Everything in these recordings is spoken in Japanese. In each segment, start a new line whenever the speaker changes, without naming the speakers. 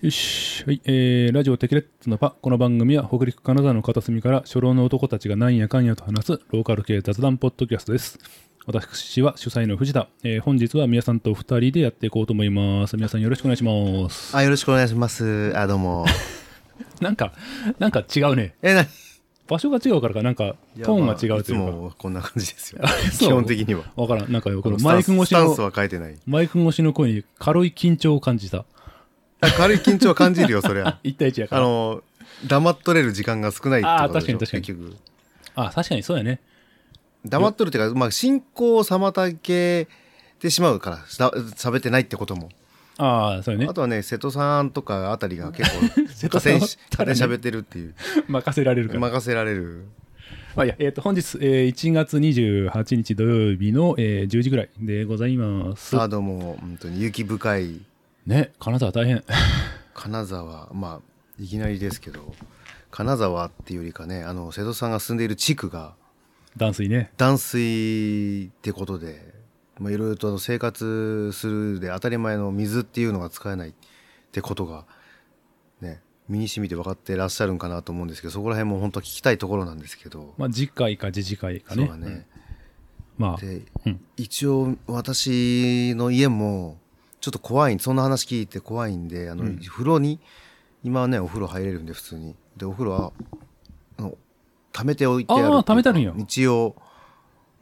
よし、はい、えー、ラジオテキレッツのパ。この番組は北陸金沢の片隅から初老の男たちがなんやかんやと話すローカル系雑談ポッドキャストです。私は主催の藤田。えー本日は皆さんとお二人でやっていこうと思います。皆さんよろしくお願いします。
あ、よろしくお願いします。あ、ど うも。
なんか、なんか違うね。
え、な、
場所が違うからか、なんかトーンが違うとい
いやまあいつ
うか。。
もこんな感じですよ 基本的には。
わからん。なんかこの
スタン
マイク越し
スタンス
の、
は変えてない。
マイク越しの声に軽い緊張を感じた。。
あ軽い緊張は感じるよ、そりゃ
一対一やか
あ
ら。
の、黙っとれる時間が少ないってことでしょ
あー確かに確かに
結局。
あ、確かにそうやね。
黙っとるっていうか、まあ、進行を妨げてしまうから、しゃ喋ってないってことも。
ああ、そうやね
あ。とはね、瀬戸さんとかあたりが結構、
瀬戸
加
さんは
点し、加点喋ってるっていう。
任せられるから。
任せられる。
まあ、いや、えっ、と、本日、えー1月28日土曜日の、えー10時ぐらいでございます。
あ、どうも、本当に雪深い。
ね、金沢大変。
金沢まあいきなりですけど金沢っていうよりかねあの瀬戸さんが住んでいる地区が
断水ね。
断水ってことでまあいろいろと生活するで当たり前の水っていうのが使えないってことがね身に染みて分かってらっしゃるんかなと思うんですけどそこら辺も本当聞きたいところなんですけど、
まあ、次回か次次回か
そ
ね。
うだね、
まあ、
で、
うん
一応私の家もちょっと怖いそんな話聞いて怖いんであの、
うん
風呂に今はねお風呂入れるんで普通にでお風呂はあの溜めておいてあるっていう
あ
か
ー溜めてあるんや
一応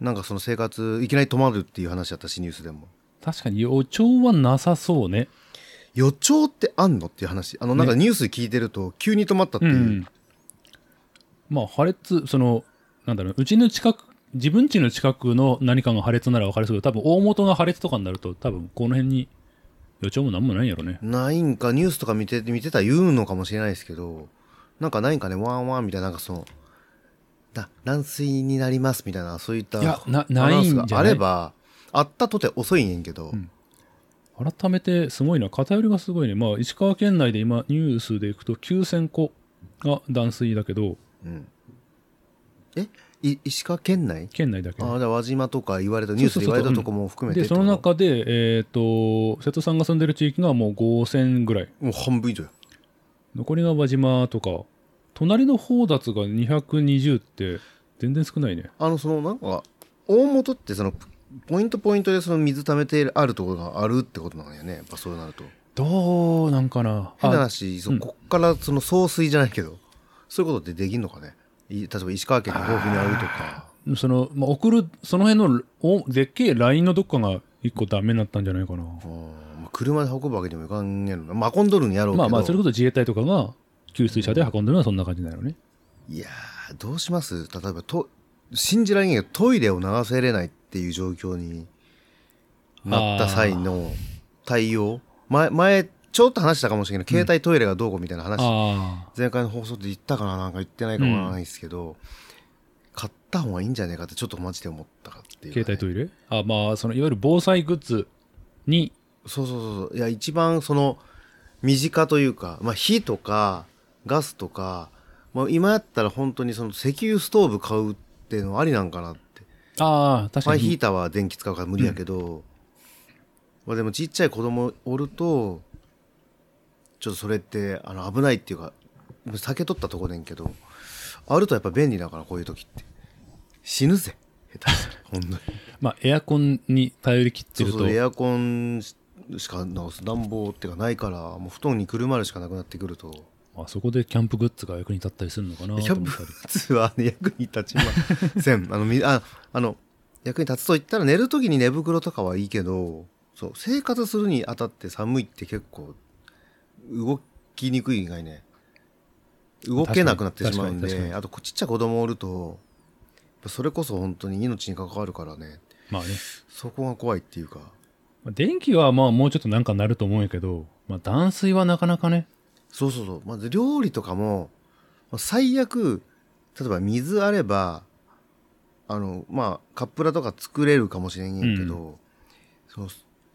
なんかその生活いきなり止まるっていう話だったしニュースでも
確かに予兆はなさそうね。
予兆ってあんのっていう話あのなんかニュース聞いてると急に止まったって
う
いう、
ん。まあ、破裂、その、なんだろう、うちの近く、自分家の近くの何かが破裂ならわかりそうけど、多分大元が破裂とかになると、多分この辺に予兆もなんもないんやろね。
ないんかニュースとか見て見てたら言うのかもしれないですけどなんかないんかねワンワンみたいななんかそのな乱水になりますみたいなそういった
いやな
アナウンス
ないんじゃ
が
な
あ
い
ればあったとて遅いねんけど、
うん改めてすごいな偏りがすごいねまあ石川県内で今ニュースでいくと9000戸が断水だけど
うんえい石川県内
県内だけ
あ
ね
ーじゃあ輪島とか言われたニュースで言われたとこも含めて
でその
ってこ
中でえっ、と瀬戸さんが住んでる地域がもう5000ぐらい
ともう半分以上よ
残りが輪島とか隣の宝達が220って全然少ないね
あのそのなんか大元ってそのポイントポイントでその水溜めてあるところがあるってことなんやねやっぱそうなると
どうなんかな
変な
あ
話、
う
そ
ん
こっからその総水じゃないけど、そういうことってできんのかねい例えば石川県の豊富にあるとか。
その、まあ、送るその辺のおでっけえラインのどっかが一個ダメになったんじゃないかな
うんまあ車で運ぶわけにもいかんやろな。まあ、運んどるんやろうけど。
まあまあそれこそ自衛隊とかが給水車で運んでるのはそんな感じなのね、
いやー、どうします例えばと、信じられんけど、トイレを流せれないっていう状況になった際の対応。前、前、ちょっと話したかもしれないけど、携帯トイレがどうこうみたいな
あ
話
あ
前回の放送で言ったかななんか言ってないかもわからないですけど、買った方がいいんじゃねえかってちょっとマジで思ったかっていうかね、
携帯トイレあまあそのいわゆる防災グッズに
そうそうそうそういや一番その身近というか、まあ、火とかガスとか、まあ、今やったら本当にその石油ストーブ買うっていうのありなんかなって
ああ確
ファ
か
インヒー
に
ターは電気使うから無理やけど、まあ、でもちっちゃい子供おるとちょっとそれってあの危ないっていうか酒取ったとこねんけどあるとやっぱ便利だからこういう時って死ぬぜ下手したらほんとに
まあエアコンに頼り切って
そう
る
そう
と
エアコンしかの暖房っていうかないからもう布団にくるまるしかなくなってくると
あそこでキャンプグッズが役に立ったりするのかな
キ
と
ャン
思っ
プ
たり
普通は、ね、役に立ちませんあのみああの役に立つと言ったら寝る時に寝袋とかはいいけどそう生活するにあたって寒いって結構動きにくい以外ね動けなくなってしまう
確かに
ん
確か
で
に
あとこうちっちゃい子供おるとそれこそ本当に命に関わるからね
まあね
そこが怖いっていうか
まあ電気はまあもうちょっとなんかなると思うんやけど、まあ、断水はなかなかね
そうそうそう。まず料理とかも、まあ最悪、例えば水あれば、あの、まあ、カップラとか作れるかもしれんけど、その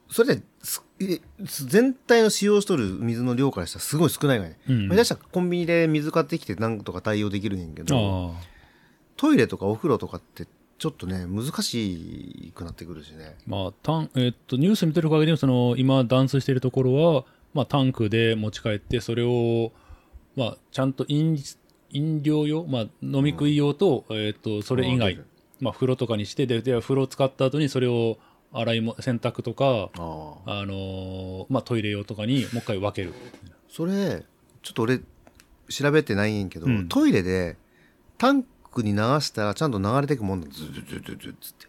それですえす全体の使用しとる水の量からしたらすごい少ないがね。
うん
まあ、出したらコンビニで水買ってきてなんとか対応できるんやけど、
ああ
トイレとかお風呂とかってちょっとね、難しくなってくるしね。
まあたんえっとニュース見てる限りでもその今断水しているところはまあ、タンクで持ち帰って、それを、まあ、ちゃんと飲飲料用、まあ、飲み食い用と、えっ、と、それ以外、まあ、風呂とかにして、で、で風呂を使った後にそれを洗いも、洗濯とか、
ああ
あのーまあ、トイレ用とかにもう一回分ける。
それちょっと俺調べてないんやけど、
うん
トイレでタンクに流したらちゃんと流れてくもんなんズズズズズズって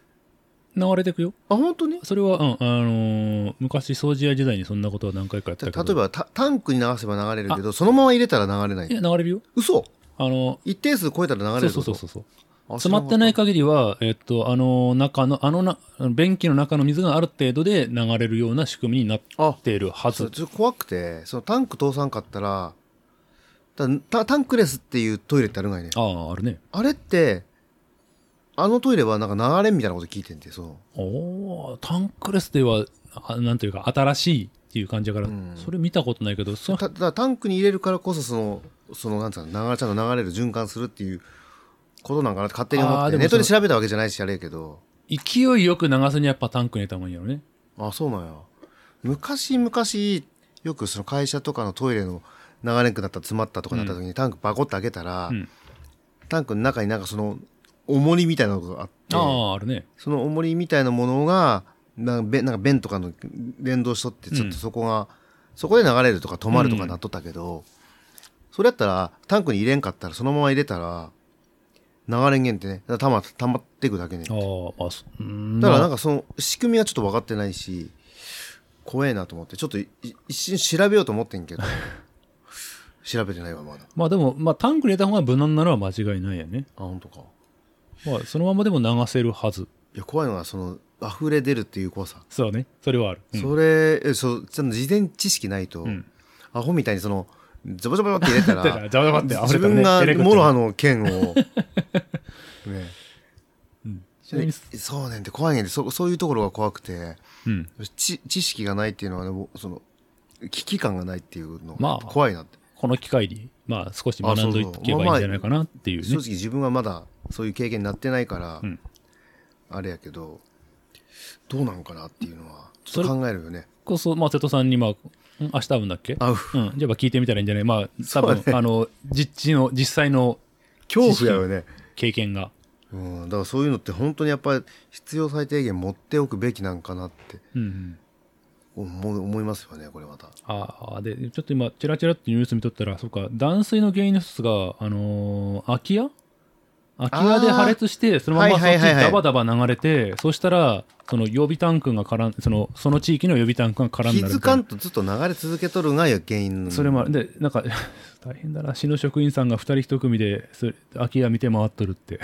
流れてくよ。
あ本当に
それは、うん、あのー昔、掃除屋時代にそんなことは何回かやった
例
けど。
えばタタンクに流せば流れるけどそのまま入れたら流れない
いや、
い
流れるよ。
嘘
あの
一定数超えたら流
そ
れ
う
る
そうそう
う
そうそう。
詰
詰まってない限りは、えっと、あの中の、あのな、便器の中の水がある程度で流れるような仕組みになっ
あ
ているは
そう
ず。
ちょっと怖くてそのタンク通さんかったらだタタンクレスっていうトイレってあるんがいね
ああ、あるね。
あれってあのトイレはなんか流れんみたいなこと聞いてんてその
おータンクレスでは、あなんというか、新しいっていう感じだから、
うん
それ見たことないけど、そ
ただタンクに入れるからこそそのそのなんつうの流れちゃんと流れる循環するっていうことなんかなって勝手に思
あー
っ
で
て
も
ネットで
そ
調べたわけじゃないしあれやけど
勢いよく流すにはやっぱタンクに入れた方がいいんやろね。
あそうなんや昔昔よくその会社とかのトイレの流れんくなった詰まったとかなった時に、タンクバコって開けたら、
うん
タンクの中になんかその重りみたいなのがあって
ああ、あるね。
その重りみたいなものがなんかべなんか便とかの連動しとってちょっとそこが、そこで流れるとか止まるとかなっとったけど、それやったらタンクに入れんかったらそのまま入れたら流れんげんってねだからたまたまっていくだけね
ああ
だか、
まあ、そうん
らなん
まあ
かその仕組みはちょっと分かってないし怖えなと思ってちょっといい一瞬調べようと思ってん けど調べてないわまだ
まあでも、まあタンクに入れた方が無難なのは間違いないやね。
あ本当か
まあそのままでも流せるはず。
いや怖いのはその溢れ出るっていう怖さ
そうね。それはある。うん
それ、えそう、ちゃんと事前知識ないと、
ん
アホみたいにその、ジャバジャバって入れた
だから
ら、
ジャバジャバって
自
溢れたらね
分が
えらいことに
モロハの剣を、 ね、
ちなみに
そうねんって怖いねんって、そそういうところが怖くて、
うん。
知知識がないっていうのはね、もうその、危機感がないっていうの
まあ
怖いなって。
この機会に、まあ、少し学んどいけばいいんじゃないかなっていう
正
ね。
直自分はまだそういう経験になってないから、
うん
あれやけど、どうなのかなっていうのは、ち
そ
ょっ
れ
と考えるよね。
こそ、まあ、瀬戸さんに、まあ、ん明日会うんだっけ
あ、う
うん。じゃあ、聞いてみたらいいんじゃないまあ、多分、
そうね
あの、実地の、実際の
恐怖やよね。
経験が。
うん、だからそういうのって本当にやっぱり必要最低限持っておくべきなんかなって
うんうん。
思う思いますよねこれまた
ああ、で、ちょっと今、チラチラってニュース見とったら、そっか、断水の原因の一つが、あのー空き家空き家で破裂して、そのままそ
は
っ
い
ち
はいはいはい
ダバダバ流れて、そしたら、その予備タンクが絡ん、その、その地域の予備タンクが絡んだ
気
みたいな
づかんとずっと流れ続けとるが原因
それもあるでなんか 大変だな市の職員さんが2人1組でそれ空き家見て回っとるって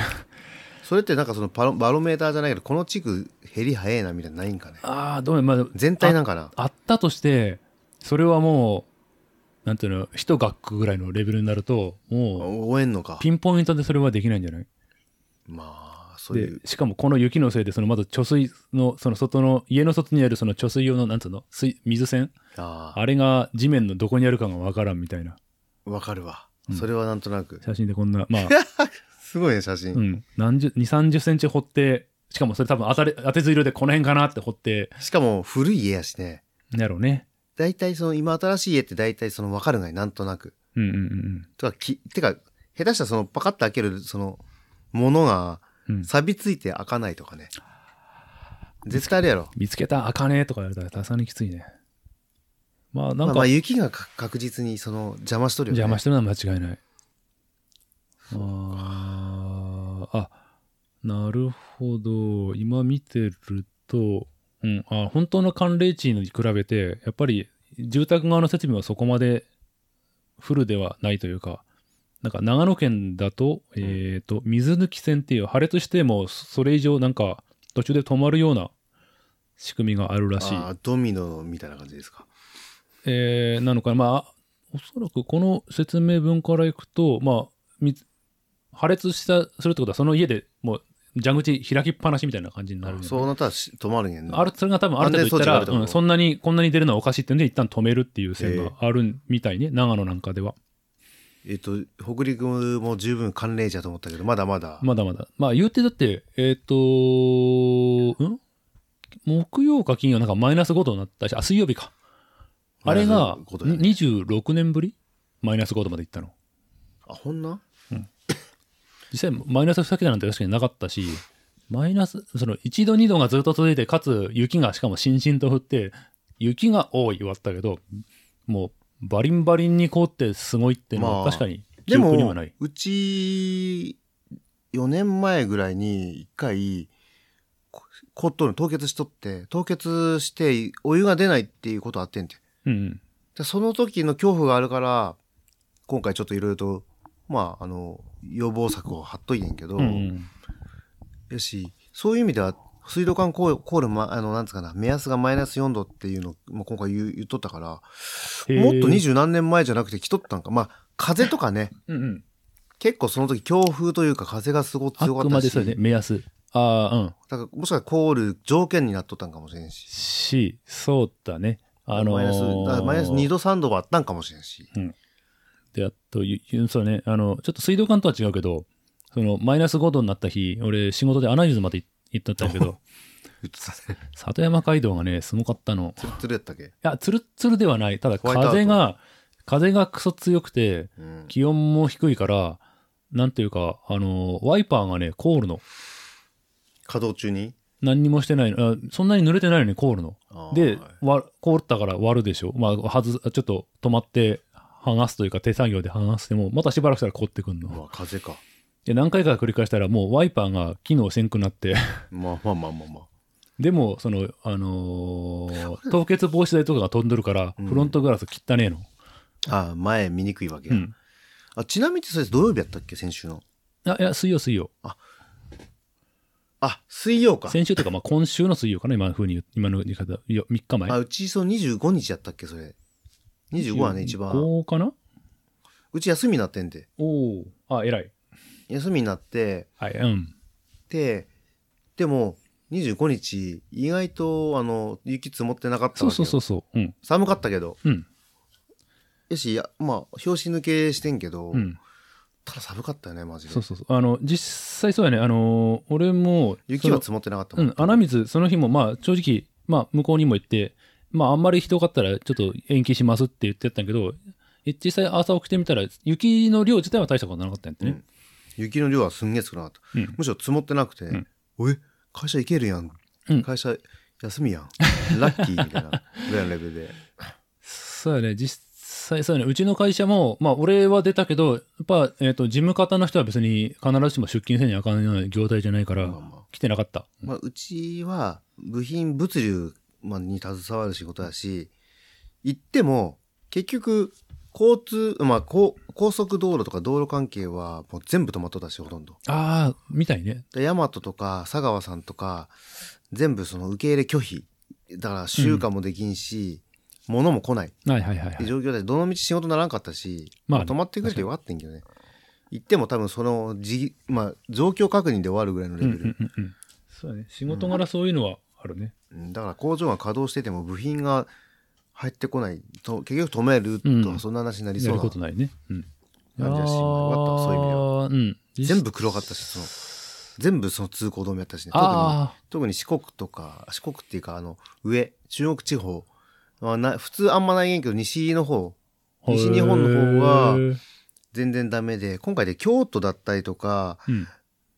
それってなんかそのパロバロメーターじゃないけどこの地区減り早いなみたいなのないんかね
ああどうも、まあ、
全体なんかな
あったとしてそれはもうなんていうの一学区ぐらいのレベルになるともう
応援のか
ピンポイントでそれはできないんじゃない
まあそう
で
いう
しかもこの雪のせいでそのまず貯水のその外の家の外にあるその貯水用のなんつうの水水栓
ああ
あれが地面のどこにあるかがわからんみたいな
わかるわ、
うん
それはなんとなく
写真でこんなまあ
すごいね写真、
うん、何十、二三十センチ掘って、しかもそれ多分当たれ、当てず色でこの辺かなって掘って、
しかも古い家やしね
やろうね。
大体その今新しい家って大体その分かるがいなんとなく
うんうんうん
とかきてか下手したらそのパカッと開けるそのものが
うん。うん、
錆びついて開かないとかね絶対あるやろ
見つけた、開かねえとか言われたら、さすがにきついね。まあ、なん
まあ、
か、
まあ雪がか確実にその邪魔しとるよね
邪魔してるのは間違いない。あーあ、なるほど。今見てると、うん、あ本当の寒冷地に比べて、やっぱり住宅側の設備はそこまでフルではないというか、なんか長野県だと、えっ、と、水抜き線っていう、破裂してもそれ以上なんか途中で止まるような仕組みがあるらしい。
あードミノみたいな感じですか
えーなのかな、まあ、おそらくこの説明文からいくと、まあ、み破裂したするってことは、その家でもう蛇口開きっぱなしみたいな感じになるよね、
そうなったらし止まるんやん
あるそれが多分ある程度言った
安全装置がある
ら、
ってこと
うんそんなに、こんなに出るのはおかしいってんで、一旦止めるっていう線があるみたいね、長野なんかでは。
えっと北陸も十分寒冷地だと思ったけどまだまだ
まだまだ。まあ、言うてだって、えっ、とん木曜か金曜なんかマイナス5度になったし、あ、水曜日か。あれが
マイナス五度だね
26年ぶりマイナス5度までいったの。
あほんな
実際マイナス2桁なんて確かになかったしマイナスその1度2度がずっと続いてかつ雪がしかもしんしんと降って雪が多いはあったけどもうバリンバリンに凍ってすごいっていうの
ま
は
あ
確かに記
で
憶には
も
ない、、
うち、4年前ぐらいに一回、こ凍っとるの凍結しとって、凍結してお湯が出ないっていうことあってんて。
うん
でその時の恐怖があるから、今回ちょっといろいろと、まあ、あの、予防策を張っといてんけ
う
ど、
んうん
よし、そういう意味では、水道管凍凍る、ま、あの、なんつうかな、目安がマイナス4度っていうのを、まあ、今回言う言っとったから、
へー
もっと二十何年前じゃなくて来とったんか。まあ、風とかね、
うんうん
結構その時強風というか風がすごく
あ
強か
く
った
ま
し
でそれね目安ああうん
だからもしかしたら凍る条件になっとったんかもしれんし、
しそうだねあのー
マイナスだからマイナス2度3度はあったんかもしれんし
で、あと、ゆゆそうね、あの、ちょっと水道管とは違うけど、その、マイナス5度になった日、俺、仕事で穴水まで行ったったんだけど、
言ってたね
里山街道がね、すごかったの。い
ツルツルやったっけ、
や、つるつるではない。ただ、
ホワイトアウト
風が、風がクソ強くて、
うん、
気温も低いから、なんていうか、あの、ワイパーがね、凍るの。
稼働中に
何にもしてないの。あそんなに濡れてないのに凍るの。
あー
で、わ凍ったから割るでしょ。まあ、はず、ちょっと止まって、剥がすというか手作業で剥がしても、またしばらくしたら凍ってくんの。
まあ風か
で何回か繰り返したらもうワイパーが機能せんくなって
まあまあまあまあまあ
でもそのあのー凍結防止剤とかが飛んでるから
うん
フロントガラス汚ねえの、
あー前見にくいわけ
う
や、
ん
あちなみにそれ土曜日やったっけ先週の
あいや水曜水曜
あ水曜か
先週という かまあ今週の水曜かな今の風に言う今の言い方いや3日前
あうちその25日やったっけそれ25はね一番
5かな
うち休みになってんで
おおあ偉い
休みになって
はいうん
で、でも、25日、意外と、あの、雪積もってなかった
そ
わ
う
けよ
そうそうそううん
寒かったけど。
うん
よし、いや、まあ、拍子抜けしてんけど、
うん
ただ寒かったよね、マジで。
そうそうそうあの実際そうやねあのー俺も
雪は積もってなかった
う
も
ん、
ん。
穴水、その日も、まあ、正直、まあ、向こうにも行って、まあ、あんまりひどかったら、ちょっと延期しますって言ってたんやけど、え実際朝起きてみたら、雪の量自体は大したことなかったんやってね。
雪の量はすんげえ少なかった。
うん
むしろ積もってなくて、
ん
おえ、会社行けるやん。
うん
会社休みや ん。ラッキーみたいな、ぐらいのレベルで。
そうやね、実際そうやね、うちの会社も、まあ、俺は出たけど、やっぱ、えっ、と、事務方の人は別に必ずしも出勤せにあかんような業態じゃないから、
まあまあ
来てなかった。
まあ、うちは部品物流まあに携わる仕事だし、行っても、結局、交通、まあ、高高速道路とか道路関係はもう全部止まっとったし、ほとんど。
ああ、みたいね。
でヤマトとか佐川さんとか、全部その受け入れ拒否。だから、集荷もできんし、物も来ない。
はいはいはい、は
で
い。
状況で、どの道仕事ならんかったし、
まあ
まあ、止まってくれてよかったんやけどね。行っても多分そのじ、まあ、状況確認で終わるぐらいのレ
うん
ベ
う
ル。
んうんうん。そうやね、仕事柄そういうのはあるね。
うんだから工場が稼働してても部品が入ってこないと結局止める
うん
とかそんな話になりそ
や
う
る
な、
ことないね。うん。
感じだしよかったそういう意味では
あーうん。
全部黒かったしその全部その通行止めやったしね特に
ああ、
特に四国とか四国っていうかあの上中国地方はな普通あんまないんやけど西の方西日本の方は
へー
全然ダメで今回で京都だったりとか
うん。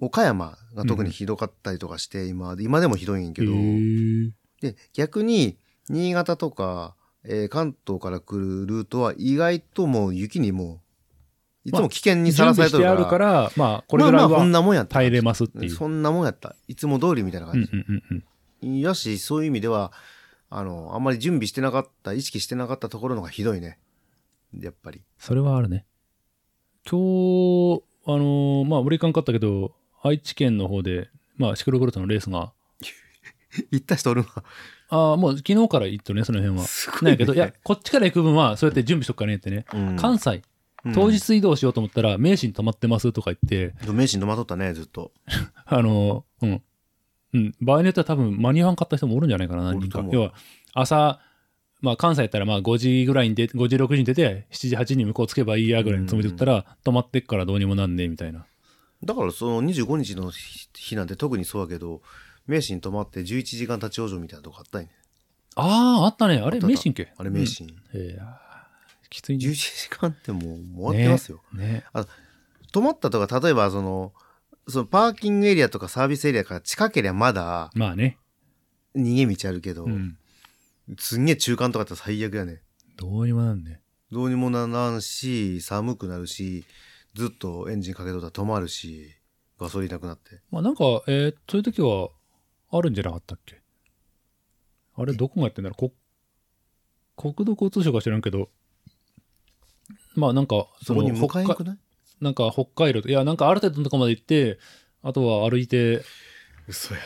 岡山が特にひどかったりとかして、今今でもひどいんやけど、
へー
で、逆に、新潟とか、えー関東から来るルートは意外ともう雪にもう、いつも危険にさらされてるか
準
ら、
備してあるから、まあ、これぐらい
まあまあこん
は
なもんやった。
耐えれますっていう。
そんなもんやった。いつも通りみたいな
う
感
ん
じ。
うんうんうん。
やし、そういう意味では、あの、あんまり準備してなかった、意識してなかったところのがひどいね。やっ ぱり。
それはあるね。今日、あのーまあ、俺行かんかったけど、愛知県の方で、まあ、シクロクロスのレースが、
行った人おるわ。
ああ、もう昨日から行ってるね、その辺は。
すごいね
ないけど、いや、こっちから行く分は、そうやって準備しとくからねってね。
うん
関西、
うん
当日移動しようと思ったら、名神止まってますとか言って、
名神止まっとったね、ずっと。
あの、うん。うん。場合によっては多分間に合わんかった人もおるんじゃないかな、何人か
おる。と
要
思う
は、朝、まあ関西やったらまあ5時ぐらいに出て、5時、6時に出て、7時、8時に向こう着けばいいやぐらいにつもりだったら、止まってっからどうにもなんねえみたいな。
だからその25日の日なんて特にそうやけど、名神止まって11時間立ち往生みたいなとこあったんやね。
ああ、あったね。あ
あ
れ、
った
名神経。
あれ名神、
うん。ええあーきつい
11
ね。
時間ってもうもらってますよ、
ね。
止まったとか例えばそのそのパーキングエリアとかサービスエリアから近ければまだ
まあね。
逃げ道あるけど、
うん。
すんげえ中間とかだったら最悪やね
どうにもなんね。
どうにもならんし寒くなるしずっとエンジンかけとったら止まるしガソリンなくなって
まあなんか、えー、そういう時は、あるんじゃなかったっけあれ、どこがやってんだろうこ国土交通省か知らんけど、まあなんか、
そ
そ
こ
の
に向
北
かえ
海
なくない
なんか北海道と、いや、なんかある程度のとこまで行って、あとは歩いて、
嘘や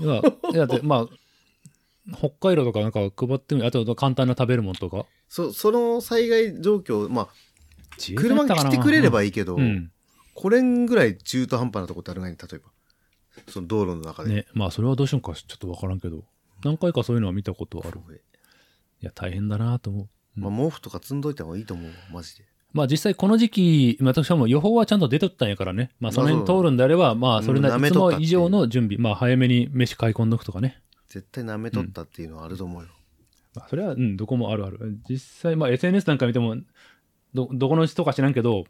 いや、いやでまあ、北海道とかなんか配ってみるあと簡単な食べるものとか。
そその災害状況まあ車来てくれれば
いい
いいけど、
うん。
これんぐらい中途半端なとこってあるがいね例えばその道路の中で、
ね、まあそれはどうしようかちょっとわからんけど、何回かそういうのは見たことはある。いや、大変だなと思う。
まあ、毛布とか積んどいた方がいいと思うマジで
まあ実際この時期、まあ私はもう予報はちゃんと出とったんやからね。まあその辺
まあそう
通るんであれば、まあそれな
うん
り
舐
い
め
つ
とっ
も
たっていう
以上の準備、まあ早めに飯買い込んどくとかね。
絶対舐めとったっていうのはあると思うよ、
まあ、それは、うん、どこもあるある。実際、まあ、SNS なんか見ても、ど、どこの人か知らんけど、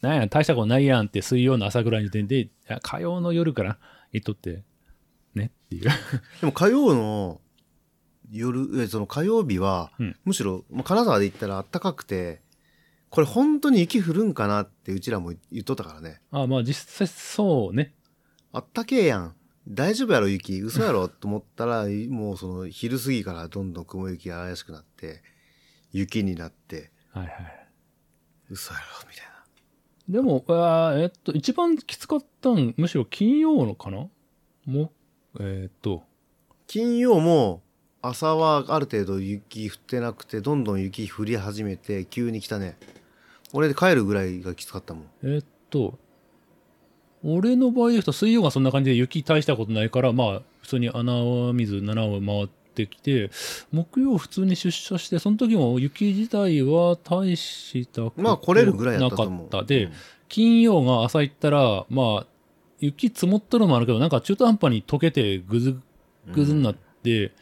なんや、大したことないやんって水曜の朝ぐらいに点で、いや火曜の夜から行っとって、ねっていう。
でも火曜の夜えその火曜日は、
うん
むしろ、まあ、金沢で行ったら暖かくてこれ本当に雪降るんかなってうちらも言っとったからね
あまあ、実際そうね。
あったけえやん大丈夫やろ雪嘘やろと思っ たらもうその昼過ぎからどんどん雲行きが怪しくなって雪になって
はいはい。
嘘やろみたいな
でも、あーえっと、一番きつかったん、むしろ金曜のかなも、えーっと、
金曜も朝はある程度雪降ってなくてどんどん雪降り始めて急に来たね俺で帰るぐらいがきつかったもん
えーっと、俺の場合ですと、水曜がそんな感じで雪大したことないから、まあ、普通に穴水7を回ってきて、木曜普通に出社して、その時も雪自体は大したこと
まあ来れるぐらいや
な
った
か
と思
っ
う
た。で、
うん
金曜が朝行ったら、まあ、雪積もっとるのもあるけど、なんか中途半端に溶けてぐずぐずになって、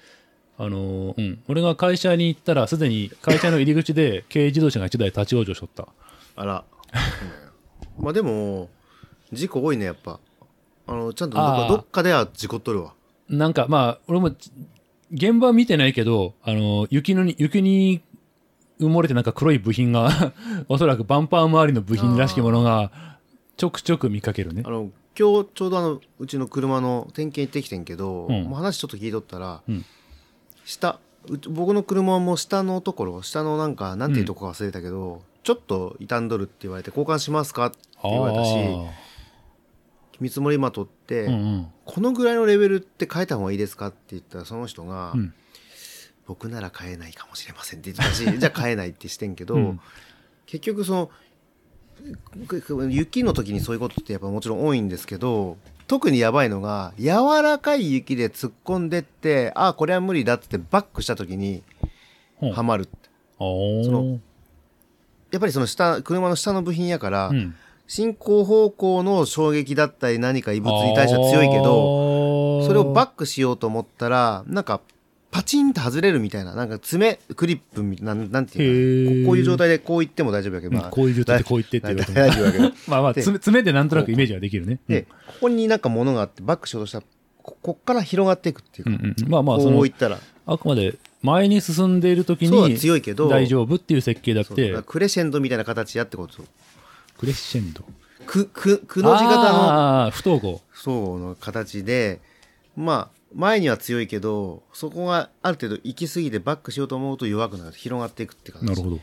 あのーうん、俺が会社に行ったら、すでに会社の入り口で 軽自動車が1台立ち往生しとった。
あらうんまあでも事故多いねやっぱあのちゃんとどっ
あ
か
ー
どっかでは事故っとるわ
なんかまあ、俺もち現場見てないけど、あの、雪のに、雪に埋もれてなんか黒い部品が、 おそらくバンパー周りの部品らしきものが、ちょくちょく見かけるね
あ。の今日ちょうどあのうちの車の点検行ってきてんけど、
うん
もう話ちょっと聞いとったら、
うん
下うち僕の車も下のところ下のなんかなんていうとこか忘れたけど、ちょっと傷んどるって言われて交換しますかって言われたし見積もり今取って、
あーうんうん。
このぐらいのレベルって変えた方がいいですかって言ったらその人が、
うん
僕なら変えないかもしれませんって言って たしじゃあ変えないってしてんけど、
うん
結局そのくく雪の時にそういうことってやっぱもちろん多いんですけど特にやばいのが柔らかい雪で突っ込んでってああこれは無理だって言ってバックした時に
ほう
はまるって
あー
そのやっぱりその下車の下の部品やから、
うん
進行方向の衝撃だったり何か異物に対しては強いけど
ど
それをバッ
ク
クしようと思ったら、なんか、パチンと外れるみたいな、なんか爪、クリップみたいな、なんなんて
へ
いうか
ー
なここういう状態でこう言っても大丈夫やけど、まあ、
こういう状態でこう言ってって
大
いうことね。
大丈夫 やけど。
まあまあ、
で
詰め詰めてなんとなくイメージはできるね。
で、ここになんか物があって、バックしようとしたら、ここっから広がっていくっていう
う
か、
んうんうんまあまあ、そ
こう
の
いっ、たら、
あくまで前に進んでいる時
そうは
に
強いけど、
大丈夫っていう設計だっ
そうだ
て
から、クレシェンドみたいな形やってこと。
クレッシェンド。
く、く、くの字型の、
ああ、不統合。
そうの形でまあ前には強いけどそこがある程度行き過ぎてバックしようと思うと弱くなる広がっていくって感じ
なるほど。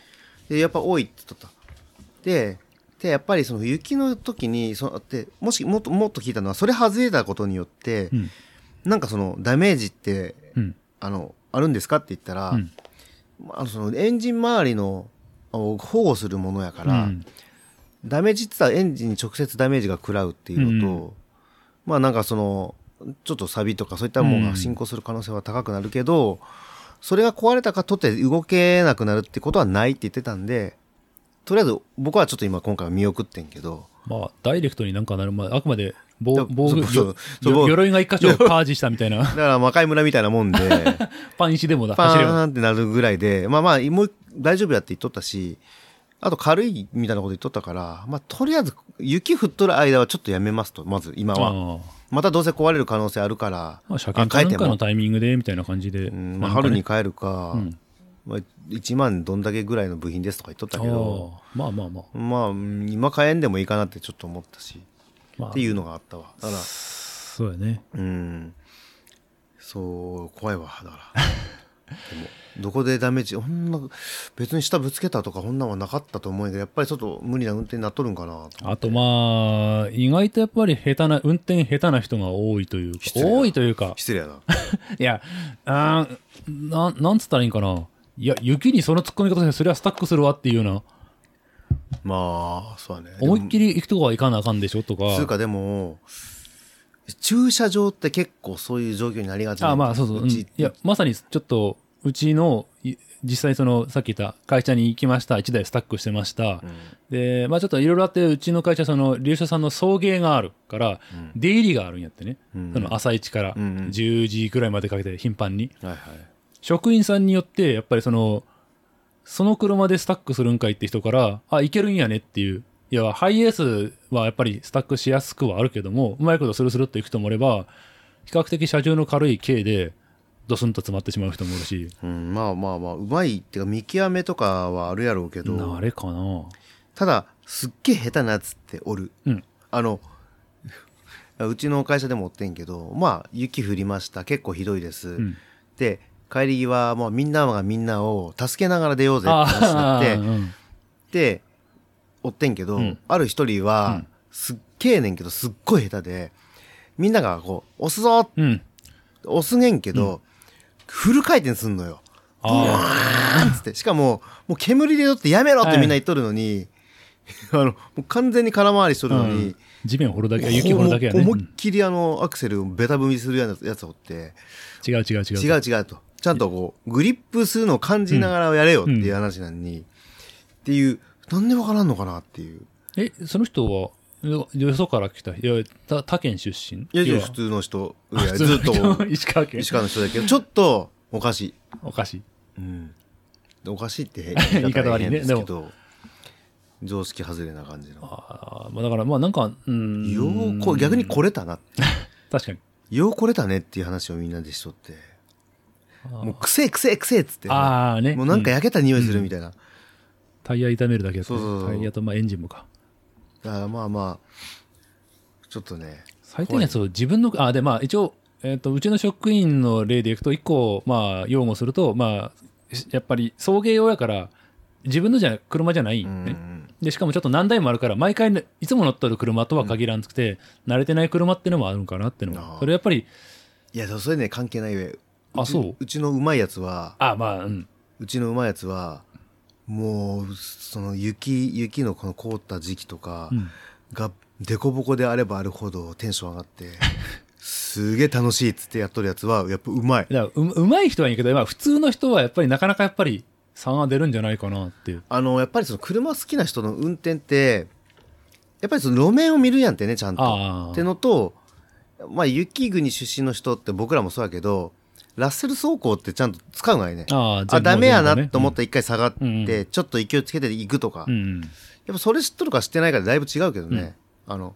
でやっぱ多いって言っとったででやっぱりその雪の時にそってもしもっともっと聞いたのはそれ外れたことによって、
うん
なんかそのダメージって
うん。
あのあるんですかって言ったら、
うん
あのそのエンジン周りのあの保護するものやか
う
ら、
ん
ダメージって言ったらエンジンに直接ダメージが食らうっていうのと、
う
まあなんかそのちょっとサビとかそういったものが進行する可能性は高くなるけど、それが壊れたかとって動けなくなるってことはないって言ってたんでとりあえず僕はちょっと今今回は見送ってんけど
まあ、ダイレクトになんかなる、まあ、あくまで防
だ
防具
そうそう
よ
そう
よ
防具
鎧が一箇所パージしたみたいな
だから魔界村みたいなもんで
パン石でもだ
パ
走れば
ーンってなるぐらいでまあまあもう大丈夫やって言っとったしあと軽いみたいなこと言っとったから、まあ、とりあえず雪降っとる間はちょっとやめますとまず今は
ああ
またどうせ壊れる可能性あるから、
まあ、車検
あ
か
帰
なん
って
か
も
のタイミングでみたいな感じで、
うん
ま
ま
あな
あ、
んか
春
ね
に帰るか、
うん
まあ、1万どんだけぐらいの部品ですとか言っとったけど
ああまあまあまあ、
まあうん今買えんでもいいかなってちょっと思ったし
まあ、
っていうのがあったわだから
そうやね
うんそう怖いわ だからでもどこでダメージほんな別に下ぶつけたとかこんなんはなかったと思うんやけどやっぱりちょっと無理な運転になっとるんかな
あとまあ意外とやっぱり下手な運転下手な人が多いというか
失礼だ
多いというか
失礼 やない
やあーなんなんつったらいいんかないや雪にその突っ込み方してそれはスタックするわっていうような
まあそうだね
思いっき
り
り行くとこは行かなあかんでしょとか
つうかでも駐車場って結構そういう状況になりがち
あまあそうそう、うん
ち
いやまさにちょっとうちのい実際そのさっき言った会社に行きました1台スタックしてました、
うん
でまあちょっといろいろあってうちの会社その利用者さんの送迎があるから、
うん
出入りがあるんやってね、
うん
その朝一から
うんうん
10時くらいまでかけて頻繁に
はいはい
職員さんによってやっぱりそのその車でスタックするんかいって人からあ行けるんやねっていういやハイエースはやっぱりスタックしやすくはあるけどもうまいことスルスルっと行く人もおれば比較的車重の軽い軽でドスンと詰まってしまう人もおるし
うん、まあまあまあうまいっていうか見極めとかはあるやろうけ
な
ど
あれかな
ただすっげえ下手なやつっておる、
うん
あの うちの会社でもおってんけどまあ雪降りました結構ひどいです、
うん
で帰り際もうみんながみんなを助けながら出ようぜって話にな
ああ、う
って
ん、
でおってんけど、
うん
ある一人は、
うん
すっげえねんけどすっごい下手でみんながこう押すぞ
うん、
押すねんけど、フル回転すんのよ
ああ
なんつってしかももう煙で酔ってやめろってみんな言っとるのに、 あのもう完全に空回りしとるの
う
に、
地面を掘るだけ雪を掘るだけやね、
もう
う
思い
ん
っきりあのアクセルをベタ踏みするようなやつおって
違う違う違う
違う違うとちゃんとこうグリップするのを感じながらやれよっていう話なのに、っていうなんでわからんのかなっていう
えその人はよよそから来たいやた他県出身
いやい
要
や
は
普通の人い
あ
や
普
ずっ
通 の人
と
石川県
石川の人だけどちょっとおかしい、
おかしい
うん、おかしい って
言い方悪いね
変ですけど常識外れな感じの
あーまあだからまあなんかうん
ようこ逆に来れたなって
確かに
よう来れたねっていう話をみんなでしとって
あー
もうくせえくせえくせえっつって
あーね
もうなんか
うん
焼けた匂いするみたいな、
タイヤ痛めるだけだったね
そうそうそう
タイヤとまあエンジンもか
だからまあまあちょっとね
最低限そう自分のあでまあ一応えっとうちの職員の例でいくと一個まあ擁護するとまあしやっぱり送迎用やから自分のじゃ車じゃない、
う
ね
んうん
でしかもちょっと何台もあるから毎回ねいつも乗っとる車とは限らんくて、慣れてない車ってのもあるんかなっての
あ
は
ー
それやっぱり
いやでもそれね関係ない上
あ
ち
そう
うちのうまいやつは
あまあうん
うちのうまいやつはもうその雪雪のこの凍った時期とか
うん
が凸凹であればあるほどテンション上がってすげえ楽しいっつってやっとるやつはやっぱうまい
だからううまい人はいいけど、まあ、普通の人はやっぱりなかなかやっぱり差が出るんじゃないかなっていう。
あのやっぱりその車好きな人の運転ってやっぱりその路面を見るやんってねちゃんと。
ああ。
ってのと、まあ、雪国出身の人って僕らもそうやけどラッセル走行ってちゃんと使うがいね。
ああ、。
あダメやなと思ってた一回下がって、
うんうん
ちょっと勢いつけていくとか、
うん
やっ
うん。
ぱそれ知っとるかしてないかでだいぶ違うけどね、あの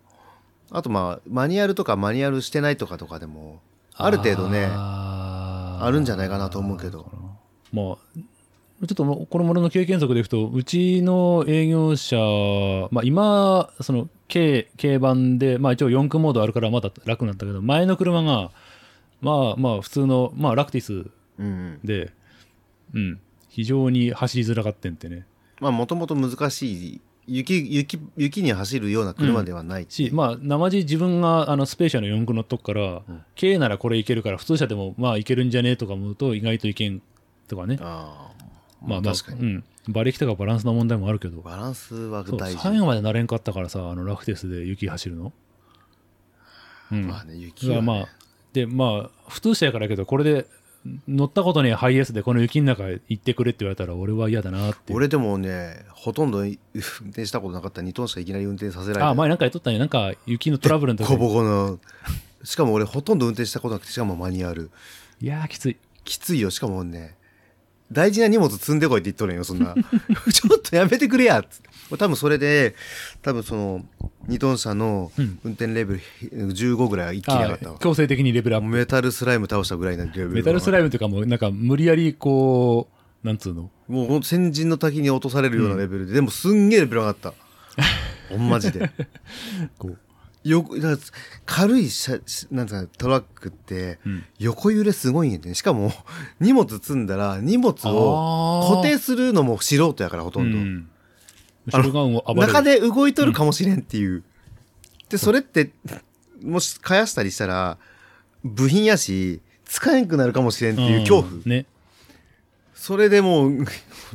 あとまあマニュアルとかマニュアルしてないとかとかでもある程度ね
あー
あるんじゃないかなと思うけど。
まあ、ちょっともうこれも俺の経験則でいくと、うちの営業者、まあ今、その軽、軽バンで、まあ一応四駆モードあるからまだ楽なんだけど、前の車が、まあまあ普通の、まあラクティス
うん
で、うん、非常に走りづらかってんってね。
まあもともと難しい雪雪雪に走るような車ではない、
し、まあ、生地自分があのスペーシャルの四駆乗っとくから、
うん
K ならこれいけるから、普通車でもまあいけるんじゃねえとか思うと、意外といけんとかね。
ああ
まあ、まあ
確かに、
うん。馬力とかバランスの問題もあるけど、
バランスは
そう
大
最
事
後まで慣れんかったからさ、あのラフテスで雪走るの。うん。
まあね
だ
雪
か
は、
らまあ、で、まあ、普通車やからやけど、これで乗ったことねえハイエースでこの雪の中行ってくれって言われたら俺は嫌だなっていう
俺でもねほとんどい 運転したことなかった2トンしかいきなり運転させられて
あ前なんか言っとったんやなんか雪のトラブルの時
ボコ
に
ボコのしかも俺ほとんど運転したことなくてしかもマニュアル
いやーきつい
きついよしかもね大事な荷物積んでこいって言っとるんよそんな ちょっとやめてくれやっつって多分それで多分その2トン車の
うん
運転レベル15ぐらいは一気に上が
あ
ったわ
ー強制的にレベルアップ
メタルスライム倒したぐらいのレベル
メタルスラ
イ
イムというかもうなんか無理やりこうなんつうの
ムもうほんと先人の滝に落とされるようなレベルで、でもすんげえレベル上がった ほんまじで
こう、
よだから軽い車なんていうかトラックって
うん
横揺れすごいんやねしかも荷物積んだら荷物
あ
を
ー
固定するのも素人やからほとんど、
うん後ろ側を暴れる
中で動いとるかもしれんっていう、でそれってもし返したりしたら部品やし使えんくなるかもしれんっていう恐怖、
んね
それでもう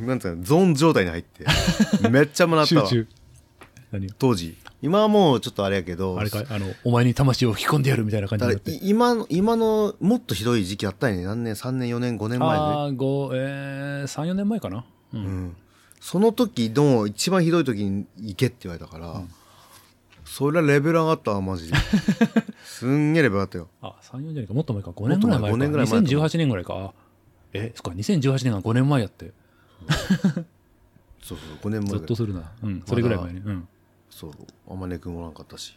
なんていうのゾーン状態に入って めっちゃもらった
集
わ
中何
当時今はもうちょっとあれやけど
あれかいあのお前に魂を吹き込んでやるみたいな感じ
だ
に
か
な
ら
って
い今の今のもっとひどい時期あったんやね何年3年4年5年前で、
ああ5えー、34年前かなうん、
うん、その時の一番ひどい時に行けって言われたから、そりゃレベル上がったわマ ジですんげえレベル上がったよ
あ三34じゃないかもっと前か5年ぐらい前か
もっと前五年ぐらい前だと思
2018年ぐらいかえそっか2018年が5年前やって
そうそう5年
ゾッ
前ぐら
と
い
するなうんそれぐらい前ねうん
そうあまねくんもおらんかったし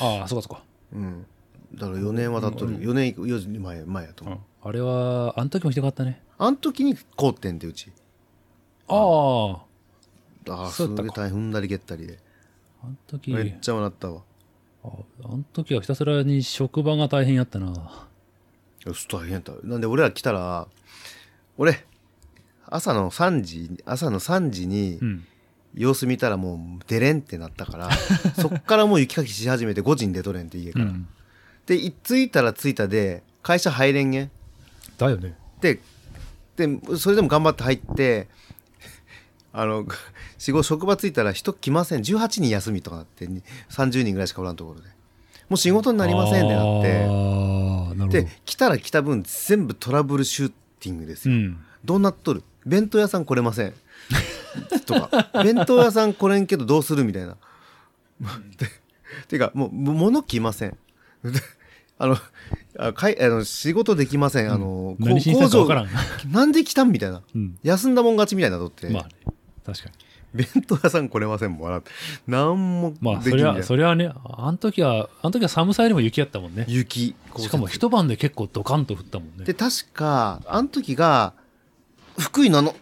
ああそうかそうか
うんだから4年は経っとる4年4時前前やと
う、
思うん
あれはあの時もひどかったね
あん時に高点ってうち
ああ
ああ
そ
す
うやっ
ん
た
げえ
か
大変踏んだり蹴ったりで
あの時
めっちゃもらったわ
ああの時はひたすらに職場が大変やったな。
いやちょっと大変やったなんで俺ら来たら俺朝の3時朝の3時に
うん。
様子見たらもう出れんってなったから そっからもう雪かきし始めて5時に出とれんって家
う
から、
ん、
でい着いたら着いたで会社入れんげん
だよね。
ででそれでも頑張って入ってあの仕事職場着いたら人来ません18人休みとかなってに30人ぐらいしかおらんところでもう仕事になりませんってなっ
ああ、な
て
るほど。
で来たら来た分全部トラブルシューティングです
う
よ、
ん。
どうなっとる弁当屋さん来れませんとか 弁当屋さん来れんけどどうするみたいな。ていうかもうも物来ません。 あのあかいあの仕事できません。あの、こ
何しに来たかわからん。
なんで来たんみたいな。
うん。
休んだもん勝ちみたいなとって、
まあね、確かに。
弁当屋さん来れませんもん笑ってなんも
まあ、そ
できん
れ
じゃ
は、それはね、あの時は、あの時は寒さよりも雪やったもんね。
雪
しかも一晩で結構ドカンと降ったもんね
で。確かあの時が福井のあの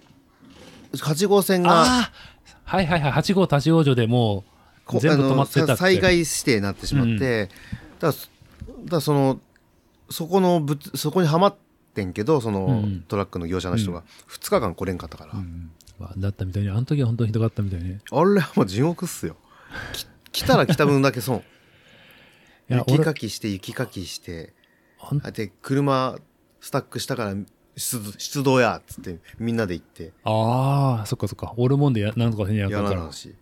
8号線が
ああはいはいはい、8号立ち往生でも
こ
う、全部止まってたっ
あの
て。
さ災害指定になってしまって、だからそだからそのそこのぶつそこにはまってんけどその、
うん
トラックの業者の人が2日間来れんかったから、
うん。まあ、だったみたいに、あの時は本当にひどかったみたいね。
あれはもう地獄っすよき 来たら来た分だけ損
いや、
雪
俺、
かきして雪かきして
あん
あで車スタックしたから出出動やっつってみんなで行って
あー、そっかそっか。俺もんでや、なんとか変にやっ
や
た
ら
か
な
ら
い。し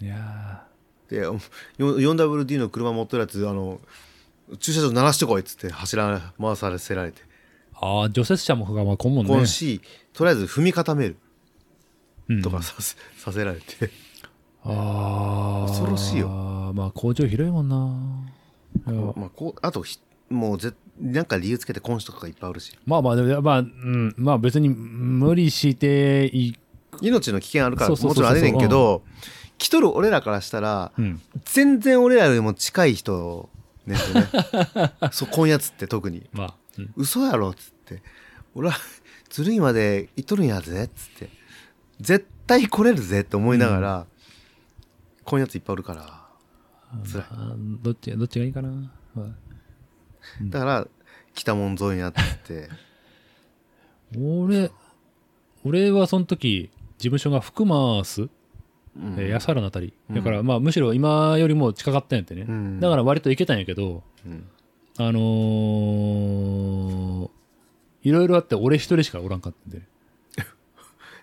いや
でよ 4WD の車持ってるやつあの駐車場鳴らしてこいっつって走ら回させられて
ーああ、除雪車もがまあこんもんね
今。し、とりあえず踏み固める
うん
とかさせ,、させられて
ああ。
恐ろしいよ
まあ工場広いもんな。いや
まあこうあとひもうぜなんか理由つけて今週とかいっぱいあるし
まあまあ、でもまあ、うん、まあ別に無理してい、
命の危険あるから
そうそう
も
そ
ち
うそう
ろんあれねんけど、来とる俺らからしたら
うん。
全然俺らよりも近い人ねんすよね そう今夜つって特に
まあ、うん
嘘やろっつって俺は ずるいまで行っとるんやぜっつって絶対来れるぜって思いながら、今夜ついっぱいおるから辛い
あどっち、どっちがいいかな。ま
だから北門沿いになって て
あ俺、俺はその時、事務所が福マース、
うん
えー安原のあたり。
うん
だからまあむしろ今よりも近かったんやってね。
うん
だから割と行けたんやけど、
うん
あのーいろいろあって俺一人しかおらんかったんで。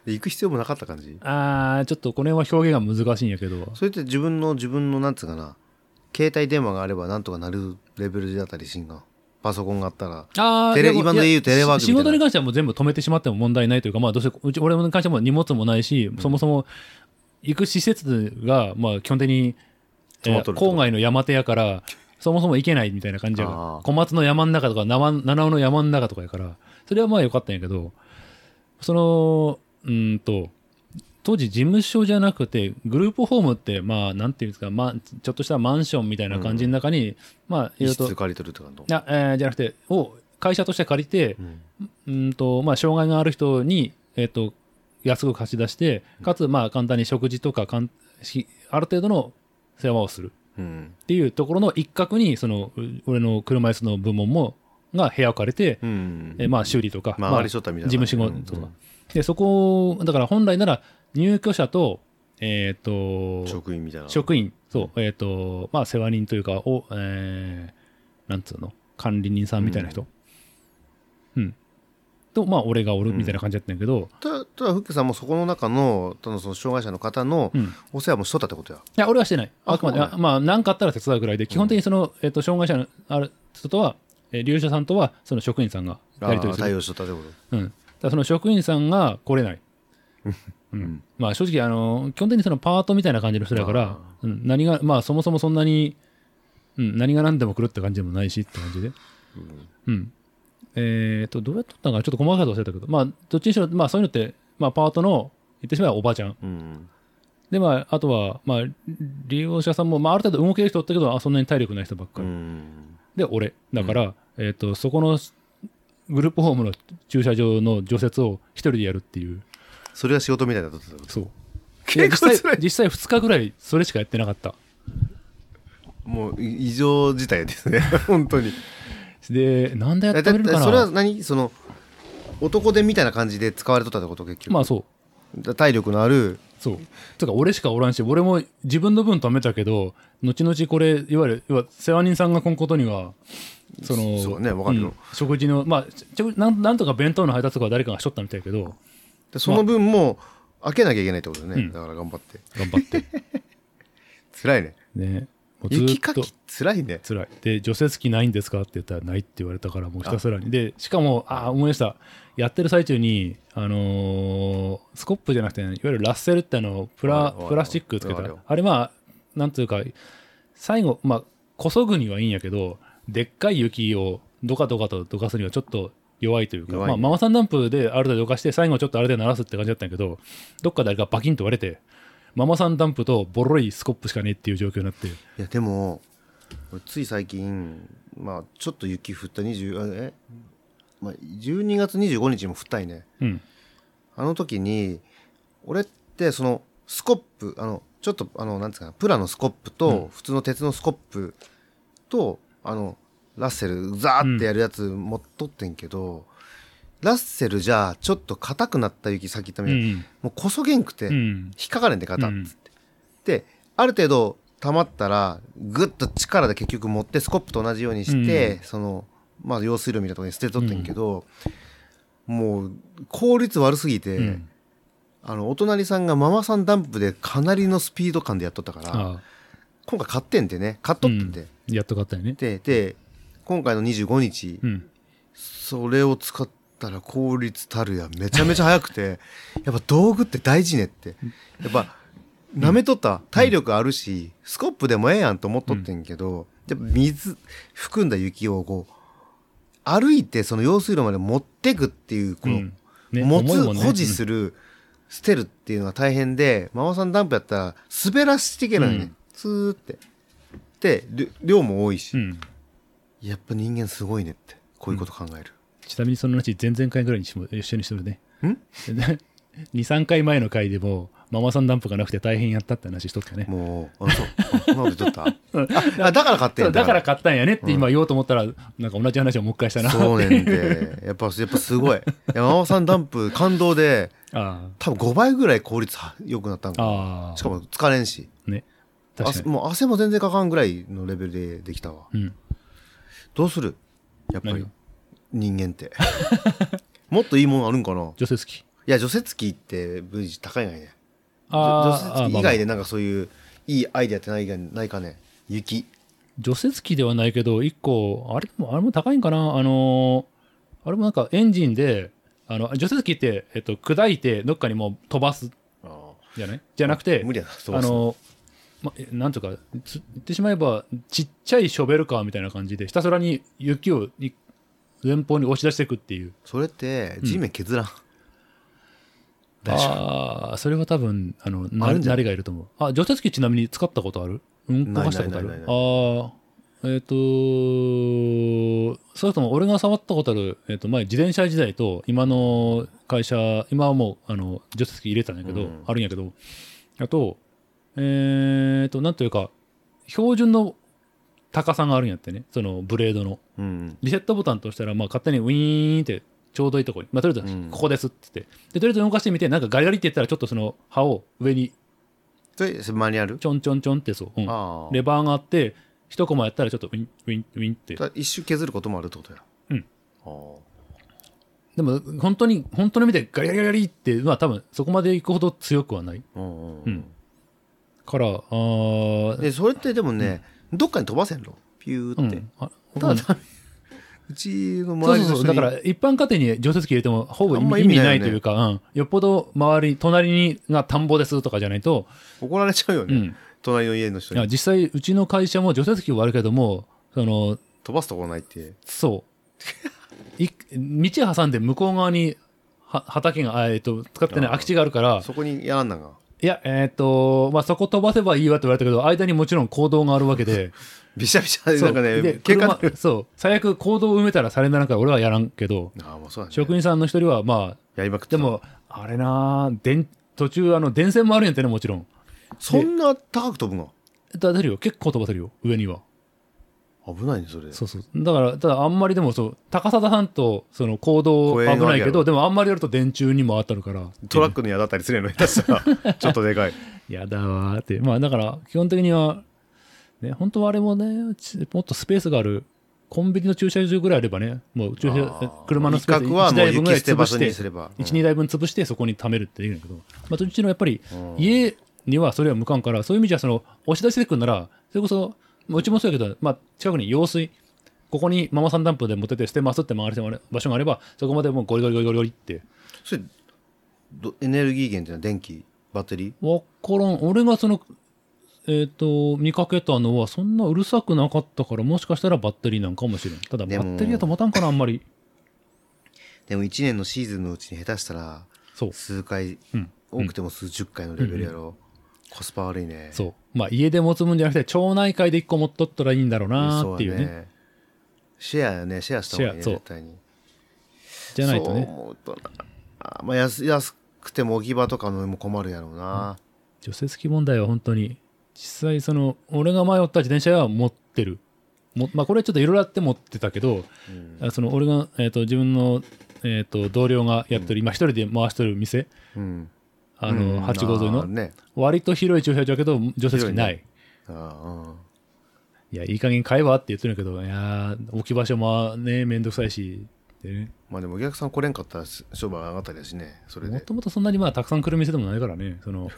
行く必要もなかった感じ
あー、ちょっとこの辺は表現が難しいんやけど、
それって自分の自分のなんつうかな携帯電話があればなんとかなるレベルだったりしんがパソコンがあったら。
あー
テレ
も
今ので言うテレワークみたいな
し仕事に関してはもう全部止めてしまっても問題ないというか、まあ、どうせうち俺に関しても荷物もないし、そもそも行く施設が、まあ、基本的に、え
止ま
ー
っとると
郊外の山手やからそもそも行けないみたいな感じやか
あ
ら
ー
小松の山の中とか生七尾の山の中とかやからそれはまあ良かったんやけどそのうーんと当時事務所じゃなくてグループホームってまあなんていうんですか、まあ、ちょっとしたマンションみたいな感じの中に、まあいろ
一
いろ
室
と
借りてるって感じ
い。や、えーじゃなくてを会社として借りて、
うん
うんとまあ、障害がある人に、えっと安く貸し出してかつまあ簡単に食事とかかんしある程度の世話をする
うん。
っていうところの一角にそのう俺の車椅子の部門もが部屋を借りて、
うん。
えーまあ、修理とか、
まあ、
まあ
回りしとったみたいな。
事務仕
う
事
ん
とか、でそこだから本来なら入居者と,、えっ
うん
と
職員みたいな。
職員そう、えっとまあ、世話人というかを、えーなんつうの管理人さんみたいな人、うんとまあ俺がおるみたいな感じだったんやけど、
たただ、フッケさんもそこの中の、ただその障害者の方の
うん、
お世話もしとったってことや。
いや、俺はしてない。
あ
あくまで、
そうなん
あまあ、なんかあったら手伝うぐらいで、基本的にその、えっと、障害者のある人とは、えー、利用者さんとは、その職員さんが
あ
やり取り
ー
す
対
る。
応しとったってこと。
うん。だからその職員さんが来れない。うん。まあ、正直、あのー、基本的にそのパートみたいな感じの人だから
あ、
うん、何が、まあ、そもそもそんなに、うん、何が何でも来るって感じでもないしって感じで。うん。えっと、どうやっとったのか、ちょっと細かいこと忘れたけど、まあ、どっちにしろ、まあ、そういうのって、まあ、パートの、言ってしまえばおばあちゃん。
うん。
で、まあ、あとは、まあ、利用者さんも、まあ、ある程度動ける人おったけど、あそんなに体力ない人ばっか
う
り。
ん。
で、俺。だから、えっ、と、そこのグループホームの駐車場の除雪を一人でやるっていう。
それは仕事みたいだったってこと。
そう。
結構
いや実
辛
際
い、
実際2日ぐらいそれしかやってなかった。
もう、い異常事態ですね。 本当に。
で、なんでや
え
って
だっ
み
て
るかな
それは何その男でみたいな感じで使われとったってこと結局、
まあ、そう。
だ体力のある
そう。つうか、俺しかおらんし、俺も自分の分貯めたけど、後々これ、いわゆる、要は世話人さんが来んことには、その、
そうねわかるよ
うん食事の、まあちょなん、なんとか弁当の配達とかは誰かがしとったみたいだけど、
でその分もう開けなきゃいけないってことね、
うん
だから頑張って
頑張 って。
辛いね
ね、もうず
雪
ー
か
っと
き辛いね
辛いで除雪機ないんですかって言ったらないって言われたからもうひたすらにでしかもああ思い出したやってる最中にあのースコップじゃなくて、いわゆるラッセルってあのプ
わ
ラ
かるわかる
プラスチックつけ
わ
た
かるよ
あれまあなんていうか最後まあこそぐにはいいんやけどでっかい雪をどかどかとどかすにはちょっと弱いというか、
弱い
ま
ね
あ、ママさんダンプである程度どかして最後ちょっとある程度鳴らすって感じだったんやけどどっかであれがバキンと割れてママさんダンプとボロいスコップしかねえっていう状況になって。
いやでも俺つい最近まあちょっと雪降った20あえ、まあ、12月25日も降ったいね
うん
あの時に俺ってそのスコップあのちょっとあのなんですかプラのスコップと普通の鉄のスコップと、あのラッセルザーってやるやつ持っとってんけど、ラッセルじゃあちょっと硬くなった雪さっき言ったみ
う
たいに、
ん
もうこそげんくて、
うん
引っかかれんで肩
う
っ
ん
つって、である程度溜まったらぐっと力で結局持ってスコップと同じようにして、
うん
そのまあ用水路みたいなとこに捨てとってんけど、もう効率悪すぎて、
うん
あのお隣さんがママさんダンプでかなりのスピード感でやっとったから
あ
今回買ってんでね買っとってんで、
やっと買ったよね。
でで今回の25日、
うん。
それを使ったら効率たるやめちゃめちゃ早く てやっぱ道具って大事ねってやっぱ舐めとった体力あるし、スコップでもええやんと思っとってんけど、やっぱ水含んだ雪をこう歩いてその用水路まで持ってくっていうこの、
うんね
持
重い
つ、
もんね
保持する、捨てるっていうのが大変でママさんダンプやったら滑らしていけないね、
うん
ツーってでりょ量も多いし、
うん。
やっぱ人間すごいねってこういうこと考える、
ちなみにその話、前々回ぐらいにしも一緒にしてるね。
ん
?2、3回前の回でも、ママさんダンプがなくて大変やったって話しとったよね。
もう、あ、そう。あそんなこと言っとったああ、だから買って
そ
ん
うだから買
買
ったんやねって今言おうと思ったら、なんか同じ話をもう一回したな。
そうねんで。やっぱ、やっぱすごい。山尾さんダンプ、感動で、
あ
多分5倍ぐらい効率は良くなったん
あ。
かな。
ああ。
しかも疲れんし。
ね。確か
汗
に。
もう汗も全然かかんぐらいのレベルでできたわ。
うん。
どうするやっぱ
何
り
が、
人間って。 もっといいものあるんかない
除雪機。
や、除雪機って分子高いないね。除
あー
除雪機以
まあまあ
外でなんかそういういいアイデアってないかないかね。雪。
除雪機ではないけど、1個、あれも、あれも高いんかなあのーあれもなんかエンジンで、あの、除雪機って、えっと、砕いて、どっかにもう飛ばす
あ
じゃないじゃなくて、
無理だな、そう
あ
そう
の、ま、えなんとか、つ言ってしまえば、ちっちゃいショベルカーみたいな感じで、ひたすらに雪をい前方に押し出していくっていう。
それって地面削 らん、大丈夫
ああ、それは多分、あの、な
あるんじゃ
慣
な
れがいると思う。あ、除雪機ちなみに使ったことあるうんこ
ない
かしたことある
ないないないな
ああ、えっ、と、それとも俺が触ったことある、えっ、と、前、自転車時代と、今の会社、今はもう、あの、除雪機入れてたんやけど、
うん
あるんやけど、あと、えっ、と、なんというか、標準の高さがあるんやってね、そのブレードの。
うん
リセットボタンとしたら、まあ、勝手にウィーンってちょうどいいとこに、まあ、とりあえず
うん
ここですって言って、でとりあえず動かしてみてなんかガリガリって言ったらちょっとその刃を上に
それマニュアル
ちょんちょんちょんってそう、うん
ああ
レバーがあって一コマやったらちょっとウィンウィンウィンって
だから一周削ることもあるってことや
うん
あー
でも本当に本当の意味でガリガリガリガリってまあ多分そこまで行くほど強くはない
うんうん
う
うん
んからあー
でそれってでもね、どっかに飛ばせんのピュ
う
ーって、
んあ
た
うん
だ、うちの
そう
周り
そう
の人に
そうだから一般家庭に除雪機入れてもほぼ
あんま
意味
意味
な
ない
い
よ
と
ね
いうか、うん、よっぽど周り隣にが田んぼですとかじゃないと、
怒られちゃうよ
う
ね、
ん、
隣の家の人
いや
に
実際うちの会社も除雪機はあるけどもその
飛ばすとこないって
そう い道挟んで向こう側には畑が、あえっと使ってない
あー
空き地があるから
そこにやらんなが
いやえっ、と、まあ、そこ飛ばせばいいわって言われたけど間にもちろん行動があるわけで
びしゃびしゃで
そ
な
うん
かね
で
喧嘩にな
車
る
そう最悪行動を埋めたらされななんか俺はやらんけど
ああもうそうだね
職員さんの一人はまあ
やりまくって
で
た
もあれなあ電途中あの電線もあるんやってねもちろん
そんな高く飛ぶの
だ出るよ結構飛ばせるよ上には
危ないねそれ
そうそう。だから、ただあんまりでもそう、高貞さんとその行動危
声が
な
ある
い
や
けど、
ろ
でもあんまりやると電柱にも当たるから。
トラックの矢だったりするやろ下手し たらちょっとでかい
やだわーって。まあだから、基本的には、ね、本当はあれもね、ちもっとスペースがある、コンビニの駐車場ぐらいあればね、もう駐車
あー
車のスペース
一角
1
はもう
台分ぐらい
雪捨て
潰
場
し
所
て、
にすればうん
1、2台分潰して、そこに貯めるっていうんだけど、まあ、どっちのやっぱり
うん、
家にはそれは無関から、そういう意味じゃ、その、押し出してくるなら、それこそ、まあうちもそうやけど、まあ、近くに用水、ここにママさんダンプで持ってて捨てますって回る場所があれば、そこまでもうゴリゴリゴリゴリゴリって。
それどエネルギー源っていうのは電気バッテリー
わからん。俺がその、えっ、と、見かけたのは、そんなうるさくなかったから、もしかしたらバッテリーなんかもしれん。ただ、バ
でも
ッテリーだと持たんかな、あんまり。
でも1年のシーズンのうちに下手したら
そう。
数回、
うん
多くても数十回のレベルやろ、コスパ悪いね
そう。まあ、家で持つもんじゃなくて、町内会で一個持っとったらいいんだろうなーっていうね。
シェアよねシェアした方がいいね
シェアそう
絶対に
じゃないと
そう
ね、
思うとなあまあ安安くても置き場とかのも困るやろうな、
除雪機問題は本当に、実際、その、俺が前おった自転車は持ってる。もまあ、これちょっといろいろあって持ってたけど、
うん
あその、俺が、えっ、と、自分の、えっ、と、同僚がやってる、今一人で回してる店、
うん、
あの、
うん
八号沿い
あー
の、
ね
割と広い駐車場やけど除雪機ない
あ
いやいい加減買えばって言ってるんやけどいやー置き場所もねめんどくさいしでね
ーまあでもお客さん来れんかったらし商売上がったりだしねそれ
も
で
ともとそんなにまあたくさん来る店でもないからねそ の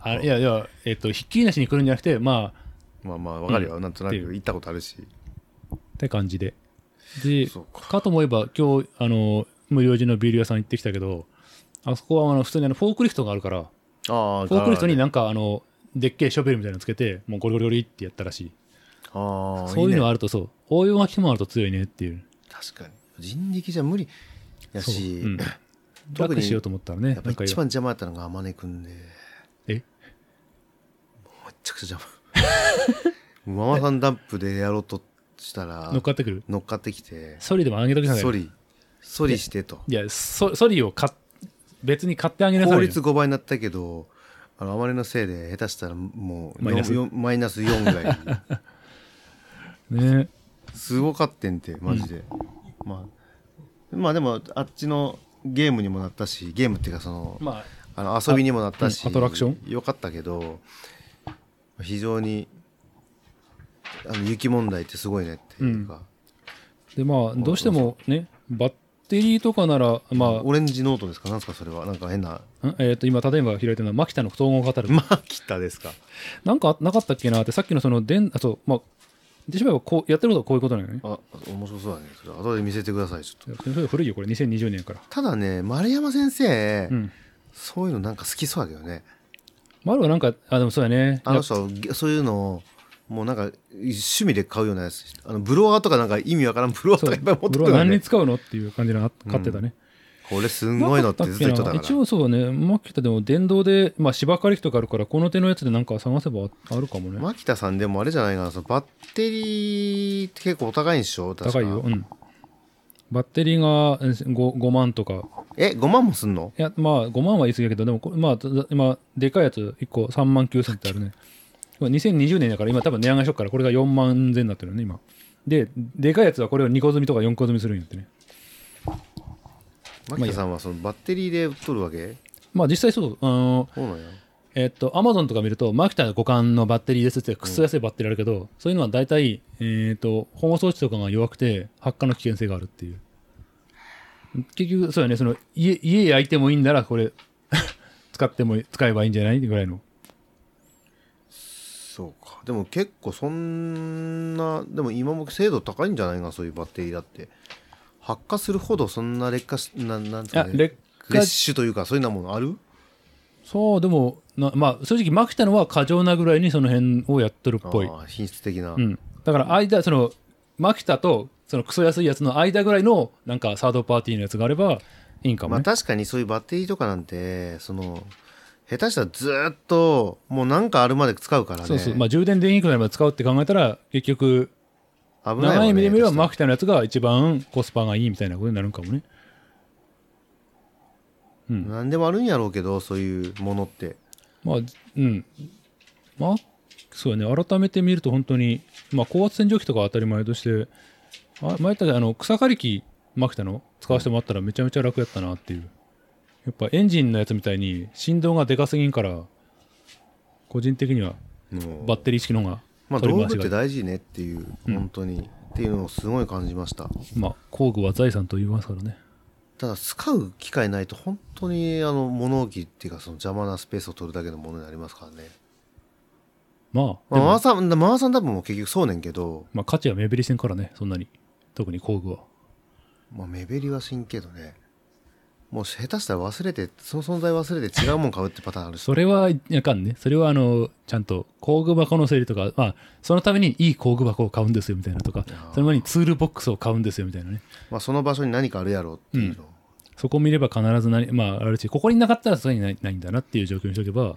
あいやいやえっとひっきりなしに来るんじゃなくてまあ
まあまあわかるよ、なんとなく
っていう
行ったことあるし
って感じでで
そう
かと思えば今日あの無料時のビール屋さん行ってきたけどあそこはあの普通にあのフォークリフトがあるから
ああ
フォークリフトになんかあのでっけえショベルみたいなのつけてもうゴリゴリゴリってやったらしい
ああ
そういうの
は
あるとそう応用が来てもあると強いねっていう
確かに人力じゃ無理や
そう
し、
うん
特
楽
に
しようと思ったらね、
やっぱ
なんか
一番邪魔やったのが天音くんでめ
え
ちゃくちゃ 邪魔ママさんダンプでやろうとしたら
乗っかってくる。
乗っかってきて
ソリでもあげときなさい
ソ
よ。
リソリしてと
いや、ソソリを買っ別に買ってあげなさいよ。
効率5倍になったけどあのあまりのせいで下手したらもう
マイナス
よんマイナス4ぐらい
ね。
すごかってんてマジで、まあまあでもあっちのゲームにもなったしゲームっていうかその、
まあ、
あの遊びにもなったし、
あうんアトラクショ
ンよかったけど非常にあの雪問題ってすごいねっていうか、
で、まあ、どうしてもね、バッテリーとかなら、ま
オレンジノートですかなんですかそれはなんか変な
あ、んえっ、と、今、例えば開いてるのは、マキタの総合語る。
マキタですか
なんかなかったっけなって、さっきのその電、あそう、まあ、でしばこうやってることはこういうことなのね
あ面白そうだねそれ後で見せてくださいちょっと
それ古いよこれ2020年やから
ただね丸山先生、
うん
そういうのなんか好きそうだけどね
丸はなんかあでもそうやね
あの人はげそういうのをもうなんか趣味で買うようなやつあのブロワーとかなんか意味わからんブロワーと
そう
かいっぱい持って
ブ
く
ロワー
るから
何に
ね
使うのっていう感じのあ買ってたね、
これすんごいのってずっと言ってたか
なか
ら
ったっけな一応そうねマキタでも電動で、まあ、芝刈り機とかあるからこの手のやつでなんか探せばあるかもね、
牧田さんでもあれじゃないかなそのバッテリーって結構お高いんでしょ確か
高いようんバッテリーが 5, 5万とか
え5万もすんの
いやまあ5万は言い過ぎやけどでもこまあざざ今でかいやつ1個3万9000ってあるねこれ2020年だから今多分値上がりしとくからこれが4万前になってるよね今ででかいやつはこれを2個積みとか4個積みするんやってね
牧田さんはそのバッテリーで取るわけ
まあ実際そうあの
そうなんや
えっとアマゾンとか見るとマキタ互換のバッテリーですってくっそ安いバッテリーあるけど、そういうのは大体えっと保護装置とかが弱くて発火の危険性があるっていう結局そうやねその家家焼いてもいいんならこれ 使っても使えばいいんじゃないぐらいの
そうかでも結構そんなでも今も精度高いんじゃないかなそういうバッテリーだって発火するほどそんな劣化しなんなんですかね
いや劣化
レッシュというかそういうようなものある
そうでもなまあ正直マキタのは過剰なぐらいにその辺をやっとるっぽい
あ、ー品質的な、
うん、だから間そのマキタとそのクソ安いやつの間ぐらいのなんかサードパーティーのやつがあればいいんかも
まあ
ね、
確かにそういうバッテリーとかなんてその下手したらずーっともうなんかあるまで使うからね
そうそうまあ充電できなくなれば使うって考えたら結局
危ないわ
長
ね
い目で見れば
下手したら
マキタのやつが一番コスパがいいみたいなことになるんかもね
何でもあるんやろうけどそういうものって
まあうんまあそうやね改めて見ると本当にまあ高圧洗浄機とかは当たり前としてあ前言ったけどあの草刈り機マキタの使わせてもらったらめちゃめちゃ楽やったなっていうやっぱエンジンのやつみたいに振動がでかすぎんから個人的には
もう
バッテリー式の方が
まあ
取り
道
回し
具って
が
大事ねっていう、本当にっていうのをすごい感じました
まあ工具は財産と言いますからね
ただ使う機会ないと本当にあの物置っていうかその邪魔なスペースを取るだけのものになりますからね
まあ
ま
で
あ
も
マーさんマーさん多分もう結局そうねんけど
まあ価値は目減りせんからねそんなに特に工具は
まあ目減りはしんけどねもう下手したら忘れてその存在忘れて違うもん買うってパターンあるし
それはいやかんね。それはあの、ちゃんと工具箱の整理とか、まあ、そのためにいい工具箱を買うんですよみたいなとか、その前にツールボックスを買うんですよみたいなね。
まあその場所に何かあるやろうっていうの、
そこを見れば必ずなり、まあ、あるし、ここになかったらさすがにないないんだなっていう状況にしておけば、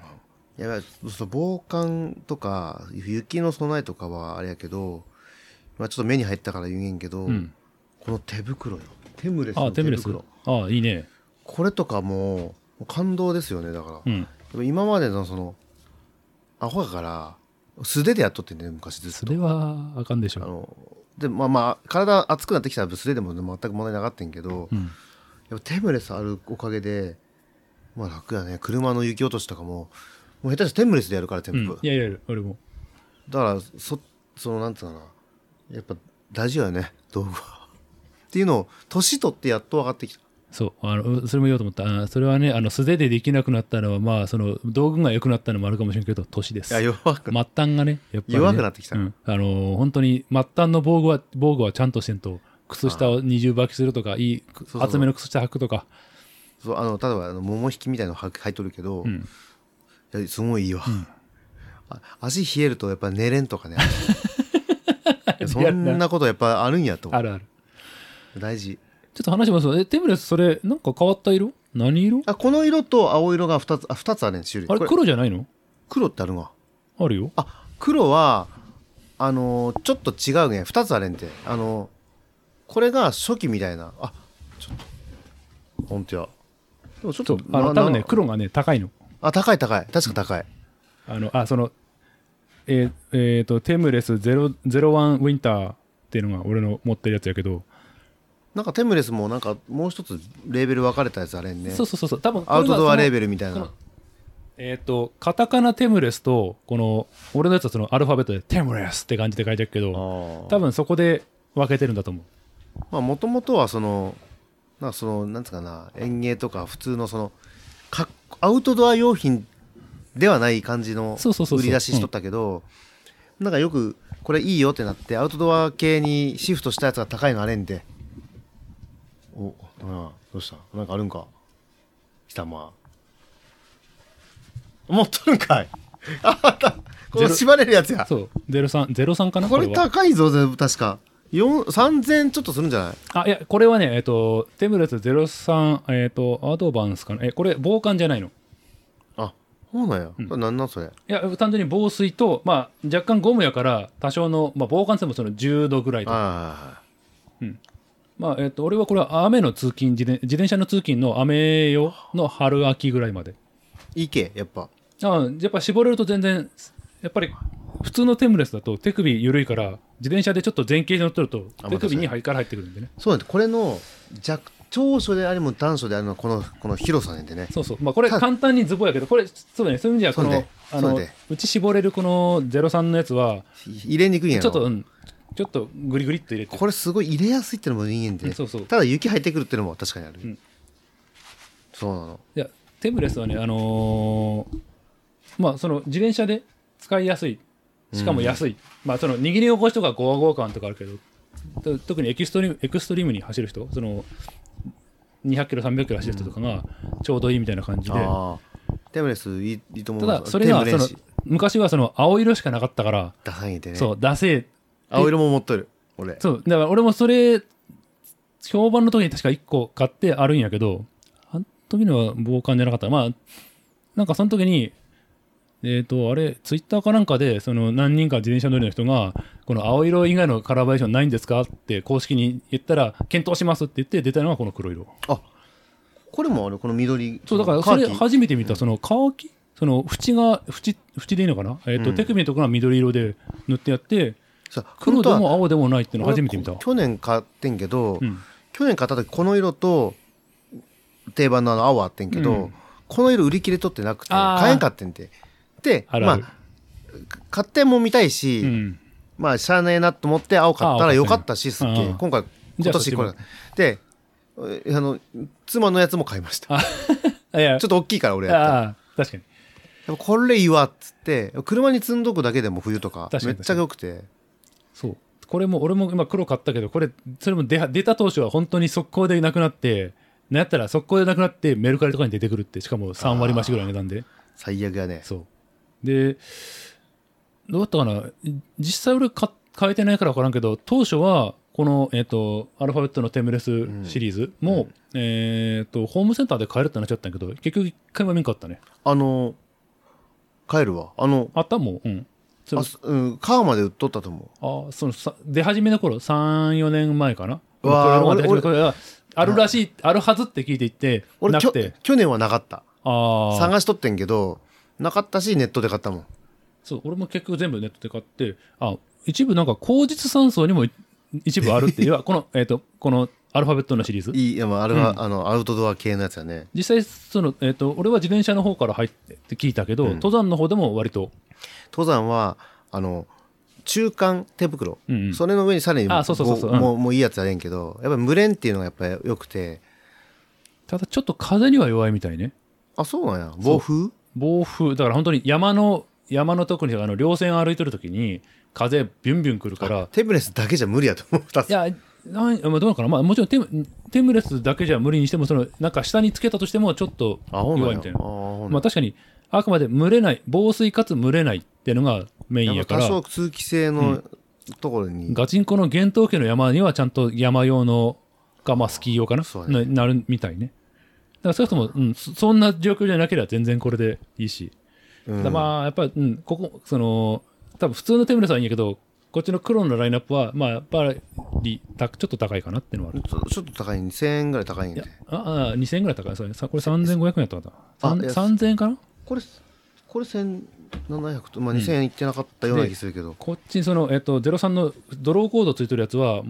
やばいその防寒とか雪の備えとかはあれやけど、まあ、ちょっと目に入ったから言えんけど、
うん。
この手袋よテムレス
あ
の
あ、
手
テムレス
袋。
ああ、いいね。
これとかもう感動ですよねだから
う、ん。
今までのそのアホやから素手でやっとってね昔ずっ
そ
と
れはあかんでし
あ
ょ
のでまあまあ体熱くなってきたら素手でも全く問題なかったんやけど、
う。うん。
やっぱテムレスあるおかげでまあ楽やね車の雪落としとかももう下手したらテムレスでやるからテ
う
ン
ん
プ、
いやいや、俺も。
だからそそのなんつうのかなやっぱ大事だよね道具はっていうのを年取ってやっと分かってきた
そうあのそれも言おうと思ったあーそれはねあの素手でできなくなったのはまあその道具が良くなったのもあるかもしれんけど年です
いや弱く
末端がねやっぱりね
弱くなってきた
うんあのー本当に末端の防具は防具はちゃんとしてんと靴下を二重履きするとかいいく
そうそう
厚めの靴下履くとか
そうあの例えばあの桃引きみたいなのは履いとるけど、
ん
いやすごいいいわ、あ足冷えるとやっぱ寝れんと かねいやそんなことやっぱあるんやと思
あ
う
るある
大事
ちょっと話しますわえテムレスそれなんか変わった色何色
あこの色と青色が2つあ二つあるね種類
あ
こ
れ黒じゃないの
黒ってあるわ
あるよ
あ黒はあのーちょっと違うね2つあれんてあのーこれが初期みたいなあちょっと本当やでもちょ
そ
っと
うあの
な
多分ね
な
黒がね高いの
あ高い高い確か高い、
あのあそのえっ、えーとテムレス001ウィンターっていうのが俺の持ってるやつやけど
なんかテムレスもなんかもう一つレーベル分かれたやつあれんね
そうそうそうそう多分
アウトドアレー
ル
ベルみたい
そ
な
のえっ、とカタカナテムレスとこの俺のやつはそのアルファベットでテムレスって感じで書いてあるけど
多
多
分
分そこで分けてるんだと思う
まあもともとはそのなんかそのなんつうかな園芸とか普通のそのかっアウトドア用品ではない感じの
そうそうそうそう
売り出ししとったけどなんかよくこれいいよってなってアウトドア系にシフトしたやつが高いのあれんでおダメだなどうしたなんかあるんか貴様持っとるんかい ああったこ
ゼ
れ
ロ
縛れるやつや
そう、03、03かな
これ
は
高いぞ全部確か4 3000ちょっとするんじゃない
あ、いや、これはね、えっと、テムレス03、えっと、アドバンスかな。え、これ、防寒じゃないの。
あそうなんや、これなんなんそれ
いや、単純に防水と、まあ、若干ゴムやから、多少の、まあ、防寒性もその10度ぐらいとか
あ
まあ、えっと、俺はこれは雨の通勤、自転自転車の通勤の雨用の春秋ぐらいまで。
あいいけやっぱ
あやっぱ絞れると全然、やっぱり普通のテムレスだと手首緩いから、自転車でちょっと前傾で乗ってると
あまあ、
手首に入から入ってくるんでね。
そうなんだこれの弱長所でありも短所であるのはこのこの広さねんでね
そうそう。まあこれ
た
簡単にズボンやけど、これ、そうだね。そういう意味では、こ
そう
の
ね、
あ
そう
の
ね、
うち絞れるこの03のやつは、
入れにくいんやろ
ちょっと、うん、ちょっとグリグリっと入れて。
これすごい入れやすいってのもいいんで、
うんそうそう
ただ雪入ってくるってのも確かにある、
ん
そうなの
いや、テムレスはね、あのーまあその自転車で使いやすい。しかも安い。まあその握り残しとかゴワゴワ感とかあるけど、と特にエキストリームエクストリームに走る人、その200キロ、300キロ走る人とかがちょうどいいみたいな感じで、
ああテムレスいいいいと思
た
う
だそれが
テ
そ
ムレ
の
ス
昔はその青色しかなかったから、
ダサいんでね
そう、ダセえ
青色も持っとる俺
そう、だから俺もそれ、評判の時に確か1個買ってあるんやけど、あの時のは防寒じゃなかった。まあ、なんかその時に、えっ、と、あれ、ツイッターかなんかで、その何人か自転車乗りの人が、この青色以外のカラーバリエーションないんですかって公式に言ったら、検討しますって言って出たのがこの黒色。
あこれもあるこの緑
そう、だから
カ
そ
ーキ
れ初めて見た、その乾きその縁が、縁、縁でいいのかなえっ、と、手首のところは緑色で塗ってやって、
そう
黒で
本当
も
は
青でもないっていうの初めて見た
俺。去年買ってんけど、
うん。
去年買った時この色と定番のあの青あってんけど、
うん
この色売り切れとってなくて
あー
買えんかってんてで
あるある
まあ買っても見たいし、
うん。
まあしゃあねえなと思って青買った
あ
ら
ー
よかったしすっげ
う
え
ん
今回
じゃ
今
あそっ
年
ち
こ
も
れでえあの妻のやつも買いました
ああいや
ちょっと大きいから俺やったら
ああ、確かに。
やっぱこれいいわっつって車に積んどくだけでも冬とか
確か
め
に
っちゃ良くて
そう。これも、俺も今黒買ったけど、これ、それも出は出た当初は本当に速攻でなくなって、なんやったら速攻でなくなってメルカリとかに出てくるって、しかも3割増しぐらいの値段で。
最悪やね
そう。で、どうだったかない実際俺買買えてないから分からんけど、当初は、この、えっ、と、アルファベットのテムレスシリーズも、えっ、と、ホームセンターで買えるってなっちゃったんやけど、結局一回も見んかったね。
あの帰るわあの
あったもう、うん。そ
あ
の
すうんカーまで売っとったと思う
あそのさ出始めの頃34年前かな
うわー
これが出始め
俺
これがあるらしいあるはずって聞いていって
俺
な
きょ
くて
去年はなかった
ああ
探しとってんけどなかったしネットで買ったもん
そう俺も結局全部ネットで買ってあ一部なんか口実山荘にもい一部あるっていう いやこのえっ、とこのアルファベットのシリーズ
いいいやまああれは、あのアウトドア系のやつやね
実際その、えっと俺は自転車の方から入ってって聞いたけど、登山の方でも割と
登山はあの中間手袋、
うんうん
それの上にさらに
あそうそうそうそうう
も
ん
もうもういいやつやねんけどやっぱ無連っていうのがやっぱ良くて
ただちょっと風には弱いみたいね
あそうなんや暴風
暴風だから本当に山の山の特にあの稜線歩いてる時に風ビュンビュン来るから
テーブレスだけじゃ無理やと思う2つ
いや、なんまあ、どうなのかな、まあ、もちろんテムテムレスだけじゃ無理にしても、そのなんか下につけたとしても、ちょっと
あほんな
弱い
んや
みたいな
あ。ほん
ま
な
あ、確かに、あくまで蒸れない、防水かつ蒸れないっていうのがメイン
んや
や
っ
から、
ぱ多少通気性のところに、
ガチンコの厳冬期の山にはちゃんと山用のか、まあ、スキー用かな、
そうだ
ななるみたいね。だから少なくとも、うん、そそんな状況じゃなければ全然これでいいし、
うん
だまあやっぱり、うん、ここ、その、多分普通のテムレスはいいんやけど、こっちの黒のラインナップは、まあ、やっぱりたちょっと高いかなっていうのはある。
ちょちょっと高い2000円ぐらい高いんで
ああ、2000円ぐらい高い。それさこれ3500円やったか
あ
な。
いや
3 3000円かな
これこれ1700と、まあ、2000円いってなかったような気するけど、
こっちにその、えっと、03のドローコードついてるやつは、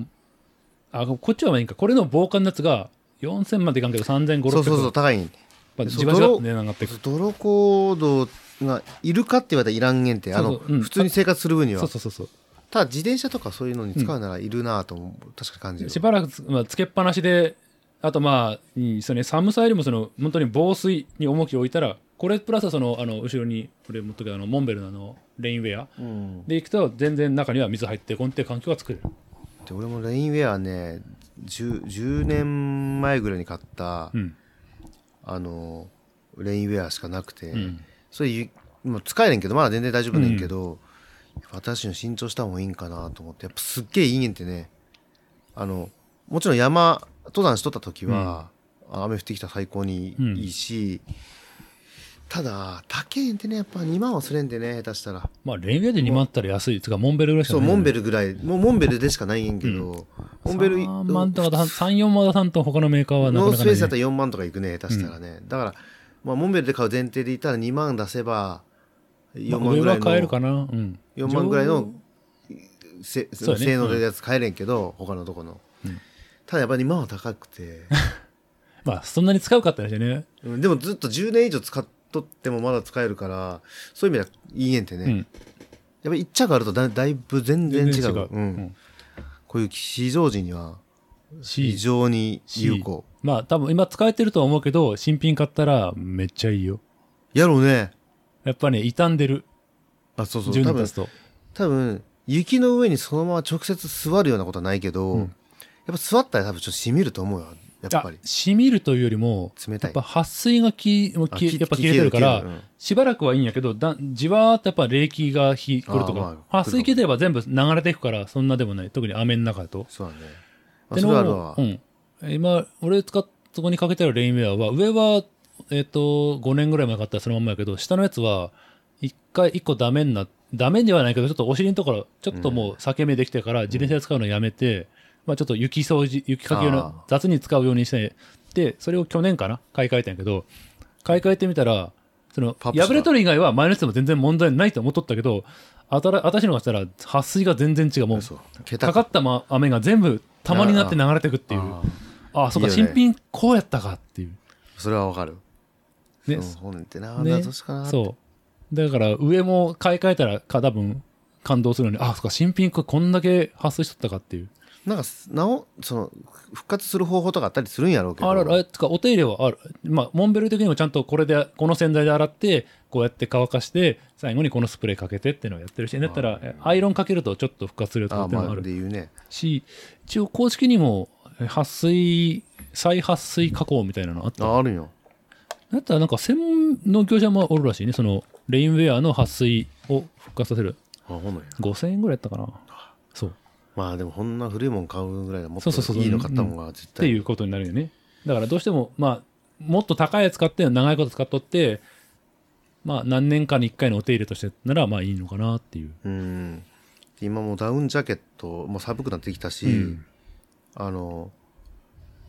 あ、こっちはまあいいんか。これの防寒のやつが4000までいかんけど3500
そうそうそう高いん
まあ、
そう
じわじわ
ドロ
値段上がっていく。
泥コードがいるかって言われたらいらんげんってあの
そうそううん
普通に生活する分に
そ
は
うそうそうそう。
ただ自転車とかそういうのに使うならいるなとも確かに感じる
しばらくつ,、まあ、つけっぱなしで、あとまあ、うんそうね、寒さよりもその本当に防水に重きを置いたら、これプラスはそのあの後ろにこれ持っとけあのモンベルのあのレインウェア
うん、
でいくと全然中には水入ってこんっていう環境が作れる、
で俺もレインウェアね 10, 10年前ぐらいに買った、
うん
あのレインウェアしかなくて、
うん
それゆもう使えねんけどまだ全然大丈夫ねんけど、やっぱ私の新調した方がいいんかなと思ってやっぱすっげえいいねんってねあのもちろん山登山しとった時は、雨降ってきたら最高にいいし、ただ高えんってねやっぱ2万はすれんでね下手したら
まあレインウェアで2万あったら安いつうかモンベルぐらいしか
そ
ない
う
よね
モンベルぐらいもうモンベルでしかないんやけど、モンベル
3万とか34万出さんと他のメーカーはなか
ノ
な
ー
か
スフ
ない
ェイスだ
ね、
ったら4万とかいくね、足したらね。だから、まあ、モンベルで買う前提でいたら2万出せば、4
まあ
万
上
ぐら
はい買える
の、
かな、うん、
4万ぐらいのせ
そうやね
性能でやつ買えれんけど、他のとこの
うん。
ただやっぱり2万は高くて、
まあそんなに使うかったらしいね
うんでもずっと10年以上使っとってもまだ使えるから、そういう意味ではいいねんってね。
うん
やっぱり1着あるとだだいぶ全然違う。
う
うん
ん
こういう非常時には非
C
常に有効。
まあ多分今使えてるとは思うけど新品買ったらめっちゃいいよ
やろうね。
やっぱね傷んでる
あ、そうそう。
10年経
多分
つと
多分雪の上にそのまま直接座るようなことはないけど、
うん
やっぱ座ったら多分ちょっとしみると思うよやっぱり
あ染みるというよりも
冷た
やっ
い
ぱ撥水がきもう
あ
き
き
やっぱ切れてるから
切れてる
しばらくはいいんやけどだじわーっとやっぱ冷気がひ来ると
あ
か
ーまあ
撥水切れれば全部流れていくからそんなでもない特に雨の中だと
そうだね、まあ、
で
そ
の
れはあるわ、
うん、今俺使っそこにかけてるレインウェアは上は、えっと5年ぐらい前買ったらそのまんまやけど下のやつは1回一個ダメになダメではないけどちょっとお尻のところちょっともう裂け目できてから自転車で使うのやめて、まあ、ちょっと雪掃除雪かき用の
あ
雑に使うようにしてでそれを去年かな買い替えたんやけど買い替えてみたらその
パップした
破れとる以外は前のやつでも全然問題ないと思っとったけどあたら私のがしたら撥水が全然違うもう
そう桁
かかった、ま、雨が全部玉になって流れてくっていう
あ
あ
ー
あそうか
いいよ
新
ね
品こうやったかっていう
それはわかる
ね
うんそうねんってなあんな年かなって
そうだから上も買い替えたらか多分感動するのにあそうか新品ここんだけ発生しとったかっていう
なんかなおその復活する方法とかあったりするんやろうけど
あららえつかお手入れはあるまあモンベル的にもちゃんとこれでこの洗剤で洗ってこうやって乾かして最後にこのスプレーかけてっていうのをやってるしだったらえアイロンかけるとちょっと復活するとか
あ
っ
ー
ていうの
ま
もあ
あ
る
で言うね
し一応公式にもえ撥水再撥水加工みたいなのあった
ああるんよ
だったらなんか専門の業者もおるらしいねそのレインウェアの撥水を復活させる
あほんのや
5000円ぐらいやったかなそうっ
まあでもこんな古いもん買うぐらいはもっ
そうそうそ
と
う
いいの買ったもんが絶
て
対
いうことになるよねだからどうしてもまあもっと高いやつ買って長いこと使っとってまあ何年かに1回のお手入れとしてならまあいいのかなっていう
うん今もうダウンジャケットも寒くなってきたし、
うん
あの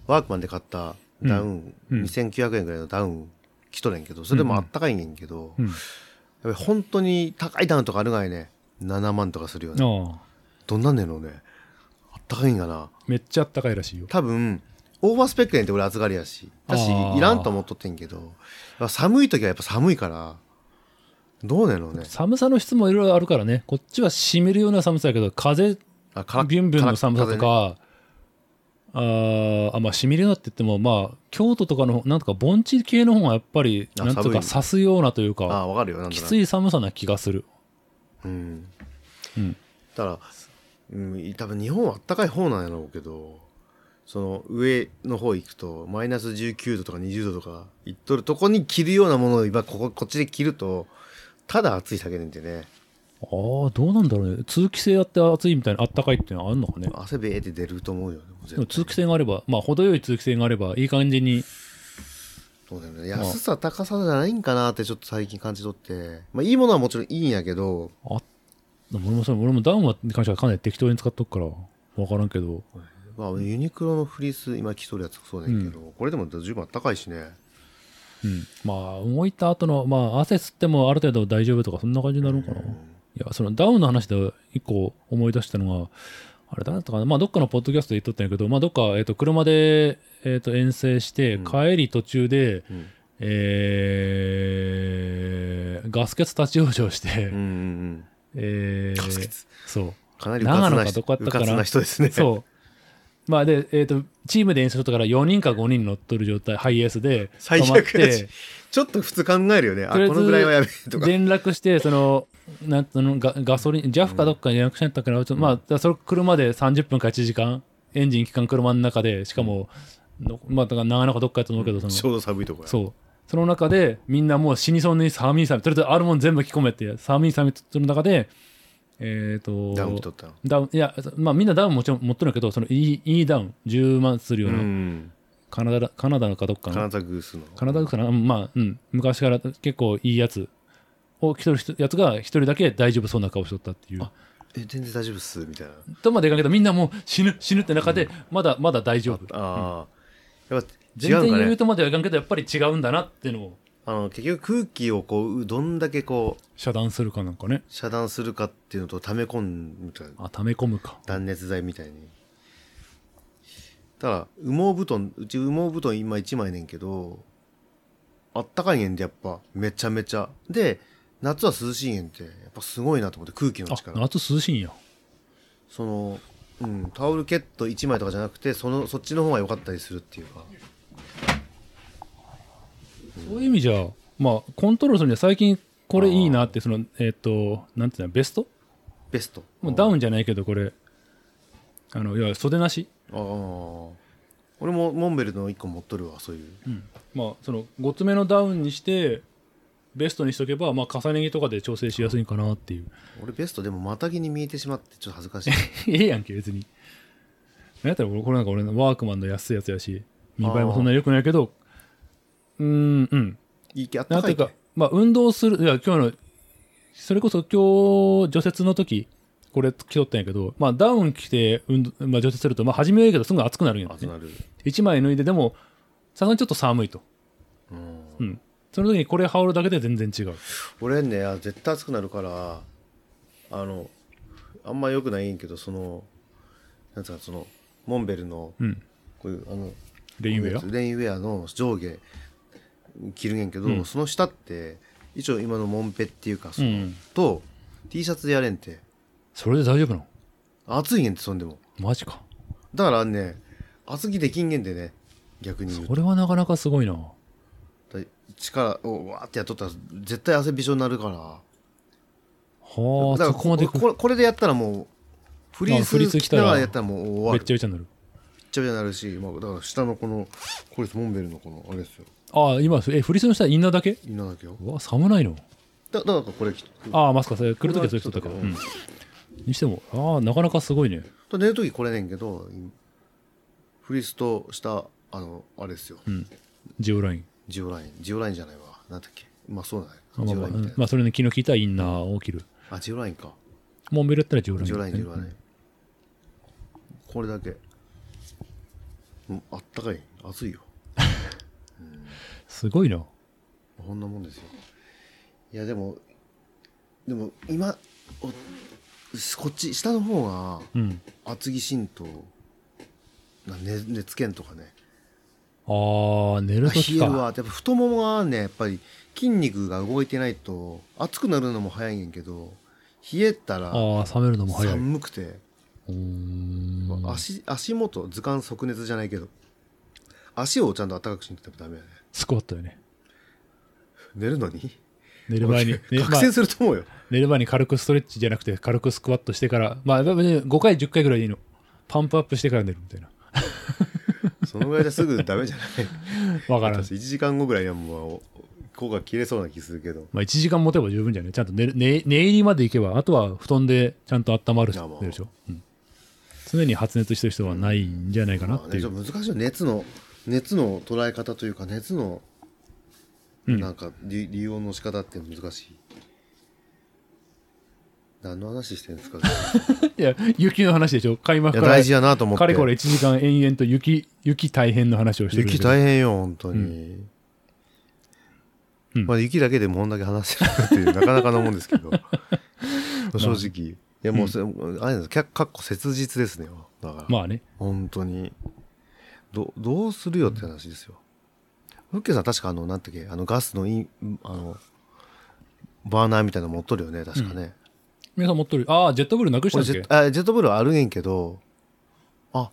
ワークマンで買ったダウン、
うん
2900円ぐらいのダウン着とるんやけどそれでもあったかいんやけど、
うん
やっぱり本当に高いダウンとかあるがいね7万とかするよね
ああ
どんなんねんのねあったかいんかな
めっちゃあったかいらしいよ
多分オーバースペックねんって俺暑がりやしだし
あー
いらんと思っとってんけどやっぱ寒い時はやっぱ寒いからどうねんのね
寒さの質もいろいろあるからねこっちはしみるような寒さやけど風
あから
ビュンビュンの寒さと
からね
か、あーあまあしみれなって言ってもまあ京都とかのなんとか盆地系の方がやっぱり
あ
なんと
寒い
か刺すようなという
あ
か
わかるよなんと
き
なく
つい寒さな気がする
うん
うん
だから、うん、多分日本はあったかい方なんやろうけどその上の方行くとマイナス19度とか20度とか行っとるとこに着るようなものを今こここっちで着るとただ暑いだけねんてね
ああどうなんだろうね通気性あって暑いみたいなあったかいっていうのはあるのかね
汗べーって出ると思うよ、ね、
で
絶
も
対
通気性があればまあ程よい通気性があればいい感じに
そうだよね安さ高さじゃないんかなってちょっと最近感じ取って、まあ、いいものはもちろんいいんやけど
あでも俺もそれ俺もダウンはに関してはかなり適当に使っとくから分からんけど
まあ、ユニクロのフリース今着とるやつもそうだけど、これでも十分あったかいしね
うん、まあ動いた後のまあ汗吸ってもある程度大丈夫とかそんな感じになるのかな、いやそのダウンの話で一個思い出したのがあれ誰だったかなまあどっかのポッドキャストで言っとったんやけどまあどっか、えっと車で、えっと遠征して
うん
帰り途中で、
うん
えーガス欠立ち往生して、
うんうんうん
えー
ガス欠
そう
かなりうかつ
長野
な
か
人
どこやったかな
うかつな人ですね
そうまあで、えっ、と、チームで演出とから4人か5人乗っとる状態、ハイエースで、
最
止
悪
まっ、
やしてちょっと普通考えるよねあ
とりあえず
このぐらいはやべえとか
連絡して、その、なんそのガガソリン、JAF かどっかに連絡しなかったから、ちょっとまあ、だからそれ車で30分か1時間、エンジン期間車の中で、しかも、のまあ、だから長野かどっかやと思うけど、その、
ちょうど寒いとこや
そう。その中で、みんなもう死にそうに寒い寒い、とりあえずあるもん全部着込めって、寒い寒いとってる中で、えっ、と、
ダウン取ったの
ダウンいや、まあみんなダウンもちろん持ってるんだけど、そのいいいいダウン、10万するよ
う
うな、
ん
カナダカナダかどっか
カナ
の、
ダグースの
カナダかな、うんまあ、うん、昔から結構いいやつを着とる人やつが一人だけ大丈夫そうな顔しとったっていう。
え全然大丈夫っすみたいな
とまでかけど、みんなもう死ぬ、死ぬって中で、まだまだ大丈夫。
ああ、やっぱ違
全然
うんか
余
ね
裕とまではいかんけど、やっぱり違うんだなっていうのを
あの結局空気をこうどんだけこう
遮断するかなんかね。
遮断するかっていうのと溜め込むみたいな
あ、溜め込むか。
断熱材みたいにただ羽毛布団うち羽毛布団今1枚ねんけどあったかいねんでやっぱめちゃめちゃで夏は涼しいねんってやっぱすごいなと思って空気の
あ、
力
夏涼しいんや。
その、うん、タオルケット1枚とかじゃなくてそのそっちの方が良かったりするっていうか
そういう意味じゃ、まあ、コントロールするには最近これいいなって、その、えっ、と、なんていうの、ベスト
ベスト
もうダウンじゃないけど、これ、あの、いわゆる袖なし、
ああ俺もモンベルの1個持っとるわそういう
まあ、その、ごつめのダウンにして、ベストにしとけば、まあ、重ね着とかで調整しやすいかなっていう。
俺ベストでもまたぎに見えてしまってちょっと恥ずかしい
ええやんけ、別に。なんやったら、俺これなんか俺のワークマンの安いやつやし、見栄えもそんなに良くないけど、うーん、うん。
いいけあっ
なん
たか
てい
いうけ
か、まあ、運動する、いや、今日の、それこそ今日、除雪の時、これ着とったんやけど、まあ、ダウン着て運動、まあ、除雪すると、まあ、初めはいいけど、すぐ暑くなるんや
あ
ん、
と
ね。
なる
一枚脱いで、でも、さすがにちょっと寒いと。
うん
うん。その時にこれ羽織るだけで全然違う。
俺ねあ絶対暑くなるからあのあんま良くないんやけどそのなんつうかそのモンベルの
うん。
こういうあの
レインウェア
レインウェアの上下着るんやけど、
うん
その下って一応今のモンペっていうかその、
うん
と T シャツでやれんて
それで大丈夫なの
暑いねんってそんでも
マジか。
だからね厚着できんげんでね逆に言う
それはなかなかすごいな。
と力をわーってやっとったら絶対汗びしょになるから
はあ、
だから
そこまで
ここれこれでやったらもうフリ
あフリー
ー
ス
ス
着
着
たら
ながらやったらもう終わ
べ
る
っちゃべちゃになる。
めっちゃめちゃなるし、まあ、だから下のこのこれですモンベルのこのあれですよ
ああ、今、え、フリスの下インナーだけ
稲だけよ
うわ、寒ないの。
だだからこれ着て
ああ、マスカ、それ来るときはそういう人だから。う
これ
ん
は。
にしても、ああ、なかなかすごいね。
寝る時これねんけどフリースと下あのあれですよ、
うん。ジオライン。
ジオラインジオラインじゃないわなんだっけまあそうだね
まあ
ジ
まあ
オ
ま
ラ
あ、う
インみ
ん
たいな、
まあそれに気の利いたインナーを切る。
あジオラインか
モンベルやったらジオライン。
ジオラインジオライ
うん
ンこれだけうんあったかい暑いよ
すごいな。
こんなもんですよいやでもでも今おこっち下の方が
うん。
厚着浸透な熱熱源とかね
ああ、寝る
冷
とき
える
か。
わやっぱ太ももがねやっぱり筋肉が動いてないと熱くなるのも早いんやけど冷えた
あ
ら
あ、冷めるのも早い。う
寒くて、
ーん。
足足元図鑑即熱じゃないけど足をちゃんと暖かくしないとダメだね
スクワットよね。
寝るのに
寝る前に。ねま
覚
あ
醒すると思うよ、
寝る前に軽くストレッチじゃなくて、軽くスクワットしてから、まあ、5回、10回ぐらいでいいの。パンプアップしてから寝るみたいな。
そのぐらいですぐダメじゃない
わからん。
1時間後ぐらいにはもう効果切れそうな気するけど
まあ、1時間持てば十分じゃないちゃんと寝る寝寝入りまで行けば、あとは布団でちゃんと温まる
いやもう
でしょ。うん常に発熱してる人はないんじゃないかな
まあ
って
ね、
い
ちょ
う。
っと難しいよ熱の熱の捉え方というか熱の
うん
なんか利利用の仕方って難しい、何の話してるん ですかい
いや、雪の話でしょ。開幕
や
から
大事やなと思って
かれこれ1時間延々と雪、雪大変の話をしてるんだけ
雪
ど。
大変よ本当に、
うん
まあ、雪だけでもこんだけ話せるっていうなかなかなもんですけ ど正直、いやもうそれ、あれなんですかかっこ切実ですねだから、
まあね。
本当にどどうするよって話ですよフッケさん確かあのなんていうっけあのガスのインあのバーナーみたいなの持っとるよね確かね、
皆さん持っとる。ああ、ジェットブルなくした
俺
ん
ジ
だっ
ェ
け
ットあジェットブルはあるねんけどあ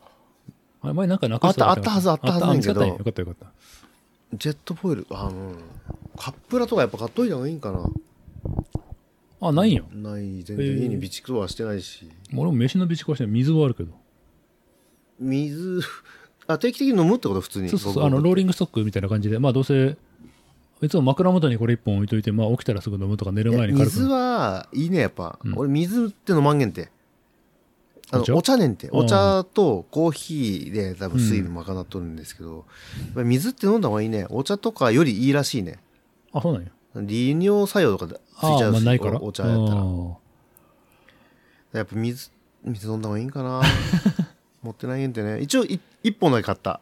あれ前なんかなくした
あったあったはずあったはずなんやけど
あったあ見つかったんやよかったよかっ
ジェットフォイル、あの、カップラとかやっぱ買っといた方がいいんかな。
た。あ、ないんよ。
な
え
い、全然
ー
家に備蓄はしてないし。
俺も飯の備蓄はしてない水はあるけど。
水、あ、定期的に飲むってこと普通に。
そうそうそ
僕
う、あの、ローリ
ン
ングストックみたいな感じで、まあどうせ、いつも枕元にこれ一本置いといて、まあ起きたらすぐ飲むとか寝る前に軽
水
く。
はいいね、やっぱ。
うん
俺、水って飲まんげんて。あの
お茶
お茶ねんて。
うん
お茶とコーヒーで多分水分賄っとるんですけど、やっぱり水って飲んだ方がいいね。お茶とかよりいいらしいね。
あ、そうなんや。
利尿作用とかでつい
あ
ちゃ
あ、
う
まあ
し、
ないから。
おお茶やった
あ
ら。
ー
やっぱ水、水飲んだ方がいいんかな。 持ってないげんてね。一応い、一本だけ買った。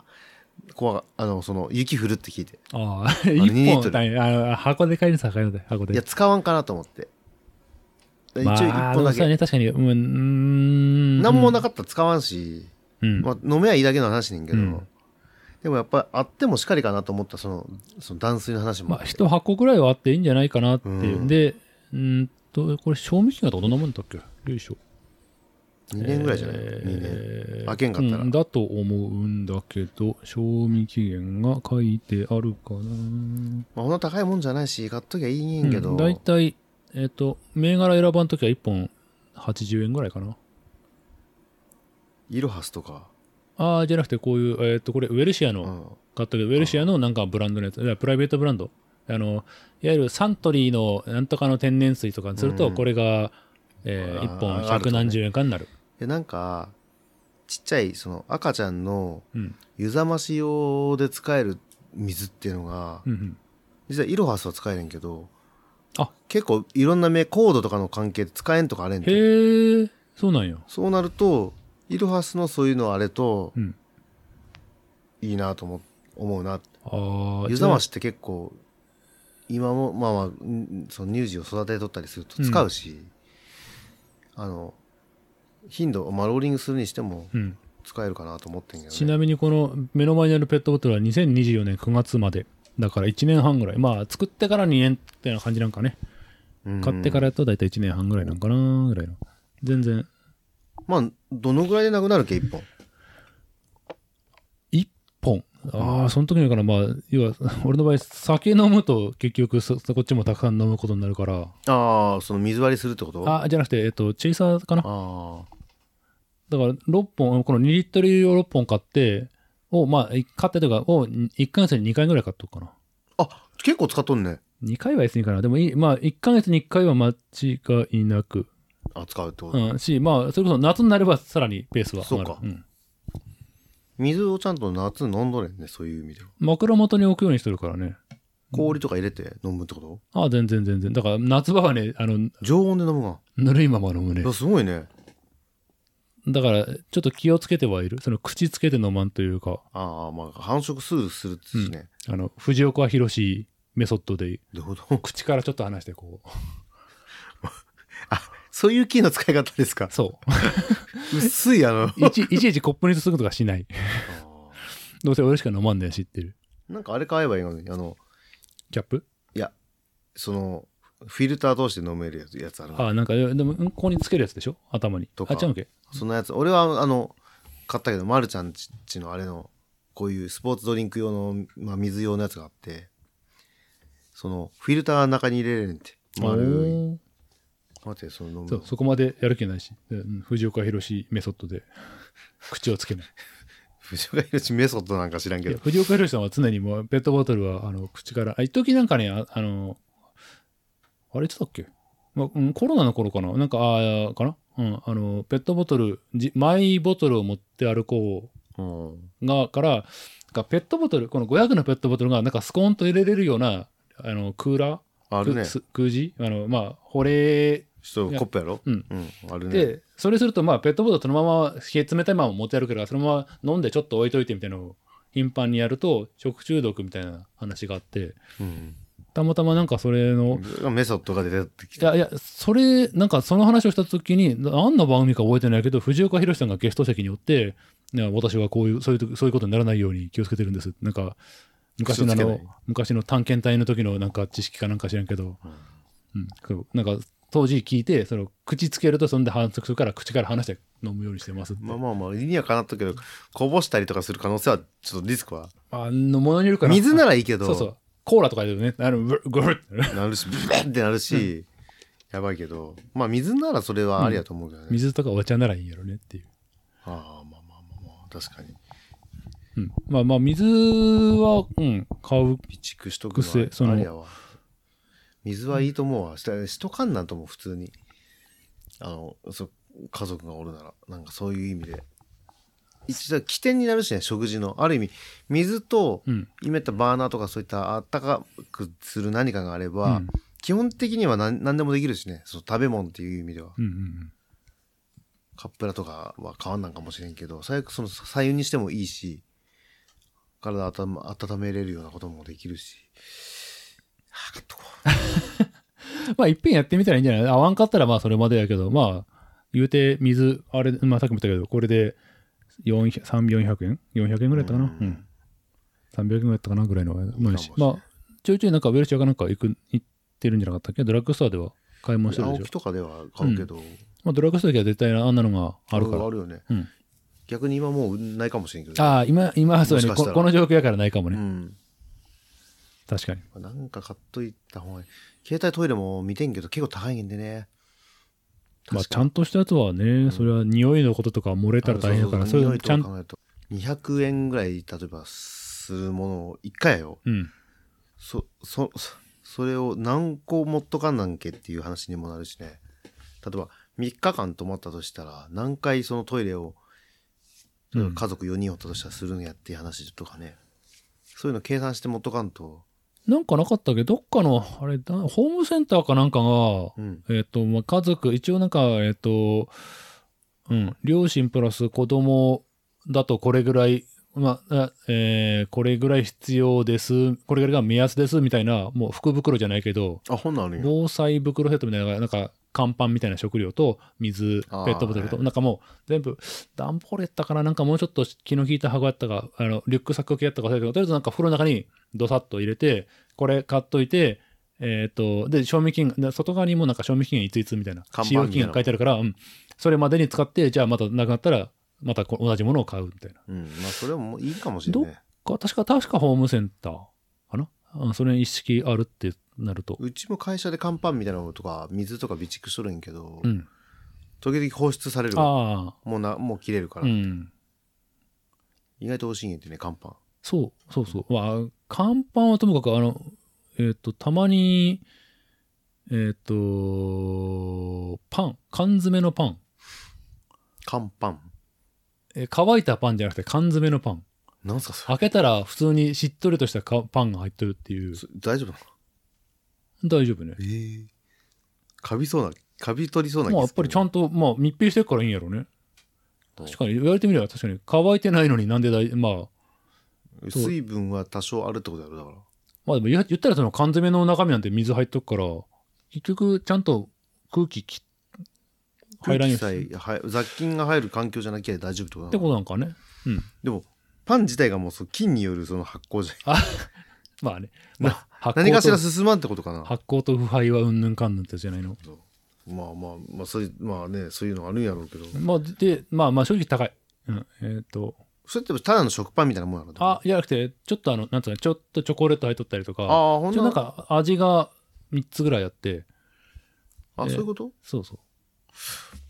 怖があの、その、雪降るって聞いて。
ああ、一
2リット
本
ル
単位、あ箱で買えるさ、買えるで、箱で。
いや、使わんかなと思って。一応
まあ、
一本だ
でもそ
け。
うやね、確かに、うんうーん、
何もなかったら使わんし、
うん、
まあ、飲めはいいだけの話ねんけど、
うん
でもやっぱあってもしかりかなと思ったそのその断水の話も
ま
あ
あ、
って、
一箱ぐらいはあっていいんじゃないかなっていう。
うん
で、うーんと、これ、賞味期限がどんなもんだったっけよいしょ。
2年ぐらいじゃない、2年
えー
開けんかったら
うんだと思うんだけど、賞味期限が書いてあるかな。
まあ、こんな高いもんじゃないし買っときゃいいねんけど、
うん大体、えっ、と、銘柄選ばんときは1本80円ぐらいかな。
イロハスとか、
ああ、じゃなくて、こういう、えっ、と、これ、ウェルシアの、
うん、
買ったけど、ウェルシアのなんかブランドのやつ、だからプライベートブランド。あの、いわゆるサントリーのなんとかの天然水とかにすると、
うん
これが、え
あー
1本
あると
百
ね
何十円かになる。
でなんかちっちゃいその赤ちゃんの
うん。
湯冷まし用で使える水っていうのが、
うんうん。
実はイロハスは使えるんけど
あ
結構いろんな目コードとかの関係で使えんとかあれんて
へえ、そうなんや。
そうなるとイロハスのそういうのあれと、
うん
いいなと思思うな
ああ。
湯冷ましって結構今もまあまあうんその乳児を育てとったりすると使うし、あの頻度、まあ、ローリングするにしても
うん。
使えるかなと思ってんけど、ね、
ちなみにこの目の前にあるペットボトルは2024年9月まで。だから1年半ぐらい。まあ、作ってから2年ってな感じなんかね。
うん
買ってからだと大体1年半ぐらいなんかなぐらいの。全然。
まあどのぐらいでなくなるっけ1本
一本。ああ、その時のから、まあ、要は、 俺の場合、酒飲むと結局そ、こっちもたくさん飲むことになるから、
ああその水割りするってことあ
あじゃなくて、えっと、チェイサーかな。
あ
だから、6本、この2リットル用6本買って、を、まあ、い買ってというか、を、1ヶ月に2回ぐらい買っとくかな。
あ結構使っとんね
2回は安いかな。でもいい、まあ、1ヶ月に1回は間違いなく。
あ使うってこと、
うん、し、まあ、それこそ夏になればさらにペースは上がる。
そうか
ん。
水をちゃんと夏飲んどれんねそういう意味では
枕元に置くようにしてるからね。
氷とか入れて飲むってこと
ああ、全然全然。だから、夏場はね、あの、
常温で飲むが
ぬるいまま飲むね
いや。すごいね
だから、ちょっと気をつけてはいる。その、口つけて飲まんというか、
ああまあ繁殖するするっつしね、
あの、藤岡弘メソッドで、
どうどう
口からちょっと離して、こう。
そういうキーの使い方ですか
そ
薄いあの
う。いちいちいちコップに注ぐとかしない。どうせ俺しか飲まんねん、知ってる。
なんかあれ買えばいいのにあの
キャップ
そのフィルター通して飲めるやつやつある
ああ、なんか、でも、うんここにつけるやつでしょ頭に。
とか
あ、ちゃうわけ
そんなやつ俺はあの買ったけどまるちゃんちちのあれのこういうスポーツドリンク用の、まあ、水用のやつがあってそのフィルターの中に入れれるんて丸い
おー
待ってその飲む
そう、そこまでやる気ないし。でうん藤岡弘メソッドで、口をつけない。
藤岡弘メソッドなんか知らんけ
いや
ど
藤岡弘さんは常にもうペットボトルはあの口からあ一時なんかねああのあれ言ってたっけ、まあうん、コロナの頃かななんかああかな、うん、あのペットボトルじマイボトルを持って歩こ
うん
うがからがペットボトルこの500のペットボトルがなんかスコーンと入れれるようなあのクーラー
あるね
くす空時あのまあ保冷
ちょっとコップやろ
うん
うん、あるね
で、それするとまあペットボトルそのまま冷え冷たいまま持って歩くからそのまま飲んでちょっと置いといてみたいなのを頻繁にやると食中毒みたいな話があって
うん
たまたまなんかそれの
メソッドが出てき
い
た。
やいやそれなんかその話をした時に何の番組か覚えてないけど藤岡弘さんがゲスト席におっていや私はこういうそういうとそういうことにならないように気をつけてるんですなんか昔のあ
気をつ
の
けない
昔の探検隊の時のなんか知識かなんか知らんけど
うん
うん、そうなんか当時聞いてその口つけるとそんで反則するから口から離して飲むようにしてますって。
まあまあまあ、理にはかなったけど、こぼしたりとかする可能性は、ちょっとリスクは。
あの、ものによるから。
水ならいいけど、
そうそう。コーラとかでね、あの、ぐるぐるってなる
なるし、ブレってなるし、やばいけど、まあ水ならそれはありやと思うけどね。
水とかお茶ならいいんやろねっていう。
ああ、まあまあまあまあ、確かに。
うん。まあまあ、水は、うん、買う。
備蓄しとく
くせその
のはありやわ。水はいいと思うわ。ししとかんなんとも普通に。あの、そ家族がおるなら、なんかそういう意味で。一度起点になるしね、食事の。ある意味、水と、
うん。
イメたバーナーとかそういったあったかくする何かがあれば、
うん
基本的には何何でもできるしねそう食べ物っていう意味では
うんうんうん。
カップラとかは変わんなんかもしれんけど最悪その左右にしてもいいし体温温めれるようなこともできるしはあ買っとこう
まあ、いっぺんやってみたらいいんじゃない合わんかったら、まあ、それまでやけど、まあ、言うて、水、あれ、まあ、さっきも言ったけど、これで、400 3、400円 ?400 円ぐらいやったかな
う
うんん。300円ぐらいやったかなぐらいのもやし
かもしれ。ない
まあ、ちょいちょいなんか、ウェルシアかなんか行く、行ってるんじゃなかったっけドラッグストアでは買い物してるで
青
しょ
木。とかでは買うけど、
まあ、ドラッグストアでは絶対あんなのがあるから。
あるよね、
うん
逆に今もうないかもしれんけど、
ああ、今、今、そうや
も
ね
しかし
こ。
たら
この状況やからないかも
う
ね。
ん
確かに。
なんか買っといた方がいい携帯トイレも見てんけど結構高いんでね
まあ、ちゃんとしたやつはね、それは匂いのこととか漏れたら大変だから、
そ
そううい
そうう
の
ち
ち
ゃ
ゃ
ん
ん
と考えると200円ぐらい例えばするものを1回よ
うん。
そそそそれを何個持っとかんなんけっていう話にもなるしね例えば3日間泊まったとしたら何回そのトイレを例えば家族4人おったとしたらするんやっていう話とかね、そういうの計算して持っとかんと
なんかなかったっけど、どっかの、あれだ、ホームセンターかなんかが、
うん
えっ、と、まあ、家族、一応なんか、えっ、と、うん、両親プラス子供だとこれぐらい、まあ、あえーこれぐらい必要です、これぐらいが目安です、みたいな、もう福袋じゃないけど、
あ本なんあるんや
防災袋セットみたいなのがなんか乾パンみたいな食料と水ペ
あー
ットボトルと
は
なんかもう全部段ボールやったかななんかもうちょっと気の利いた箱やったかあのリュックサック系やったか忘れたけどとりあえずなんか袋の中にどさっと入れてこれ買っといてえっ、とで賞味期限で外側にもなんか賞味期限いついつみたいな
看板
使用期限が書いてあるから、うん、それまでに使ってじゃあまたなくなったらまたこ同じものを買うみたいな
うんまあそれはもういいかもしれない
か確か確かホームセンターかなうんそれに一式あるってなると
うちも会社で乾パンみたいなのとか水とか備蓄しとるんやけど、
うん
時々放出される
あ
わもうなもう切れるか
あ
ら、
うん
意外と美味しいんやってね乾パン
そうそうそう。まあ、乾パンはともかく、あの、えっ、と、たまに、えっ、と、パン、缶詰のパン。
乾パン
えー乾いたパンじゃなくて缶詰のパン。
なんすかそれ
開けたら普通にしっとりとしたかパンが入ってるっていう。
そ大丈夫なの
大丈夫ね。
ええカビそうなカビ取りそうな
まあやっぱりちゃ
ん
んと、まあ密閉してるからいいんやろね。
うん
確かに、言われてみれば確かに乾いてないのになんでだい、まあ、と
水分は多少あるってことやろだから
まあでも言言ったらその缶詰の中身なんて水入っとくから、結局ちゃんと空気き入らんように
空気さえはい雑菌が入る環境じゃなきゃ大丈夫ってこと
っ
な
て
の
ことなんかね。うん。
でもパン自体がもうそう菌によるその発酵じゃ
まあね。
な
まあ、発
何
酵
かしら
と
進まんってことかな
発酵と腐敗はうんぬんかんぬんってじゃないの。
まあまあまあそういうまあねそういうのあるんやろうけど
まあ、で、まあまあ正直高い。うん。えっ、と、
それってただの食パンみたいなもんやろでも
あ、じゃなくて、ちょっとあの、なんつうの、ちょっとチョコレート入っとったりと
あ
か、
あほん
ちょな
な
んか味が3つぐらいあって、
あそういうこと
そうそ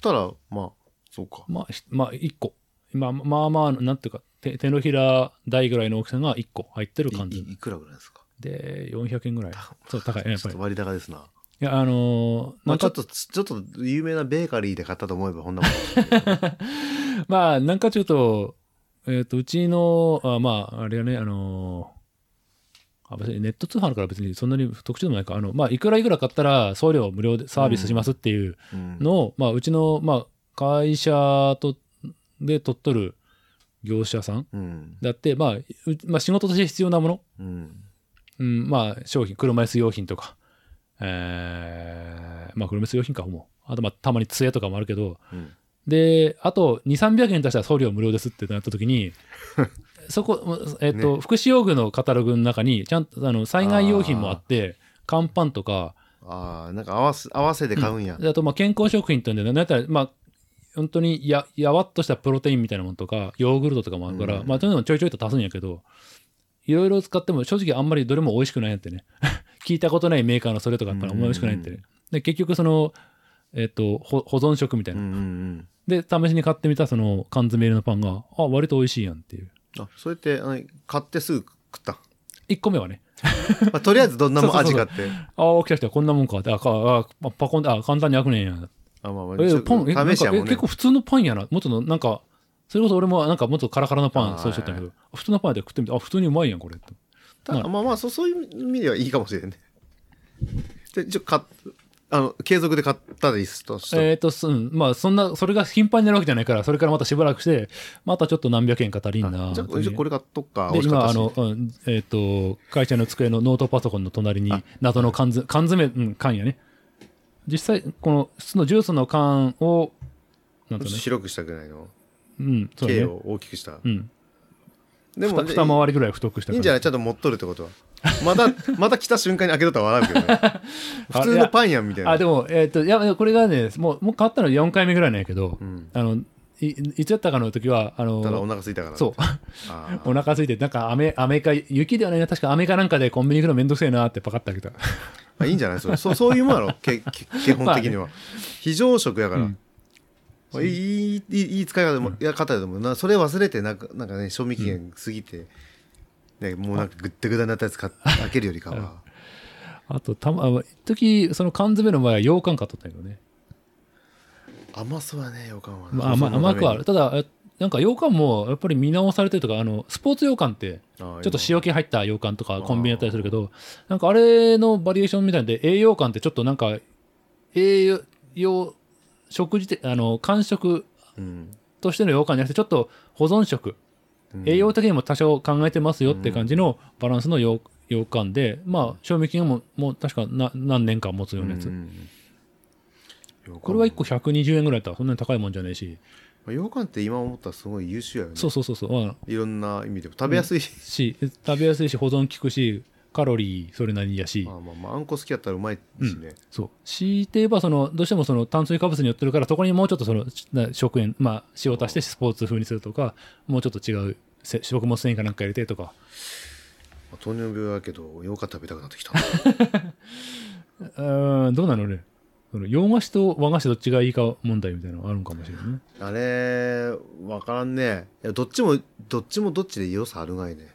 たらまあそうか
う。まあ、ひまあ、1個。まあまあまあ、なんていうか、手手のひら台ぐらいの大きさが1個入ってる感
い
じ
い。いくらぐらいですか
で、400円ぐらい。そう、高い。やっ
ち
ぱ
ょ
り。
っと
い
割高ですな
や、あのーな
まあ、
ん
ちょ
か
っ、と、ちょっと有名なベーカリーで買ったと思えば、こんなもん。
まあ、なんかちょっと、えっ、と、うちの、あまあ、あれはね、あのーあ別にネット通販だから別にそんなに特殊でもないか、あの、まあ、いくらいくら買ったら送料無料でサービスしますっていう
うん
のを、まあ、うちの、まあ、会社と、で取っとる業者さん
うん。
だって、まあ、うまあ、仕事として必要なもの、
うん。
うん、まあ、商品、車椅子用品とか、えー、まあ、車椅子用品か、ほぼ。あと、まあ、たまに杖とかもあるけど、
うん
で、あと、2、300円足したら送料無料ですってなった時 に、そこ、えっ、と、福祉用具のカタログの中に、ちゃんと、あの、災害用品もあって、乾パンとか、
ああ、なんか合わせ、合わせで買うんや。
であと、まあ、健康食品というんで、なんやったら、まあ、本当にややわっとしたプロテインみたいなものとかヨーグルトとかもあるから、
うん
まあそういうのもちょいちょいと足すんやけどいろいろ使っても正直あんまりどれも美味しくないんやってね 聞いたことないメーカーのそれとかあったら
うん
美味しくないって、で結局そのえっ、とほ保存食みたい
うん
な、
うん
で試しに買ってみたその缶詰入りのパンがあ割と美味しいやんっていう
うん。あ、それって、あの買ってすぐ食った。
1個目はね
まあ、とりあえずどんなもん
そうそう
味
そう
があって。
ああ、来た来た、こんなもんかって。あ、かああパコンあ、簡単に開くねんや。
あ、まあまあ、ちょ
え、
っ
パン、え、
と
なん
試
か
しや
え
もんね。
結構普通のパンやな。もっとの、なんか、それこそ俺もなんかもっとカラカラのパ
あ
ン、
ー
そうしちゃったんやけど、普通のパンで食ってみて、あ、普通にうまいやん、これ。
ただまあまあそう、そういう意味ではいいかもしれんね。で、ちょ、か、あの、継続で買ったでいいっすとして。
えっと、すうん、まあ、そんな、それが頻繁になるわけじゃないから、それからまたしばらくして、またちょっと何百円か足りんな
あじゃあ、
という
じゃあこれ買っとくか。
で、
美味しか
今、あ
ったし
の、、うんえっと、会社の机のノートパソコンの隣に、謎の缶詰、缶詰、うん、缶やね。実際、この、普通のジュースの缶を、なんと
ちょ
ね
っと、白くしたぐらいの、
うん、そう
径
ね。
を大きくした。
うん、
でも、
二
で
二回りぐらい太くした
いいんじゃないいちゃんと持っとるってことは。また、 また来た瞬間に開けとったら笑 うけどね。普通のパンやんみたいな。
あでもえっ、といやこれがねもうもう買ったの4回目ぐらいなんやけど、
うん。
あのいいつやったかの時はあ
ただ
の
お腹空いたから。
そう
あー
お腹空いてなんか雨雨か雪ではないな確か雨かなんかでコンビニ行くのめんどくせえなってパカッて開けた
まあいいんじゃないそれそうそういうもんやろけ け基本的には、非常食やから、
うん
まあいいいいいい使い方も、いや方だと思うなそれ忘れてなんかなんかね賞味期限過ぎて、ね、もうなんかぐったぐだになったやつ買っ開けるよりかは
あとたまあ一時その缶詰の前は羊羹買っとったんやけどね、
甘そうやね予感は、
まあ、甘甘くはあるただえなんか羊羹もやっぱり見直されてるとかあのスポーツ羊羹って
ちょ
ちょっと塩気入った羊羹とか
ー
コンビニやったりするけど、なんかあれのバリエーションみたいなんで、栄養感ってちょっとなんか、栄養、食事で、あの、間食
うん
としての羊羹じゃなくて、ちょっと保存食、
うん
栄養的にも多少考えてますよって感じのバランスの羊羊羹で、まあ、賞味期限ももう確かな何年間持つようなやつ。
うんうん羊羹
これは1個120円ぐらいだったらそんなに高いもんじゃねえし、
まあ羊羹って今思ったらすごい優秀やよね
そうそうそうそう、まあ
いろんな意味でも食べやすい、
し、食べやすいし、保存効くし、カロリーそれなりやし、
まあまあまああんこ好きやったらうまいしね、
そう強いて言えばそのどうしてもその炭水化物によってるからそこにもうちょっとそのしな食塩、まあ、塩を足してスポーツ風にするとかもうちょっと違うせ食物繊維かなんか入れてとか
まあ糖尿病やけど羊羹食べたくなってきた
うーんどうなのねその洋菓子と和菓子どっちがいいか問題みたいなのがあるのかもしれないね
あれ、わからんね。いや、どっちも、どっちもどっちで良さあるがいね。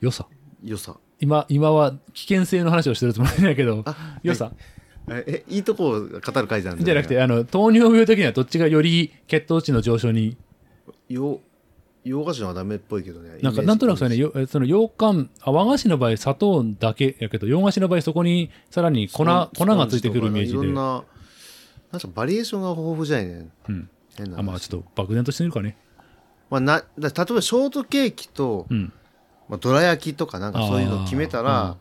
良さ
良さ。
今今は危険性の話をしてるつもりだけど
あ
良さ
え、えいいとこを語る会じゃん。
じゃなくてあの糖尿病的にはどっちがより血糖値の上昇に
よ洋菓子のはダメっぽいけどね。
なんかなんとなくそれね
ね。
よえその洋館あ和菓子の場合砂糖だけやけど洋菓子の場合そこにさらに粉粉
スポンジ
がついてくるイメージで
いろんな、なんかバリエーションが豊富じゃいね。
うん、
変
あ
な話。
まあちょっと漠然としてみるかね
まあ、な、だ例えばショートケーキと、
うん
まあ、どら焼きとかなんかそういうの決めた
あ
ら、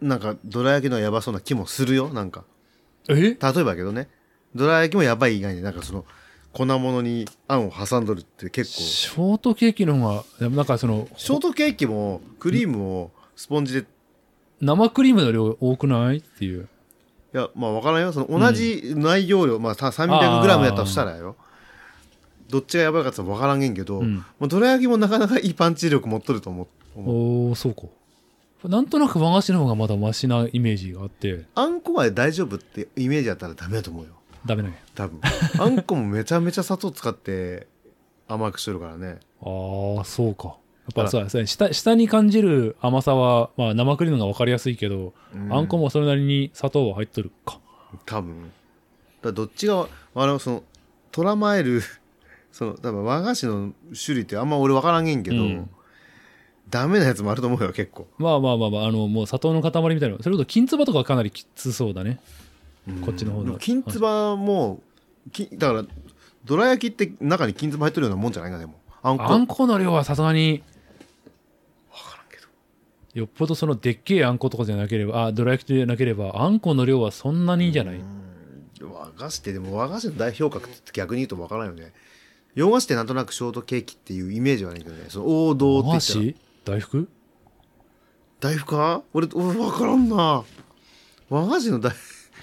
なんかどら焼きのやばそうな気もするよ、なんか。
え
例えばやけどねどら焼きもやばい以外になんかその粉物にあんを挟んどるって結構シ
ショートケーキの方がでもなんかその
ョートケーキもクリームをスポンジで
生クリームの量多くないっていう
いやまあ分からんよその同じ内容量、まあさ 300g やったとしたらよどっちがやばいかって分からんげんけど、
うん
もうどら焼きもなかなかいいパンチ力持っとると思う思う
おおそうかなんとなく和菓子の方がまだマシなイメージがあって
あんこは大丈夫ってイメージやったらダメだと思うよ
ダメなんや
多分 あんこもめちゃめちゃ砂糖使って甘くしとるからね
ああそうかや
あ
っぱ
ら
そうですね下下に感じる甘さは、まあ、生クリームが分かりやすいけど、
うん
あんこもそれなりに砂糖は入っとるか
多分だからどっちがあのその捕らまえる その多分和菓子の種類ってあんま俺分からんげんけど、
うん
ダメなやつもあると思うよ結構
まあまあまあまあ、あの、もう砂糖の塊みたいな。それこそ金つばとかはかなりきつそうだね。こっちの方
で
の。
も金つばもきだからどら焼きって中に金つば入ってるようなもんじゃないかでもあんこ
あんこの量はさすがに、
分からんけど
よっぽどそのでっけえあんことかじゃなければ、あ、どら焼きじゃなければ、あんこの量はそんなにじゃない。
うん和菓子ってでも和菓子の代表格って逆に言うと分からんよね洋菓子ってなんとなくショートケーキっていうイメージはないけどねその王道
和
って言
菓
った
子大
ら
福
大福か俺俺分からんな和菓子の大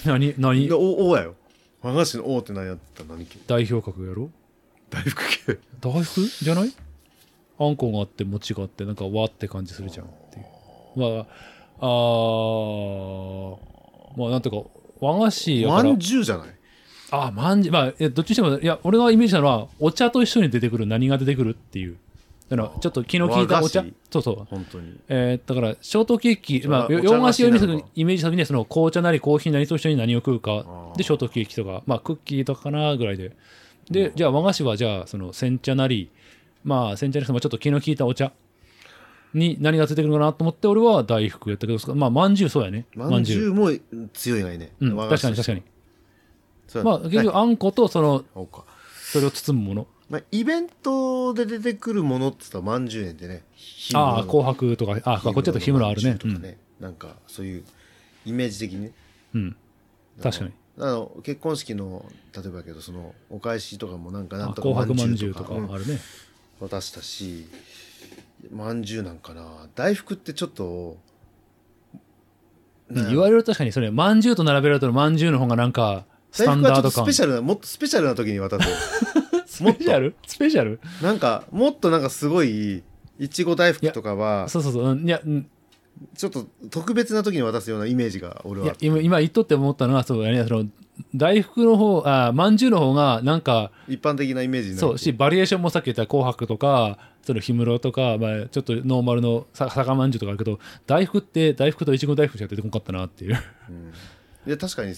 何何
おおやよ和菓子の王って何やった何系
代表格やろ
大福系
大福じゃないあんこがあって餅があってなんか和って感じするじゃんっていうまああーまあなんていうか和菓子や
ま
から
んじゅうじゃない
あまんじまあえどっちにしてもいや俺がイメージしたのはお茶と一緒に出てくる何が出てくるっていうだからちょっと気の利いたお茶
和菓
そうそう
本当に
えーだからショートケーキ、まあ、
それはお茶
洋菓子をイメージす
なの
る
か
イメージした時にはその紅茶なりコーヒーなりと一緒に何を食うか
あー
でショートケーキとか、まあ、クッキーとかかなぐらいででじゃあ和菓子はじゃあその煎茶なりまあ煎茶にしてもちょっと気の利いたお茶に何がついてくるのかなと思って俺は大福やったけどまあまんじゅうそうやね
まんじゅ
う
うも強いないね、
うん、確かに確か
に
にまあ結局あんことその
そうか、
それを包むもの
まあ、イベントで出てくるものっつったらまんじゅうねんでねひ
ああ紅白とかあこっちだと日村あるね
とかね、なんかそういうイメージ的にね
うん、うん、確かに
あの結婚式の例えばやけどそのお返しとかもなんかな
あ
んとか
紅白まんじゅう
饅
と
頭
かあるね、
うん渡したしまんじゅうなんかな大福ってちょっと
うん言われると確かにそれまんじゅうと並べられたらまんじゅうの方がなんかス
大
タン
福はちょ
ダー
っと
ド
ス
感
ペシャルなもっとスペシャルな時に渡す
スペシャルスペシャル
なんかもっとなんかすごいいちご大福とかは
そうそうそううんいやうん
ちょっと特別な時に渡すようなイメージが俺
いや
は
今今言っとって思ったのはそうやねその大福の方あまんじゅうの方がなんか
一般的なイメージになる
そうしバリエーションもさっき言った紅白とかその氷室とか、まあ、ちょっとノーマルのさ酒まんじゅうとかあるけど大福って大福といちご大福しか出てこなかったなっていう
いや確かに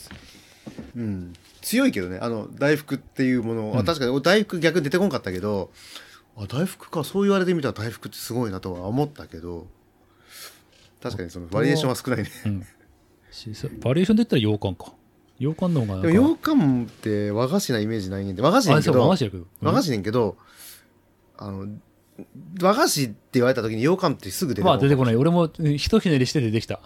うん強いけどねあの大福っていうものは、確かに俺大福逆に出てこんかったけどあ大福かそう言われてみたら大福ってすごいなとは思ったけど確かにそのバリエーションは少ないね
しそうバリエーションで言ったら洋館か洋館の方がなん
で
か
も羊羹って和菓子なイメージないねんで和菓子ねん
あ
け
そう
ど
和
和
菓子やけど、うん
菓子ねんけどあの和菓子って言われた時に羊羹ってすぐ出てこ
ま
ん
あ出てこない俺もうんひとひねりして出てきた、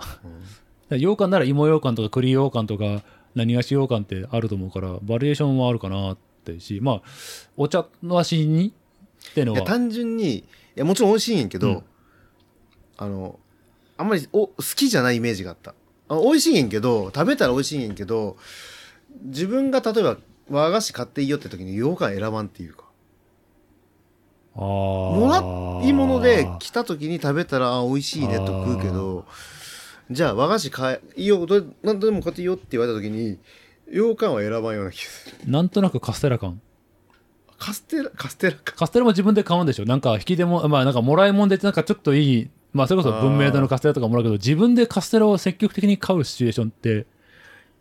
羊羹なら芋羊羹とか栗羊羹とか何菓子羊羹ってあると思うからバリエーションはあるかなってしまあお茶の足にっての
いや
は
単純にいやもちろん美味しいんやけど、
うん
あのあんまりお好きじゃないイメージがあったあ美味しいんやけど食べたら美味しいんやけど自分が例えば和菓子買っていいよって時に羊羹選ばんっていうか
あ
も
も
らい物で来た時に食べたらあ美味しいねと食うけどじゃあ和菓子買えいいよどれ何でも買っていいよって言われた時に羊羹は選ばんような気がする
なんとなくカステラ感
カステラカステラか
カステラも自分で買うんでしょなんか引きでもまあなんかもらい物でなんかちょっといいまあそれこそ文明堂のカステラとかもらうけど自分でカステラを積極的に買うシチュエーションって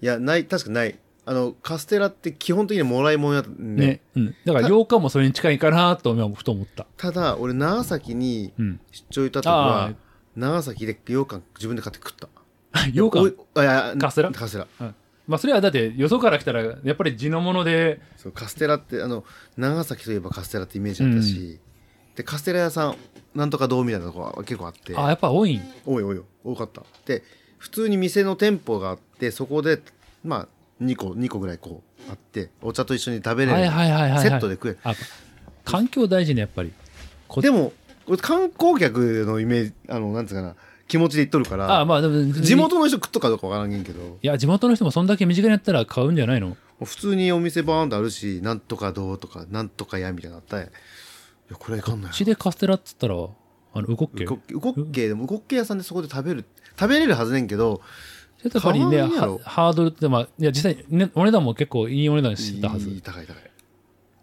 いやない確かないあのカステラって基本的にもらい物や
ね
ね
うん、だから羊羹もそれに近いかなと今ふと思った
ただ俺長崎に
うん
出張行った時
あー
は長崎で羊羹自分で買って食った
羊羹
おいあいや
カステラ
カステラ
はいまあそれはだってよそから来たらやっぱり地のもので
そうカステラってあの長崎といえばカステラってイメージあったし、でカステラ屋さんなんとかどうみたいなとこは結構あって
あやっぱ多いん
多い多い多かったで普通に店の店舗があってそこでまあ2個2個ぐらいこうあってお茶と一緒に食べれる、
はいはいはいはい、はい、
セットで食える
あ環境大事ねやっぱりこ
でも俺観光客のイメージあのなんつうかな気持ちで行っとるから
あまあでも
地元の人食っとくかどうかわからんけんけども
いや地元の人もそんだけ身近にやったら買うんじゃないの
う普通にお店バーンとあるしなんとかどうとかなんとかやみたいなのあったんやいやこれはいかんな
う
い
ちでカステラっつったらあの動っけ
うこうこっけでもうこっけ屋さんでそこで食べる食べれるはずねんけど
ちょっとやっぱりね
変わんねや
は
ろ
ハードルってまあいや実際、ね、お値段も結構いいお値段してたはず
いい高い高い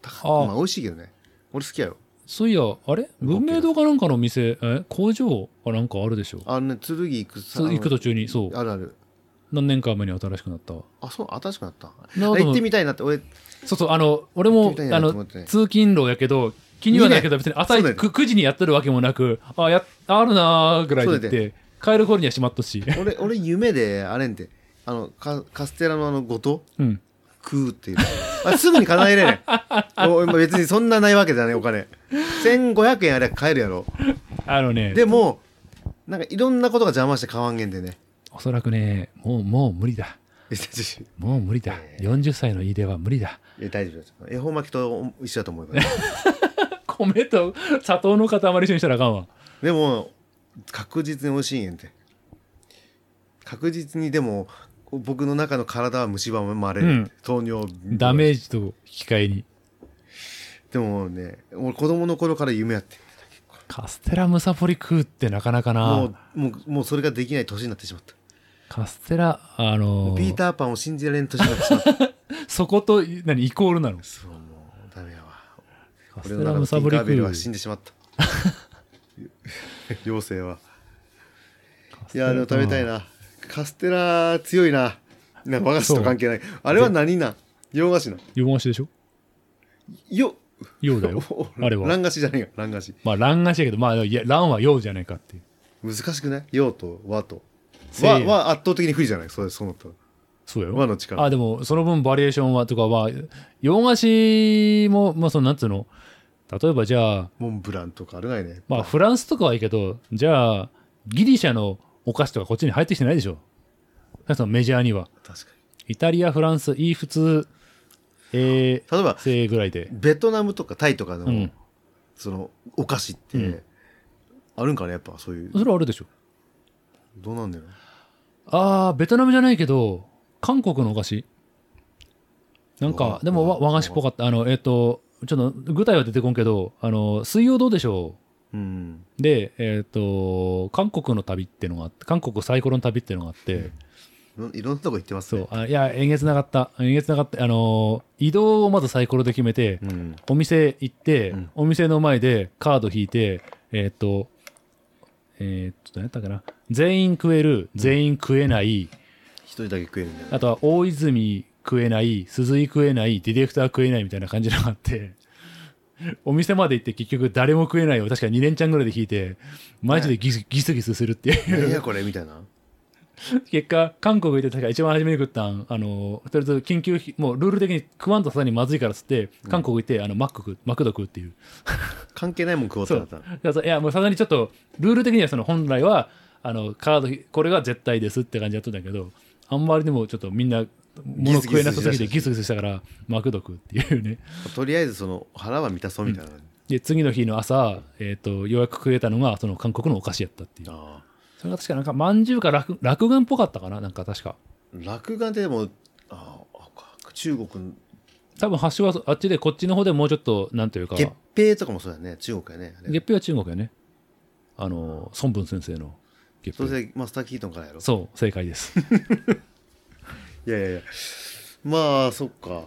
高
あ
いまあ美味しいけどね俺好きやよ
そういやあれ文明堂かなんかの店え工場かなんかあるでしょ
あのね剣行くさ
そう行く途中にそう
あるある
何年か前に新しくなったわ
あそう新しくなった
な
あ行ってみたいなって俺
そうそう、あの、俺も、
行ってみたいな
あ
と
の
思って、ね
通勤路やけど、気にはないけど、別に朝
そうだよね
く9時にやってるわけもなく、あ、や、あるなーぐらいで言っ
そうだ
て、帰る頃には閉まったし。
俺俺夢であれんてあのカカステラのあのごと
うん。
食うっていうあすぐに叶えれねんお今別にそんなないわけじゃないお金1500円あれば買えるやろ
あのね、
でもなんかいろんなことが邪魔して買わんげんでね
おそらくね、もう、もう無理だ。もう無理だ。40歳の飯出は無理だ。
いや大丈夫です恵方巻きと一緒だと思うから
米と砂糖の塊一緒にしたらあかんわ。
でも確実に美味しいんやんて確実にでも僕の中の体は虫歯もまれ、
うん
糖尿
ダメージと引き換えに。
でもね俺子供の頃から夢やって
カステラムサポリ食うってなかなか
も
な
う。もうもうそれができない年になってしまった
カステラ、あのー、
ピーターパンを信じられん年になってしまった
そこと、何、イコールなの
そうもうダメやわ
カス
俺
テラム
の中のテ
サ
ィン
ポリ
カー
食
ベル
う
は。死んでしまった 妖精は
カス
い
テラ
やでも食べたい。なカステラ強いなな和菓子と関係ないあれは何なん洋菓子なん
洋菓子でしょ
よ。
洋だよ あれは。
乱菓子じゃねえよ乱菓子
まあ、卵菓子やけど、まあ、いや、卵は洋じゃないかっていう。
難しくない洋と和と
せ
和
ー
は圧倒的に不利じゃないそれそうなったら
そうやろ
和の力
あでもその分バリエーションはとかは洋菓子もまあそのなんつうの例えばじゃあ
モンブランとかあるがいね
まあフランスとかはいいけどじゃあギリシャのお菓子とかこっちに入ってきてないでしょそのメジャーには
確か
イタリアフランスいい普通え
に例えば
ー、せーぐらいで
ベトナムとかタイとかの、
うん
そのお菓子って、
うん
あるんかねやっぱそういう
それはあるでしょ
どうなんだろう
ああベトナムじゃないけど韓国のお菓子なんか
わ
でもわ和菓子っぽかったあのえっ、とちょっと具体は出てこんけどあの水曜どうでしょう
うん
で、えっ、と、韓国の旅ってのがあって、韓国サイコロの旅ってのがあって、
いろいろんなとこ行ってます
そ
ね
う、あいや、えげつなかった、えげつなかった、あのー移動をまずサイコロで決めて、
うん
お店行って、
うん
お店の前でカード引いて、えっ、と、えっ、と、何やったかな、全員食える、全員食えない、
一人だけ食えるんだよ
あとは大泉食えない、鈴井食えない、ディレクター食えないみたいな感じのがあって、 お店まで行って結局誰も食えないを確か2連チャンぐらいで引いて、マジでギス,、ギスギスするっていう。
何やこれみたいな
結果、韓国行って確か一番初めに食ったん、あの、とりあえず緊急ひ、もうルール的に食わんとさらにまずいからっつって、韓国行って、あの、マック食う、マクド食うっていう。
関係ないもん食おうってなったの
だからいや、もうさすがにちょっと、ルール的にはその本来は、あの、カード、これが絶対ですって感じだったんだけど、あんまりでもちょっとみんな、物食えなさすぎてギスギスしたから、マクド食うっていうね。
とりあえずその腹は満たそうみたいな、
で、次の日の朝、えっ、と、ようやく食えたのが、その韓国のお菓子やったっていう。
ああ
それが確かなんか、まんじゅうか落落眼っぽかったかななんか確か。
落眼ってでもああ中国
多分発祥はそあっちでこっちの方でもうちょっとなんというか
月平とかもそうだよね中国やねあれ
月平は中国やねあの孫文先生の月
それ
平
でマスター・キートンからやろ
そう正解です
いやいやいやまあそっか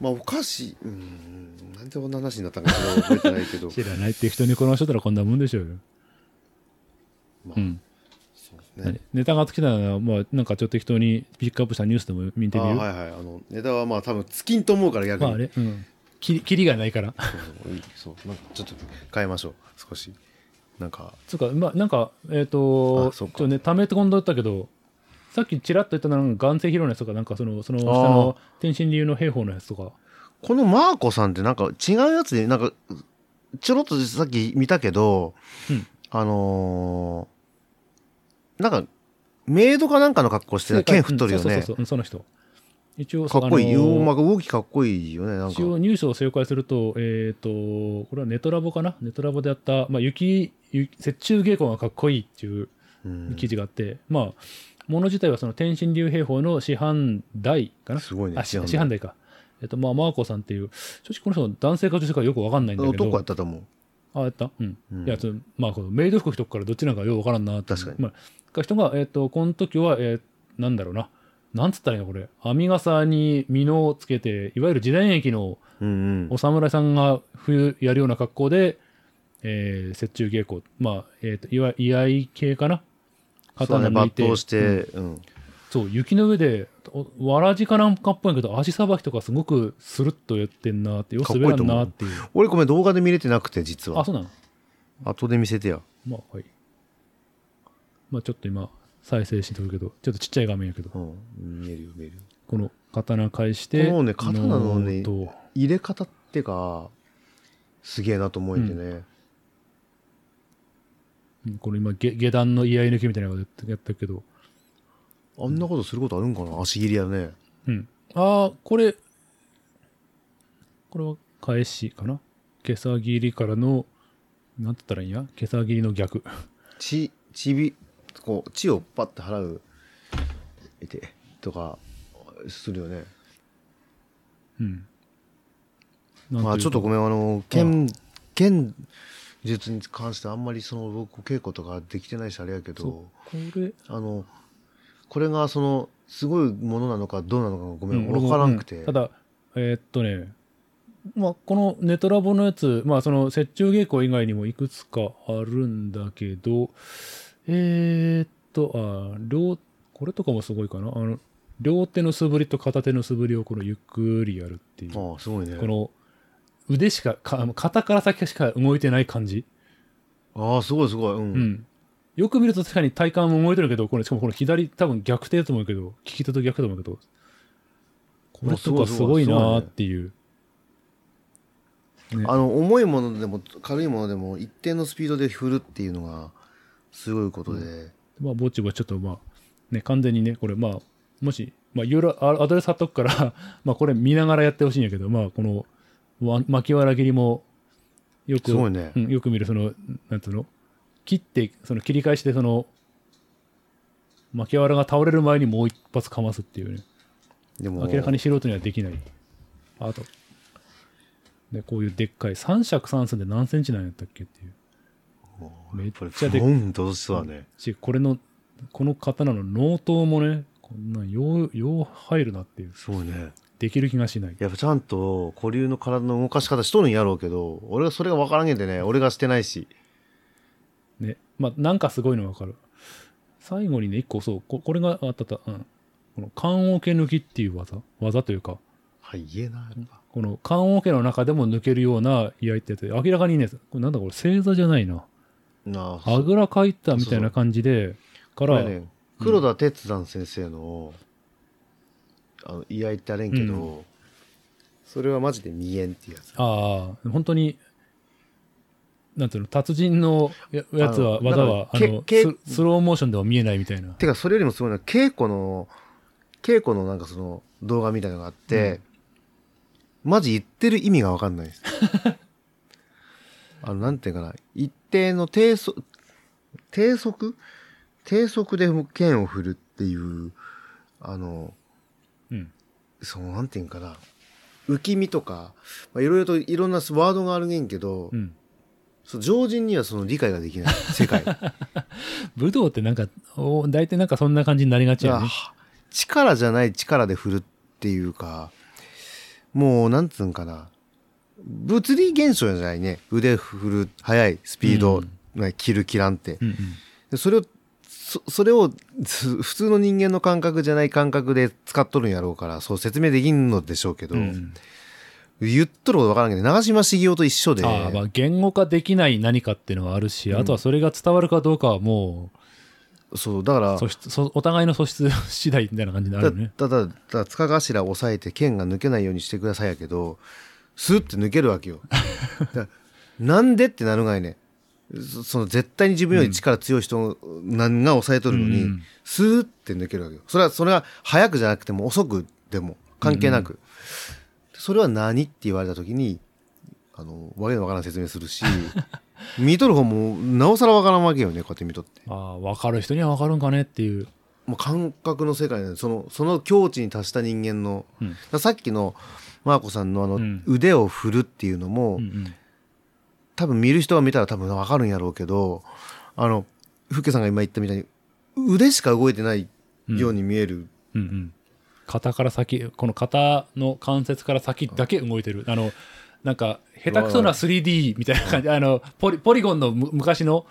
まあお菓子うんなんでこんな話になったのかそれは覚えてないけど
知らないって人にこの人たらこんなもんでしょうよ、
ま
う
あ
ん、
そうね
ネタが尽きたらまあなんかちょっと適当にピックアップしたニュースでも見て
あ
み
あ
る
はいはいあのネタはまあ多分尽きんと思うから逆
ま
に、
ああれうんきりきりがないから
そうそうそうなんかちょっと変えましょう少しなんか
つうかまあなんかえっ、と
あそ
ちょ
っ
っ
か
とねため込んだったけどさっきちらっと言ったのが眼性疲労のやつとかなんかそのその下
あー
の天心流の兵法のやつとか
このマーコさんってなんか違うやつでなんかちょろっとさっき見たけど、
うん
あのーなんかメイドかなんかの格好して
正
る
解
剣振っとるよ
うんそうそ
ね
うそううんその人一応
かっこいい、
あのー
ようまく動きかっこいいよねなんか
一応入賞を正解すると、えっ、と、これはネトラボかなネトラボでやった、まあ、雪、雪雪中稽古がかっこいいっていう
うん
記事があって、まあ、もの自体はその天心流兵法の師範代かな
すごいね
あ、師
師範代
師範代か。えっ、と、まあ、マーコさんっていう、正直この人男性か女性かよくわかんないんだけど。
男やったと思う
あ、やったうん。
うん
いや、そのまあ、このメイド服着とくからどっちなんかようわからんなって
確かに
まあ、か人が、えっ、と、この時は、えーなんだろうな。なんつったらいいのこれ。編み傘に身をつけて、いわゆる時代劇の、
うんうん
お侍さんが冬やるような格好で、えー、雪中稽古、まあ、えっ、と、いわゆる居合系かな
そうね
刀抜い
抜
て、
刀して、うん
そう、雪の上で、おわらじかなんかっぽいけど、足さばきとかすごくスルッとやってんなって、よく滑らんなっていう。
俺ごめん動画で見れてなくて実
あ、
は
そうなの
後で見せてや
まあ、はい。まあ、ちょっと今、再生してるけど、ちょっとちっちゃい画面やけど
う、ん見えるよ見えるよ
この刀返して、
このね刀の
ノ
ね
ート
入れ方ってかすげえなと思えてね、
うんこの今、下下段の居合抜きみたいなことやってやったけど、
あんなことすることあるんかな足切りやね。
うん。ああ、これ、これは返しかな袈裟切りからの、なんて言ったらいいんや袈裟切りの逆。
血、血び、こう、血をパッて払う。いて、とかするよね。
うん。
まあちょっとご
ん。
めん、あの、剣、剣術に関してあんまりその僕稽古とかできてないしあれやけ
そ
ど、
うこれ、
あの、これがその、すごいものなのかどうなのかごめん、
俺
分
も
からんくて。
うただ、えーっとね、まあ、このネトラボのやつ、まあ、その折衷稽古以外にもいくつかあるんだけど、えーっと、あー両、これとかもすごいかな。あの、両手の素振りと片手の素振りをこのゆっくりやるっていう、こ
ああ、すごいね。
の腕しかか、肩から先しか動いてない感じ。
ああ、すごいすごい。うん。
うん。よく見ると確かに体幹も動いてるけど、これしかもこの左、多分逆手だと思うけど、利き手と逆手だと思うけど、これとかすごいなーっていう。
あの、重いものでも軽いものでも一定のスピードで振るっていうのがすごいことで。
まあ、ぼちぼちちょっとまあ、ね、完全にね、これまあ、もし、まあ、いろいろあアドレス貼っとくから、 まあ、これ見ながらやってほしいんやけど、まあ、この、わ巻きわら切りも、よく、
すごいね
う。ん、よく見る、その、なんつうの、切って、その切り返して、その、巻きわらが倒れる前にもう一発かますっていうね。
でも、
明らかに素人にはできないあとでこういうでっかい三尺三寸で何センチなんやったっけっていう
もう
めっ
これ、
ちゃでっ
ボンと落ちそうだね。
しこれのこの刀の納刀もねこんなんようよう入るなっていう
すごいね。
できる気がしない
やっぱちゃんと古流の体の動かし方しとるんやろうけど、俺がそれが分からんげんでね、俺がしてないし。
ねまあなんかすごいのわかる最後にね一個そうここれがあったた、うん、この棺桶抜きっていう技技というか
はい、言えない。
この棺桶の中でも抜けるような居合ってやつで明らかにねこれなんだこれ正座じゃないな
なあ、
あぐらかいたみたいな感じでか
こ
ら、
れね、黒田哲山先生の、あの、言い合いってあれんけど、
う
それはマジで未縁っていうやつ。
ああ、本当に、なんていうの、達人のややつは、
あの
技は、あ
なんか
の
けけ
ス、スローモーションでは見えないみたいな。
てか、それよりもすごいのは、稽古の、稽古のなんかその動画みたいなのがあって、マジ言ってる意味がわか んないです。あの、なんていうかな、一定の低速、低速低速で剣を振るっていう、あの、
うん。
その、なんていうんかな、浮き身とか、まあ、いろいろといろんなワードがあるねんけど、
うん。
そう常人にはその理解ができない、世界。
武道ってなんか、お大体なんかそんな感じになりがちやね。
あ力じゃない力で振るっていうか、もう、なんつうんかな。物理現象じゃないね。腕振る、速い、スピード、ね切る、切らんって
う。んうん。
でそれを、そそれを つ普通の人間の感覚じゃない感覚で使っとるんやろうから、そう説明できんのでしょうけど、
うん
言っとることわからんけど、長嶋茂雄と一緒で、
ああ、まあ、言語化できない何かっていうのはあるし、あとはそれが伝わるかどうかはも
そう、だから
う、素質、そお互いの素質次第みたいな感じにな
た
るね。
ただ、ただ、塚頭を押さえて剣が抜けないようにしてくださいやけど、スーって抜けるわ けよ。だからなんでってなるがいね。そその絶対に自分より力強い人なんが抑えとるのに、
うん
スーって抜けるわけよ。それは、それは早くじゃなくても遅くでも関係なく。それは何って言われた時に、あの、わけのわからん説明するし、見とる方もなおさらわからんわけよね、こうやって見とって。
ああ、わかる人にはわかるんかねっていう。
もう感覚の世界なんでそのその境地に達した人間の、
うん
だからさっきのマーコさんのあの、
うん
腕を振るっていうのも、
うんうん。
多分見る人が見たら多分わかるんやろうけどあのふっけさんが今言ったみたいに腕しか動いてないように見える、
うんうん、肩から先この肩の関節から先だけ動いてるあのなんか下手くそな 3D みたいな感じあのポリポリゴンのむ昔の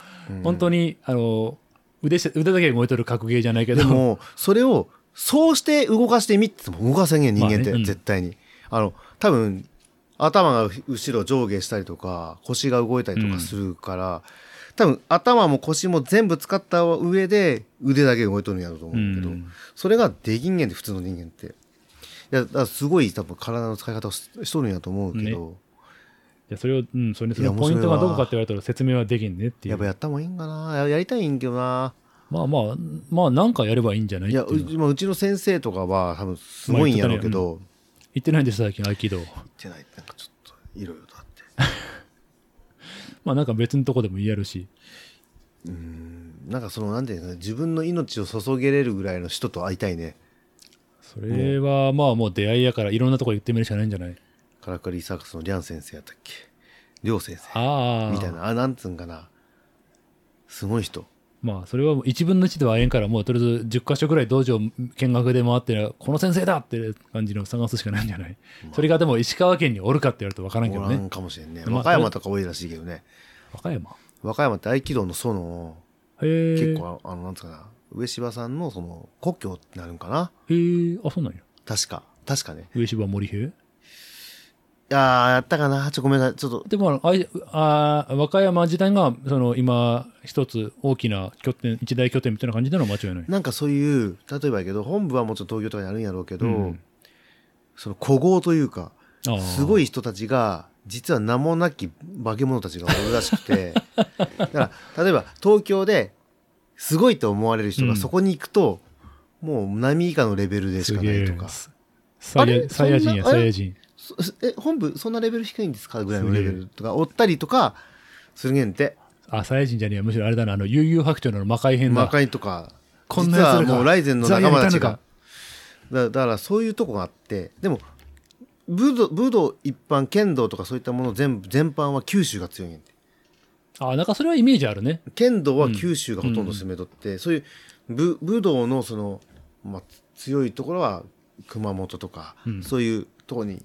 本当に、あの腕し腕だけ動いてる格ゲーじゃないけど
でもそれをそうして動かしてみって言っても動かせんげん人間っ
まあ
て
ねうん
絶対に、あの多分頭が後ろ上下したりとか腰が動いたりとかするから、多分頭も腰も全部使った上で腕だけ動いとるんやろうと思うんだけど、
うん
それができんげんで普通の人間っていやだからすごい多分体の使い方をししとるんやと思うけど、
いやそれを、うん、それにそ
いや
の
面
ポイ
白い
ントが
わ
どこかって言われたら説明はできんねってい
やっぱ
う
やった方がいいんかなややりたいんけどな
まあまあまあなんかやればいいんじゃない
い
っていう
やう
のは
ちまあうちの先生とかは多分すごいんやろうけど、
言ってないんです最近合気道
行ってないなんかちょっといろいろとあって。
まあなんか別のとこでもやるし
なんかそのなんていうの自分の命を注げれるぐらいの人と会いたいね。
それはまあもう出会いやからいろんなとこ行ってみるしかないんじゃない
カラクリサーカスのリャン先生やったっけリョウ先生
ああ
みたいなあなんつうんかなすごい人
まあそれはもう1分の1では会えんからもうとりあえず10箇所ぐらい道場見学で回ってこの先生だって感じの探すしかないんじゃない、それがでも石川県におるかって言われると分からんけ
お
ど
ら
ね
んかもしれんね
まあ
和歌山とか多いらしいけどね
和歌山
和歌山って合気道のその
へえ
結構ああのなんつうかな上柴さんのその故郷ってなるんかな
へえあそうなんや
確か確かね
上芝森平
いやーやったかなちょごめんなさいちょっと
でもあいあー和歌山自体がその今一つ大きな拠点一大拠点みたいな感じなのは間違いない
なんかそういう例えばやけど本部はもちろん東京とかにあるんやろうけど、
うん
その古豪というか
あー
すごい人たちが実は名もなき化け物たちがおるらしく てだから例えば東京ですごいと思われる人
うん
がそこに行くと、もう並以下のレベルでしかないとか
す
あ
げえ
れ
サイヤサイヤ人や
そんなあ
サイヤ
れ
人
そえ本部そんなレベル低いんですかぐらいの
すげ
レ
え
ベルとかおったりとかするげんて
あサイヤ人じゃねえやむしろあれだなあの悠々白鳥のあの魔界編だ
魔界とか
こんな
実
やつ
は
らが
もうライゼンの仲間たち
ザイヤ
が
ル
だだからそういうとこがあってでも武道武道一般剣道とかそういったもの全部全般は九州が強いんやて
あなんかそれはイメージあるね
剣道は九州がほとんど攻めとって、そういう武武道のその、まあ、強いところは熊本とか、
うん
そういうとこに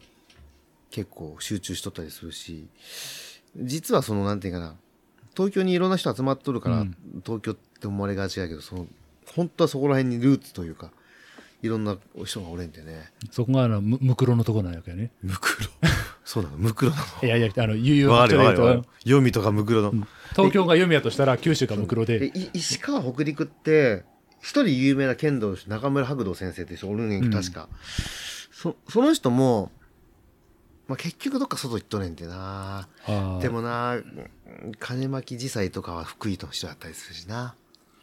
結構集中しとったりするし実はそのなんていうかな東京にいろんな人集まっとるから、
うん
東京って思われがちだけどその本当はそこら辺にルーツというかいろんな人がおれんでね
そこがあのむムクロのとこなんやけどね
ムクロ そうなのムクロなの
いやいやあの悠々
わかる
白
わ
鳥で
かる
言
わ
う
か
と
る読みとかムクロの、
東京が読みやとしたら九州がムクロ
で
で
い石川北陸って一人有名な剣道師中村白道先生って人おるねんけど
うん
確か、そその人も、まあ、結局どっか外行っとねんてな
あ
で
ー
もなうん金巻自祭とかは福井の人やったりするしな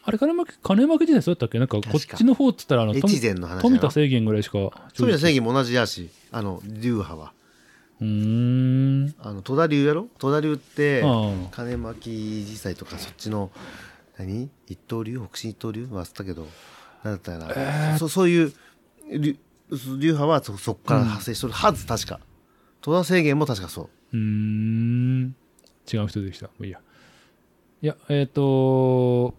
あれ金巻金巻時代そうだったっけなんかこ
確か
っちの方っつったらあの富
越前の話
富
や
田
な
制限ぐらいしか
富田正義も同じやしあの流派は
うーん
あの戸田流やろ戸田流って
ああ
金巻自祭とかそっちの何一刀流北進一刀流忘れたけどなんだったかな、そそういう流流派はそそこから発生しとるはず確か戸田制限も確かそう
うーん違う人でした。もういいや。いや、えっ、と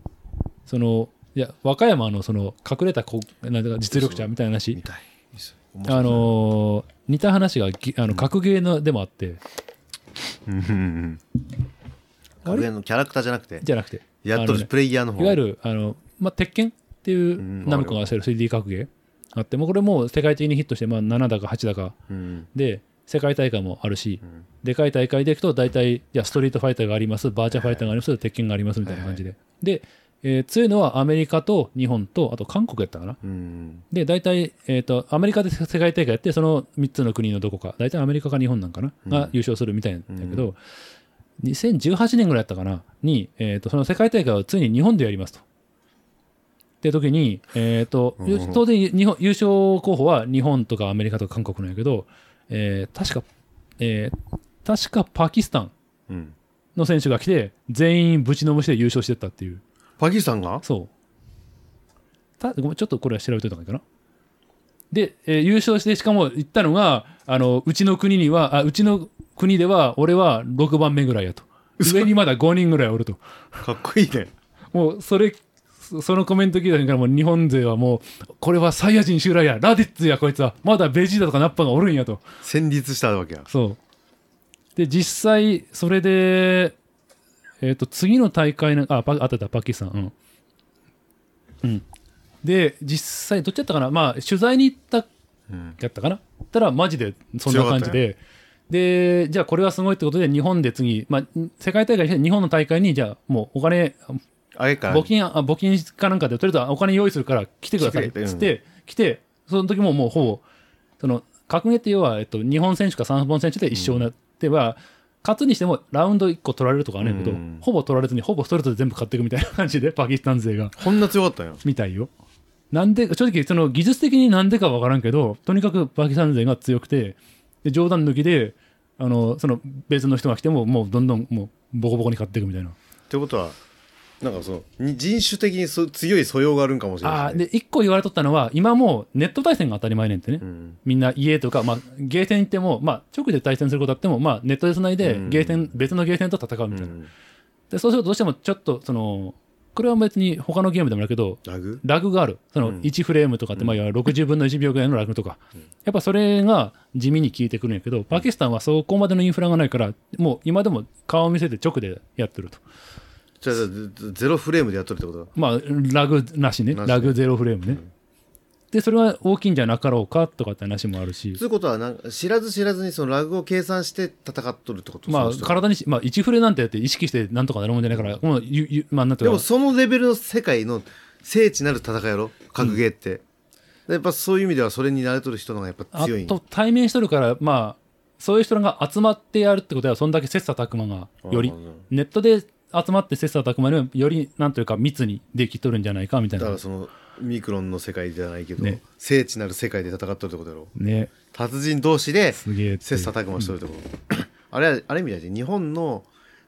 その、いや、和歌山のその隠れたこなんていうか実力者みたいな話
み、たい
あのー似た話がぎあの格ゲーのでもあって、
学園のキャラクターじゃなくて
じゃなくて、
やっと
あの
る
ね
プレイヤーの方
いわゆる、あの、まあ、鉄拳っていうナムコが出してる 3D 格ゲーあって、もうこれもう世界的にヒットして、まあ、7だか8だか
うん
で、世界大会もあるし、でかい大会でいくと、大体、いや、ストリートファイターがあります、バーチャファイターがあります、鉄拳がありますみたいな感じで。で、えー強いのはアメリカと日本と、あと韓国やったかな。
うん
で、大体、えっ、と、アメリカで世界大会やって、その3つの国のどこか、大体アメリカか日本なんかな、が優勝するみたいなんだけど、2018年ぐらいやったかな、に、えっ、と、その世界大会をついに日本でやりますと。って時に、えっ、と、
うん
当然日本、優勝候補は日本とかアメリカとか韓国なんやけど、えー確か、えー確かパキスタン
うん
の選手が来て、全員ぶちのむしで優勝してったっていう。
パキスタンが
そう。たごめん、ちょっとこれは調べといた方がいいかな。で、えー優勝して、しかも言ったのが、あの、うちの国には、あ、うちの国では、俺は6番目ぐらいやと。上にまだ5人ぐらいおると。
かっこいいね
もう、それ、そそのコメント聞いた瞬間、もう日本勢はもう、これはサイヤ人襲来や、ラディッツや、こいつは、まだベジータとかナッパがおるんやと。
戦慄したわけや
そう。で、実際、それで、えっ、と、次の大会の、あ、パあったあった、パキスタン。うん。うん。で、実際、どっちだったかなまあ、取材に行った、
ん
やったかなたら、マジで、そんな感じで。で、じゃあ、これはすごいってことで、日本で次、まあ、世界大会にして、日本の大会に、じゃあ、もうお金、
あれから
募金、あ募金かなんかで、とりあえずお金用意するから来てくださいっ
来てくれ
つって、来て、その時ももうほぼ、その、格ゲーって要は、えっと、日本選手か3本選手で一勝になっては、勝つにしてもラウンド1個取られるとかあるんやけど、
うん
ほぼ取られずに、ほぼストレートで全部勝っていくみたいな感じ で、パキスタン勢が、
こんな強かったんや
みたいよ。なんで、正直、その技術的になんでかわからんけど、とにかくパキスタン勢が強くて、で冗談抜きで、あの、その別の人が来ても、もうどんどんもうボコボコに勝っていくみたいな。
ってことはなんかそのに人種的にそ強い素養があるんかもしれ
あ
な
あ
いね
で一個言われとったのは今もうネット対戦が当たり前ねんってね、
うん
みんな家とか、まあ、ゲーセン行っても、まあ、直で対戦することあっても、まあ、ネットで繋いで
うん
ゲーセン、別のゲーセンと戦うみたいな、
うん
でそうするとどうしてもちょっとそのこれは別に他のゲームでもあるけど
ラグ
ラグがあるそうの
ん
1フレームとかって、まあ、いわゆる60分の1秒ぐらいのラグとか、やっぱそれが地味に効いてくるんやけどパキスタンはそこまでのインフラがないからもう今でも顔を見せて直でやってると
じゃあゼロフレームでやっとるってことだ
まあラグなしね
なしね
ラグゼロフレームね、でそれは大きいんじゃなかろうかとかって話もあるし
そういうことはなんか知らず知らずにそのラグを計算して戦っとるってこと
ま
そ
あ
の人
体にし、まあ、1フレなんてやって意識してなんとかなるもんじゃないから、もうゆゆまあ、なんてい
で
うか
もそのレベルの世界の聖地なる戦いやろ格ゲーって、やっぱそういう意味ではそれに慣れとる人の方がやっぱ
あ
強いんや
と対面しとるから、まあ、そういう人らが集まってやるってことは、そんだけ切磋琢磨がより
うんうんうん、
ネットで集まって切磋琢磨よりより、なんというか密にできとるんじゃないかみたい
だか
な
ら。そのミクロンの世界じゃないけど、
ね
聖地なる世界で戦っとるってことやろ
ね、
達人同士です
げえって。
切磋琢磨しとるってこと、あれあれみたいで日本の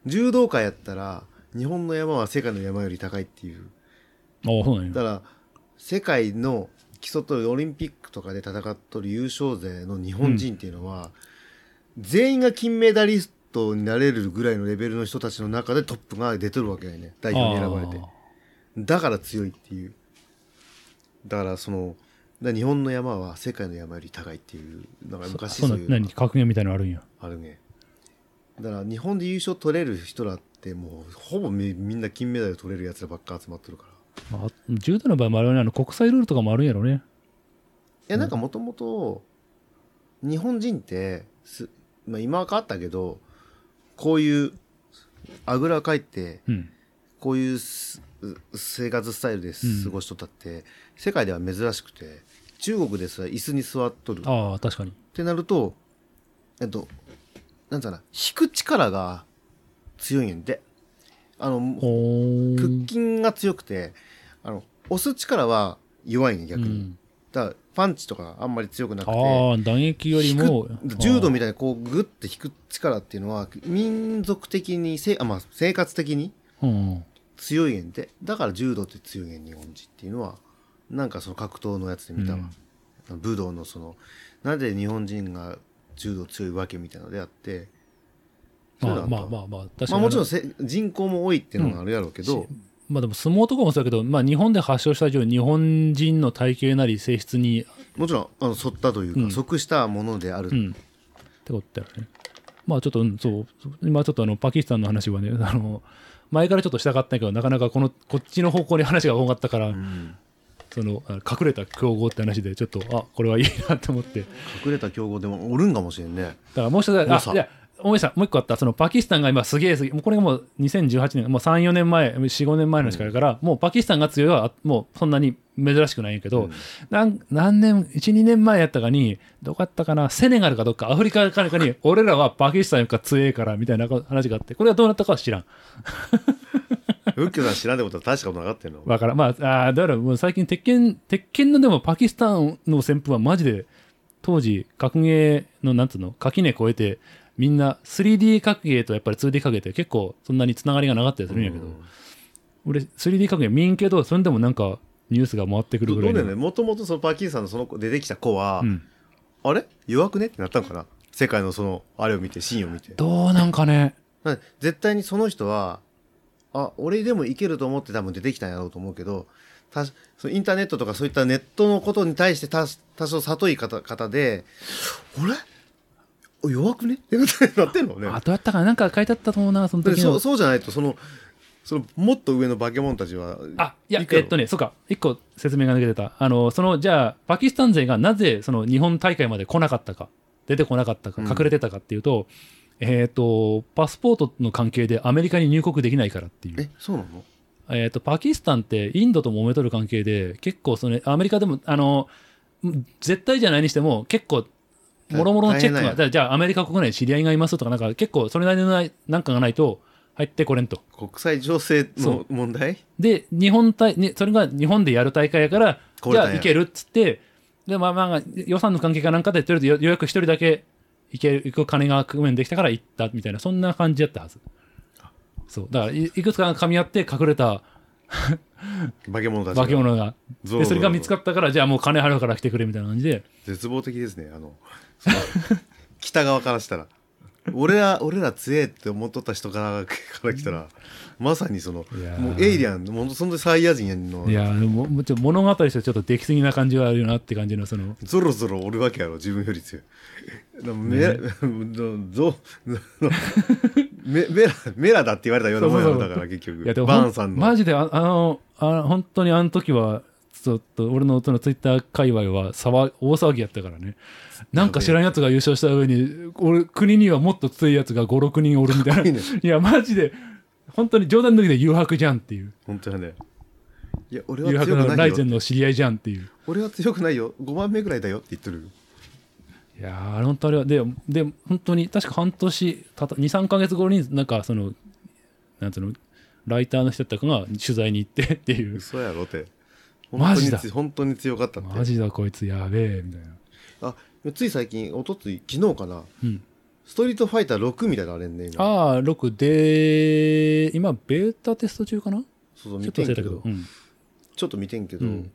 柔道界やったら日本の山は世界の山より高いっていう
ああ、そうなんや。
だから世界の競っとるオリンピックとかで戦っとる優勝勢の日本人っていうのは、全員が金メダリストになれるぐらいのレベルの人たちの中でトップが出てるわけだよね代表に選ばれて
ああ
だから強いっていうだからそのだから日本の山は世界の山より高いっていうなんか昔
そ
そうう
ないん
うの
何
が
格言みたいなのあるんや。
あるねだから日本で優勝取れる人らってもうほぼみみんな金メダル取れるやつらばっか集まってるから
まあ、柔道の場合もあれはねあの国際ルールとかもあるんやろね。
いや、なんかもともと、日本人ってす、まあ、今は変わったけど、こういう、あぐらかいて、
うん。
こういうす生活スタイルで過ごしとったって、世界では珍しくて、中国ですら椅子に座っとるっ
ああ、確かに。
てなると、えっと、なんつうかな、引く力が強いんやんで、あの、
お
屈筋が強くて、あの、押す力は弱いんや逆に。
うん
だからパンチとかあんまり強くなくて、
ああ、打撃よりも
引く。柔道
あ
みたいにこうグッて引く力っていうのは民族的にせあ、まあ、生活的に
あうんうん。
強いんでだから柔道って強いん日本人っていうのはなんかその格闘のやつで見たわ、武道のそのなぜ日本人が柔道強いわけみたいなのであってそう
ま
だ
あ
と
まあまあまあ、確かに。
まあもちろんせ人口も多いっていうのもあるやろうけど、
まあでも相撲とかもそうだけど、まあ、日本で発症した以上日本人の体型なり性質に、
もちろんあの沿ったというか、
うん
即したものである、
うん、ってことだよね。まあちょっと、うん、そう、今ちょっとあのパキスタンの話はね、あの前からちょっとしたかったんやけど、なかなかこのこっちの方向に話が多かったから、
うん
そのあ隠れた競合って話で、ちょっと、あこれはいいなと思って、だ
隠れた強豪でもおるんかもしれん ね
からもう一つ、
重
あ
さ
いや、大江さん、もう一個あった、そのパキスタンが今、すげえすげえ、もうこれがもう2018年、もう3、4年前、4、5年前の話からやから、もうパキスタンが強いは、もうそんなに珍しくないんやけど、なん何年、1、2年前やったかに、どこやったかな、セネガルかどっか、アフリカかなんか に、俺らはパキスタンよりか強えから、みたいな話があって、これはどうなったかは知らん。
ウッキョさん知らんってことは大したことなかったよな
わからん。まあ、あーだからもう最近、鉄拳、鉄拳のでもパキスタンの旋風はマジで、当時、格ゲーの、なんつうの、垣根越えて、みんな 3D 格ゲーとやっぱり 2D 格ゲーって結構そんなにつながりがなかったりするんやけど、俺 3D 格ゲー見んけど、それでもなんかニュースが回ってくる
ど
ぐ
ど
らい
うだ
の
よねもともとそのパキスタンのその子出てきた子は、
うん
あれ弱くねってなったのかな世界のそのあれを見てシーンを見て
どうなんかね、
なんで絶対にその人はあ俺でもいけると思って多分出てきたんやろうと思うけどたそのインターネットとかそういったネットのことに対して多多少悟い方方であれ弱くねってなってんのね
あ、どうやったかななんか書いてあったと思うな、その
で
時
そ
の
う。そうじゃないとそのそのもっと上の化け物たちは
あ、いや、
いく
え
よ
っとね、そうか、一個説明が抜けてた。あの、その、じゃあ、パキスタン勢がなぜ、その、日本大会まで来なかったか、出てこなかったか、
うん
隠れてたかっていうと、えっと、パスポートの関係でアメリカに入国できないからっていう。
えそうなの
えっと、パキスタンってインドと揉めとる関係で、結構、その、アメリカでも、あの、ん絶対じゃないにしても、結構、もろもろのチェック
大変な
が、
んや
だからじゃあ、アメリカ国内に知り合いがいますとか、なんか、結構、それなりのないなんかがないと、入ってこれんと。
国際情勢
そ
の問題
で、日本大、ね、それが日本でやる大会やから、
こ
じ
れ
ゃ
だよ
あ行けるっつって、で、まあまあ、予算の関係かなんかで、とりあえずよ予約一人だけ行ける、行く金が工面できたから行ったみたいな、そんな感じやったはず。そうだからいいくつかが噛み合って隠れた
化け物たちが
化け物が
そう
でそれが
そう
見つかったからじゃあもう金払うから来てくれみたいな感じで
絶望的ですねあのその 北側からしたら俺ら俺ら強えって思っとった人からから来たらまさにその
いやー
もうエイリアンもうそのサイヤ人の
いやーでももうちょっと物語としてちょっと出来すぎな感じはあるよなって感じのその
ゾロゾロおるわけやろ自分より強い。 メラ、 ゾメメラメラだって言われたようなもんやろ
そうそうそう
だから結局
いやでも
バーンさんの。
マジでああのあ本当にあの時はちょっと俺のそのツイッター界隈は騒大騒ぎやったからねなんか知らんやつが優勝した上に俺国にはもっと強いやつが56人おるみたいない
いね
やマジで本当に冗談抜きで誘惑じゃんっていう
本当やね。いや俺
誘
は
惑
強く
の
な
ラ
い
イゼ
よ
ン。の知り合いじゃんっていう
俺は強くないよ。5番目ぐらいだよって言ってる。
いやー本当あれはでで本当に確か半年たた23か月後になんかそのなんつうのライターの人だったかが取材に行ってっていう
嘘やろって。
マジだ
本当に本当に強かったって。
マジだこいつやべえみたいな
あつい最近おとつい昨日かな、
うん
ストリートファイター6みたいなのあれんね今
ああ6で今ベータテスト中かなち
そうそう
ょ
見
っと
て
忘
んけ
れ
ど
たけど、うん、
ちょっと見てんけど、
うん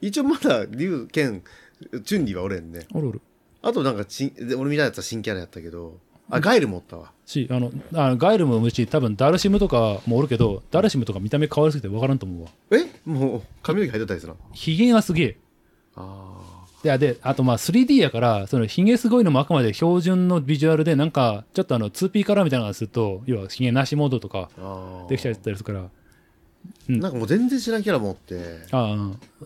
一応まだ竜剣チュンリーはおれんね
おるおる
あとなんかちんで俺見たやつは新キャラやったけどあガイル持ったわ
しあのあのガイルもおるし多分ダルシムとかもおるけどダルシムとか見た目変わりすぎて分からんと思うわ
えもう髪の毛入ってたやつな
ヒゲがすげえ
あー
であであとまあ 3D やからそのヒゲすごいのもあくまで標準のビジュアルでなんかちょっとあの 2P カラーみたいなのがすると要はヒゲなしモードとか
あー
できちゃったりするから
なんかもう全然知らんキャラ持って
ああ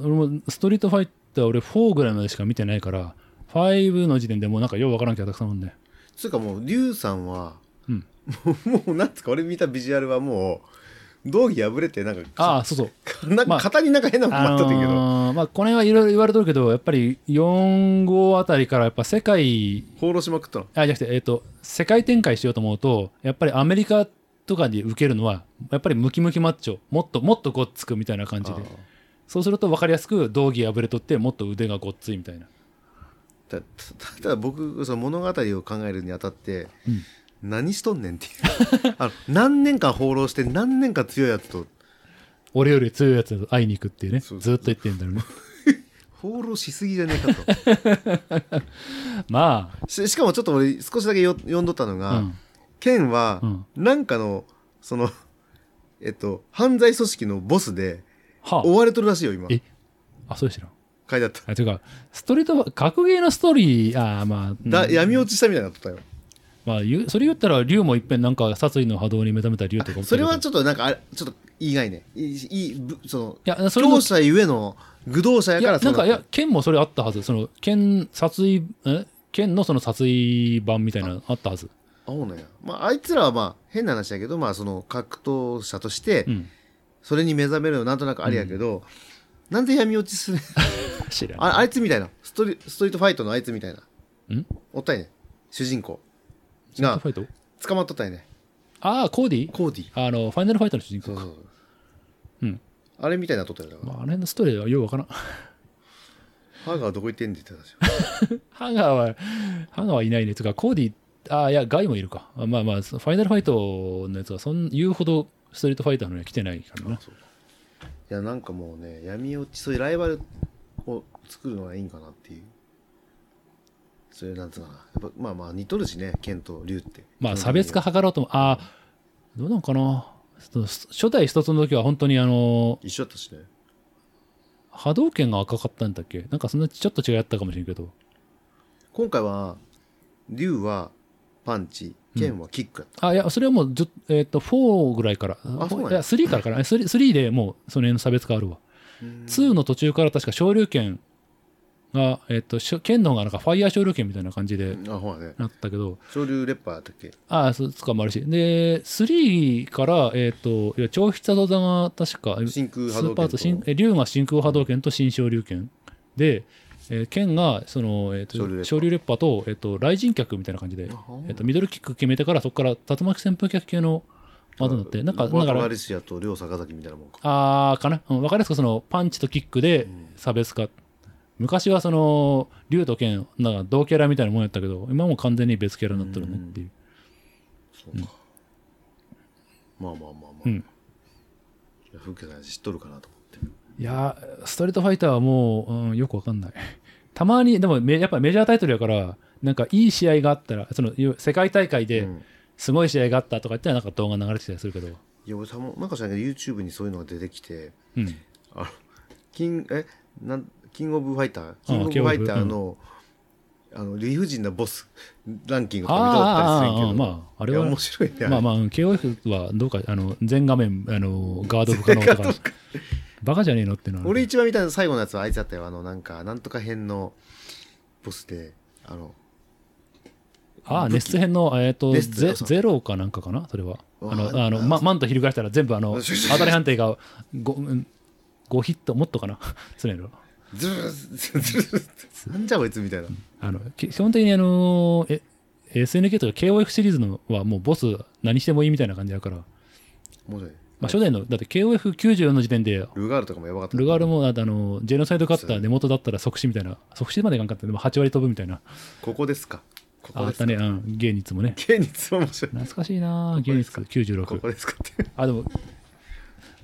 俺もストリートファイター俺4ぐらいまでしか見てないから5の時点でもうなんかようわからんキャラたくさんおんね
つうかもう竜さんは、
うん
もう もうなんつうか俺見たビジュアルはもう道着破れてなんか
ああそうそう
なん
ま
か
あ
型になんか変なの
あ
待っとってんけど、
のーまあこの辺はいろいろ言われとるけどやっぱり4号あたりからやっぱ世界
放浪しまくったの
あじゃなくてえっ、と世界展開しようと思うとやっぱりアメリカとかに受けるのはやっぱりムキムキマッチョもっともっとごっつくみたいな感じでそうすると分かりやすく道着破れとってもっと腕がごっついみたいな
たたただ僕その物語を考えるにあたって、
うん
何しとんねんっていう あの何年間放浪して何年間強いやつと
俺より強いやつと会いに行くっていうねず
そ
っ
う
と言ってんだろうね
放浪しすぎじゃねえかと
ま
ししかもちょっと俺少しだけよ読んどったの
あ、
が、
うん、
ケンは
うん
なんかのそのえっと犯罪組織のボスで
は
追われとるらしいよ今書い
えああそうでした
てあった、
あ違うストリートファ格ゲーのストーリーああまあ、うん
だ闇落ちしたみたいになっとったよ
まあ、言うそれ言ったら竜もいっぺんなんか殺意の波動に目覚めた竜とか
それ
ょ
は
っ
ちょっとなんかあれちょっと意外ねいいいいぶその
といやそれも
強者ゆえの愚道者や
い
から
や
そ
な
うん
かい
った
や剣もそれあったはずその剣殺意え剣のその殺意版みたいなのあったはず
あそうなんや。まあ、あいつらはまあ、変な話だけど、まあ、その格闘者として
う、ん
それに目覚めるのなんとなくありやけど、なんで闇落ちする
知らん
ああいつみたいな。ストリ、ストリートファイトのあいつみたいな。
ん
おったいね。主人公。
ファ
が、
イト
捕まっとったいね。
ああコーディ
コーディ。
あのファイナルファイトの主人
そ
公
う
か
そうそ
う
う。
ん
あれみたいになっとったよ。だか
ま
ら
ああの辺のストーリーはようわからん
歯がどこ行ってんって言ってたし。
ハガーはハガーはいないねつうかコーディああいやガイもいるかあまあまあファイナルファイトのやつはそん言うほどストリートファイターのには来てないからな
ないや、なんかもうね、闇落ち、そういうライバルを作るのがいいんかなっていう。そういう、なんつうかな。やっぱ、まあまあ、似とるしね、剣と竜って。
まあ差別化図ろうともああどうなのかなその初代一つの時は本当にあの
一緒だったしね。
波動拳が赤かったんだっけなんかそんなちょっと違いあったかもしれんけど
今回は、竜はパンチ、剣はキックやっ
あいやそれはもうじゅ、えっと4ぐらいから
あそうなんや
いや3からかなえ 3, 3でもうその辺の差別化あるわ
た。
2の途中から確か昇竜拳が、えっとしょ剣の方がなんかファイヤー昇竜拳みたいな感じで
あ、ほらね。
なったけど
昇竜レッパーだったっけ
ああそうつかもあるしで3からえっ、といや超必殺技が確か
真空波
スー
動
パーと
拳と。
新え竜が真空波動拳と新昇竜拳で、えー剣がその、えー
昇竜レッ
と
パ
昇竜レッパーと,、えー、と雷神脚みたいな感じで、
あほんま
えー、とミドルキック決めてからそこから竜巻旋風脚系の技になってなんかだか
ワ
ら
ガリシアと両坂崎みたいなもんか。
あーかな、うん、分かりやすくそのパンチとキックで
ん
差別化、昔はその竜と剣なんか同キャラみたいなもんやったけど今はもう完全に別キャラになってるねっていう
そうか。まあまあまあまあ、
う
い
ん
や風景の話知っとるかなと思って
いやーストリートファイターはもう、うんよくわかんない。 たまに、でもめやっぱメジャータイトルやから、なんかいい試合があったら、そのいわ世界大会で
うん
すごい試合があったとか言ったら、なんか動画流れてきたりするけど、
いや俺さもなんか知らないけど YouTube にそういうのが出てきて
うん、
あのキンえなんキングオブファイターキングオブ
キン
フ
グオブ
ァイターのあの理不尽なボスランキングとか見とったりするんや
あーあー、あー
けど
まあ、あれ
いや
は、
面白いね
まあ
ま
まあ、うん KOF はどうか、あの全画面、あのガード不可能と か、バカじゃねえのっていうのはある
俺一番見た最後のやつはあいつだったよあのなんかなんとか編のボスであの
ああ、ネス編の、えっ、と
ネス
ゼ、
そう
ゼロかなんかかな、それは。あ
わあ
の、あの、
あ
ま、マント翻したら全部、あ の、
そうそう
当たり判定が5、5ヒット、もっとかな、 そうやろ。
ズルズルズルズルなんじゃこいつみたいな
あの、き基本的に、あのーえ、SNK とか KOF シリーズのはもうボス何してもいいみたいな感じだから、ま
面白い
あ、初代の、だって KOF94 の時点で、
ルガールとかもやばかった
ルガールも、あとあの、ジェノサイドカッター根元だったら即死みたいな、即死までいかんかったでも8割飛ぶみたいな、
ここですかこ
あ
こ
あっ
ですか
たね、うん、ゲーニツもね。
現実は面白い
懐かしいなぁゲーニツ96。
ここですかって
あ、でも、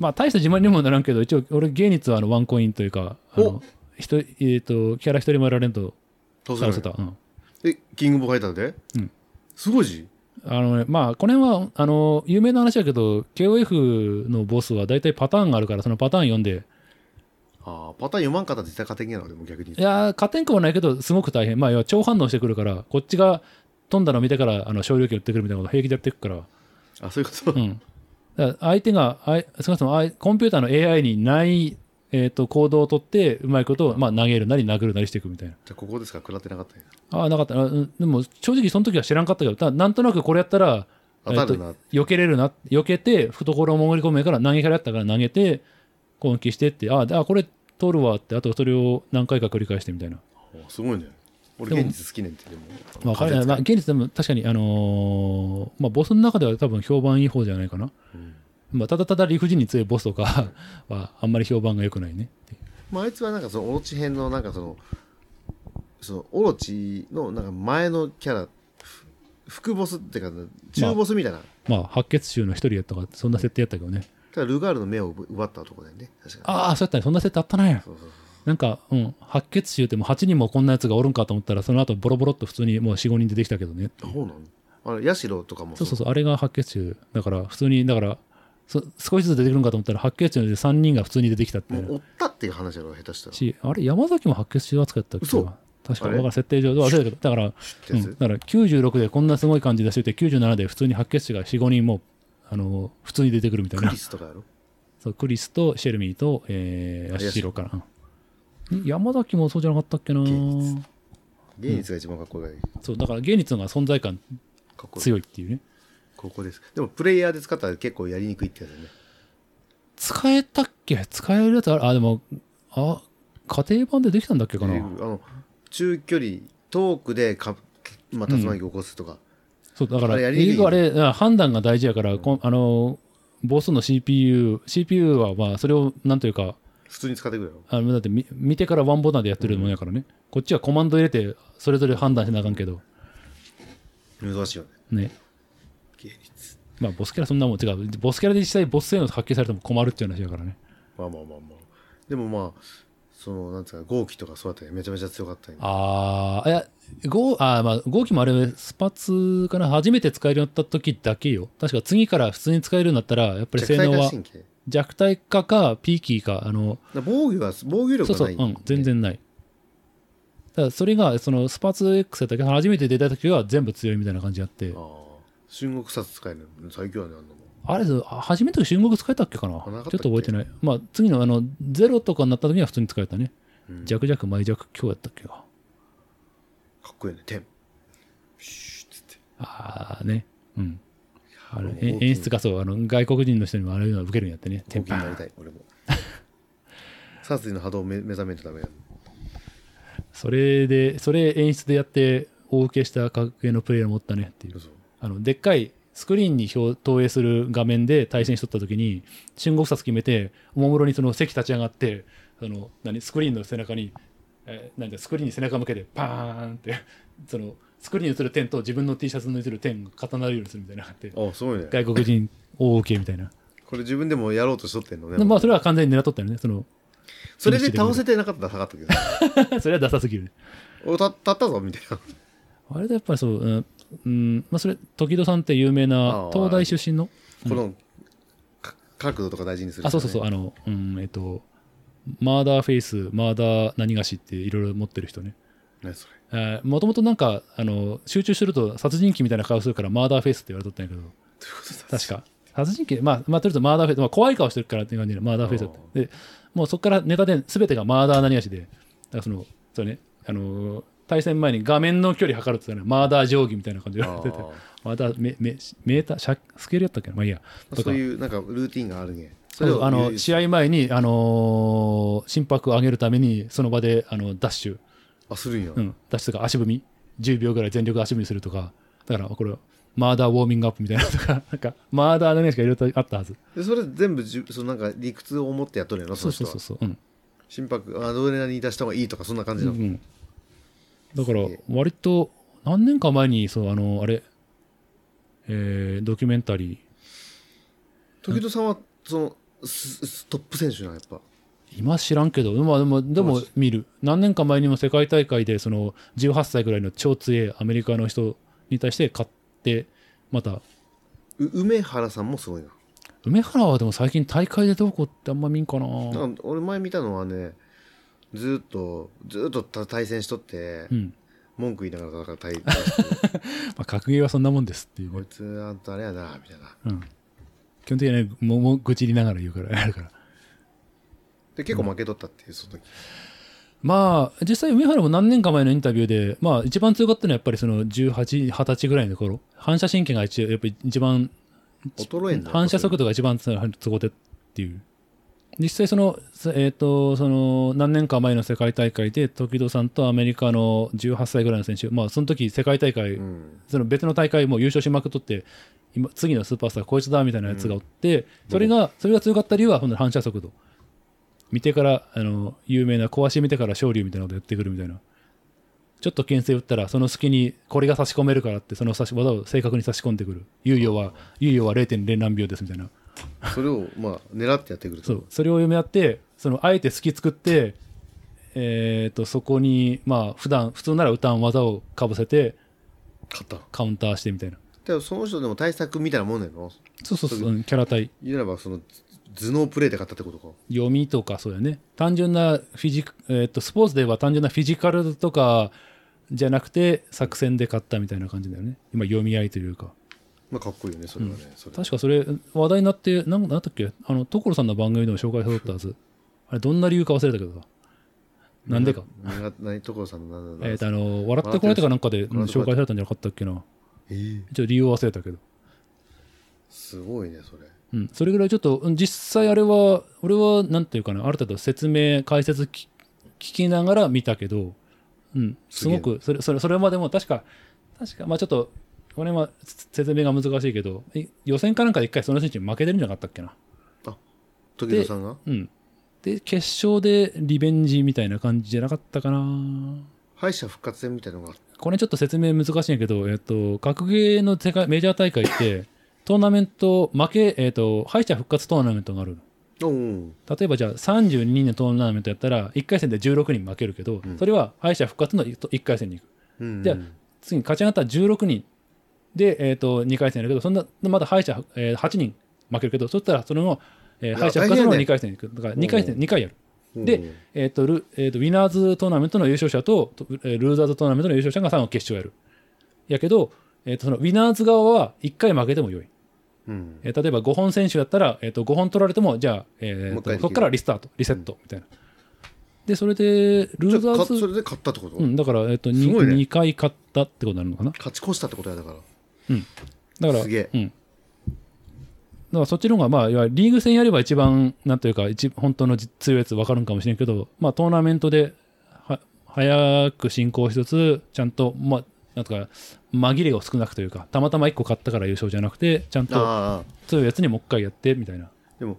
まあ、大した自慢にもならんけど、一応、俺、芸術はあのワンコインというか、あの
お
人えー、とキャラ一人もやられんと
倒
倒せた。うん
えキングボーイファイターで
うん
すごいし
あのね、まあ、この辺は、あの、有名な話だけど、KOF のボスは大体パターンがあるから、そのパターン読んで、
ああパターン読まんかったって自体勝手にやな俺も逆に
いやー、勝てんくもないけど、すごく大変。まあ、要は超反応してくるから、こっちが飛んだの見てから、あの、少量級打ってくるみたいなこと平気でやってくから、
あそういうこと、
うん。だから相手が、あい少なくともあいコンピューターの AI にない、えー、と行動をとって、うまいことを、まあ、投げるなり、殴るなりしていくみたいな。
じゃあここですか食らってなかったんや
ああ、なかった。あうんでも、正直その時は知らんかったけど、ただなんとなくこれやったら、
当たるな
えっと避けれるな。避けて、懐を潜り込むから、投げからやったから投げて、攻撃してって、ああ、であこれ取るわって、あとそれを何回か繰り返してみたいな。
あすごいね俺現実好きねんってでも
まあ、彼
風邪
ら
つ
ま
か
あ、現実でも確かに、あのーまあ、ボスの中では多分評判いい方じゃないかな。
うん
まあ、ただただ理不尽に強いボスとか は、あんまり評判が良くないねっていう。
まあ、あいつはなんかそのオロチ編のなんかそのそのオロチのなんか前のキャラふ副ボスっていうか中ボスみたいな、
まあ、白血囚の一人やったか、そんな設定やったけどね。
ただルガールの目を奪った男だよね確か
ああ、そうやったね。そんな設定あったなや。
そうそう
なんか、うん、白血腫ってもう8人もこんなやつがおるんかと思ったら、その後ボロボロっと普通にもう4、5人出てきたけどね。
そうそうなのあのヤシロとかも
そうそうそう、あれが白血腫だから、普通に、だから、そ少しずつ出てくるんかと思ったら、白血腫で3人が普通に出てきたってい
もう追
う。
ったっていう話やろ下手したら
し、あれ、山崎も白血腫扱いだったっけ
嘘
な確か、
あ
だ
れ
から設定上、忘れたけど、だから、
って
う
や
ん、
つ、
だから96でこんなすごい感じ出してて、97で普通に白血腫が4、5人もう、あの、普通に出てくるみたい
ク
な
リ。スとかやろ
そうクリスとシェルミーと、えー、ヤシロかな。うん山崎もそうじゃなかったっけな
現実現実が一番かっこいい、か
そうだから芸術が存在感
っこいい
強いっていうね
ここですでもプレイヤーで使ったら結構やりにくいってやつだよね
使えたっけ使えるやつあるあでもあ家庭版でできたんだっけかな、
あの中距離遠くでか、まあ、竜巻起こすとか、
そうだから
あれやりにくい
結局あれあ判断が大事やから、こんあのボスの CPU CPU はまあそれをなんというか
普通に使ってくれよ
あのだってみ見てからワンボタンでやってるもんやからね、こっちはコマンド入れてそれぞれ判断しなあかんけど
難しいよね
ね
芸術
まあボスキャラそんなもん違うボスキャラで実際ボス性能発揮されても困るっていう話やからね
まあまあまあまあでもまあそのなんつうか豪気とかそうやったらめちゃめちゃ強かったんや
ああ、いや、ゴー、あーまあ、ゴーキもあれ、スパツかな、初めて使えるようになった時だけよ。確か次から普通に使えるようになったら、やっぱり性能は
神経
弱体化か、ピーキーか、あの、
だ防御は防
そ
御力
う
は
そ
な
う、
い
うん、全然ない。ただ、それが、その、スパツ X だったけど、初めて出た時は全部強いみたいな感じあって
あ、あ春国殺使えるの最強やねあんなもん
あれ、あ初めて中国使えたっけかな
あなかったっけ
ちょっと覚えてない。まあ、次の、あの、ゼロとかになった時には普通に使えたね。
うん
弱弱、前弱、強やったっけか。
かっこいいね天ピシュッつって
ああね。うん。あれ
もう
え
大きい
演出がそうあの外国人の人にもあれいうのは受けるんやってねテ
豪
ン
気に
パ
なりたい 俺も殺意の波動を目目覚めるとダメや
それでそれ演出でやって大受けした格ゲーのプレイヤー持ったねっていう
そう
あのでっかいスクリーンに表投影する画面で対戦しとった時に中国札決めておもむろにその席立ち上がってその何スクリーンの背中に、えーなんだスクリーンに背中向けてパーンってその作りに映る点と自分の T シャツに映る点が重なるようにするみたいなのがあって
あすごいね
外国人 OK みたいな
これ自分でもやろうとしとってんのね
まあそれは完全に狙っとったよねその
それで倒せてなかったら下がったけど
それはダサすぎるね
お立ったったぞみたいな
あれだやっぱりそううん、うんまあ、それ時戸さんって有名な
あ
東大出身の
このか角度とか大事にする、
あそうそうそうあのうんえっとマーダーフェイスマーダー何がしっていろいろ持ってる人ね
何それ
もともとなんかあの集中すると殺人鬼みたいな顔するからマーダーフェイスって言われとったんやけど
どういうことだ
確か殺人鬼まあ、まあ、とりあえずマーダーフェイス、まあ、怖い顔してるからっていう感じでマーダーフェイスだったでもうそこからネタで全てがマーダー何がしでだからそのそうねあのー対戦前に画面の距離測るって言ったらマーダー定規みたいな感じで言われてて
あー
マーダーメメメーターシャスケールやったっけなまあいいやと
そ
か
ういうなんかルーティンがあるねそ
そうあ
言
の
う
試合前に、あのー心拍を上げるためにその場であのダッシュ、
あするんや、
うん、ダッシュとか足踏み10秒ぐらい全力足踏みするとかだからこれマーダーウォーミングアップみたいなのとかなんかマーダー何がしかいろいろとあったはず
でそれ全部じゅそのなんか理屈を持ってやっとるんやろそ
そう
の
そう
人は
そうそう、うん
心拍アドレナリン出した方がいいとかそんな感じ
う
なの、
ん、だから
げえ
割と何年か前にそうあのあれ、えードキュメンタリ
時戸さんはそのスストップ選手なんやっぱ
ー今知らんけど、まあ、でもでも見る何年か前にも世界大会でその18歳ぐらいの超強いアメリカの人に対して勝ってまた
う梅原さんもすごいな
梅原はでも最近大会でどうこうってあんま見んかな
なんか俺前見たのはねずーっとずーっとた対戦しとって、
うん
文句言いながらだか ら対こ
まあ、格ゲーはそんなもんですっていう、
いつあんたあれやなみたいな
うん、基本的にはねもうもう愚痴りながら言うからやるから
で結構負けとったっていうその時、
まあ、実際、梅原も何年か前のインタビューで、まあ、一番強かったのはやっぱりその18、20歳ぐらいの頃、反射神経が一やっぱり一番、
衰えんだよ
反射速度が一番強ごてっていう。実際、その、そえっ、と、その、何年か前の世界大会で、時戸さんとアメリカの18歳ぐらいの選手、まあ、その時、世界大会、
うん
その別の大会もう優勝しまくっとって、今次のスーパースターこいつだみたいなやつがおって、それがそれが強かった理由はほんと反射速度見てからあの有名な壊し見てから昇竜みたいなことやってくるみたいなちょっと牽制打ったらその隙にこれが差し込めるからってその差し技を正確に差し込んでくる猶予は猶予は0.0何秒ですみたいな
それをまあ狙ってやってくると
そうそれを読み合ってそのあえて隙作ってえー、とそこにまあ普段普通なら打たん技をかぶせて
勝った
カウンターしてみたいな
でもその人でも対策みたいなもんなの
そうそうそううんキャラ対
言うならばその頭脳プレーで勝ったってことか
読みとかそうだよね単純なフィジ、えーっとスポーツで言えば単純なフィジカルとかじゃなくて作戦で勝ったみたいな感じだよね今読み合いというか
まあかっこいいよねそれはね、それ
確かそれ話題になってなんなんだったっけあの所さんの番組でも紹介されたはずあれどんな理由か忘れたけどさなんでか
苦手ないところさんのなんだ
えー
ろう
っとあの笑ってこられたかなんかでうん
笑ってこ
紹
ら
介
れた
されたんじゃなかったっけな
えー
ちょっと理由を忘れたけど
すごいねそれ
うん、それぐらいちょっとうん実際あれは俺はなんていうかなある程度説明解説き聞きながら見たけど、うん、す
すげ
ご
え
くそれそれそれまでも確か確かまあちょっとこれはせ説明が難しいけどい予選かなんかで一回その選手に負けてるんじゃなかったっけな、
時戸さんが
うん、で決勝でリベンジみたいな感じじゃなかったかな
敗者復活戦みたいなのが
これちょっと説明難しいんやけど、えっと、格ゲーの世界メジャー大会って トーナメント負け、えっと、敗者復活トーナメントがあるの
おう
例えばじゃあ32人のトーナメントやったら1回戦で16人負けるけど、
ん
それは敗者復活の1回戦に行く
うん
じゃあ
うん
次に勝ち上がったら16人で、えー、と2回戦やるけどそんなまだ敗者、えー8人負けるけどそしたらそれの、えー敗者復活の2回戦に行くだから2回戦
う
2回やる
うん
で、えーとルえーとウィナーズトーナメントの優勝者ととえールーザーズトーナメントの優勝者が3を決勝やるやけど、えーとそのウィナーズ側は1回負けてもよい
うん
えー例えば5本選手だったら、えー、と5本取られてもじゃあ、えーと
もう一回できる
そこからリスタートリセットみたいな、でそれでル
じ
ー
ゃあ
ザ
か
ー
そ
ズ、
れで勝ったってこと、
うん、だから、えーと 2,
すごいね
2回勝ったってことになるのかな
勝ち越したってことやだから
だから
すげえ
うん、だからそっちの方がまあいわゆるリーグ戦やれば一番なんというか一本当のじ強いやつ分かるんかもしれんけど、まあ、トーナメントでは早く進行しつつちゃんと、まあ、なんとか紛れを少なくというかたまたま1個勝ったから優勝じゃなくてちゃんと
ああ
強いやつにもう一回やってみたいな。
でも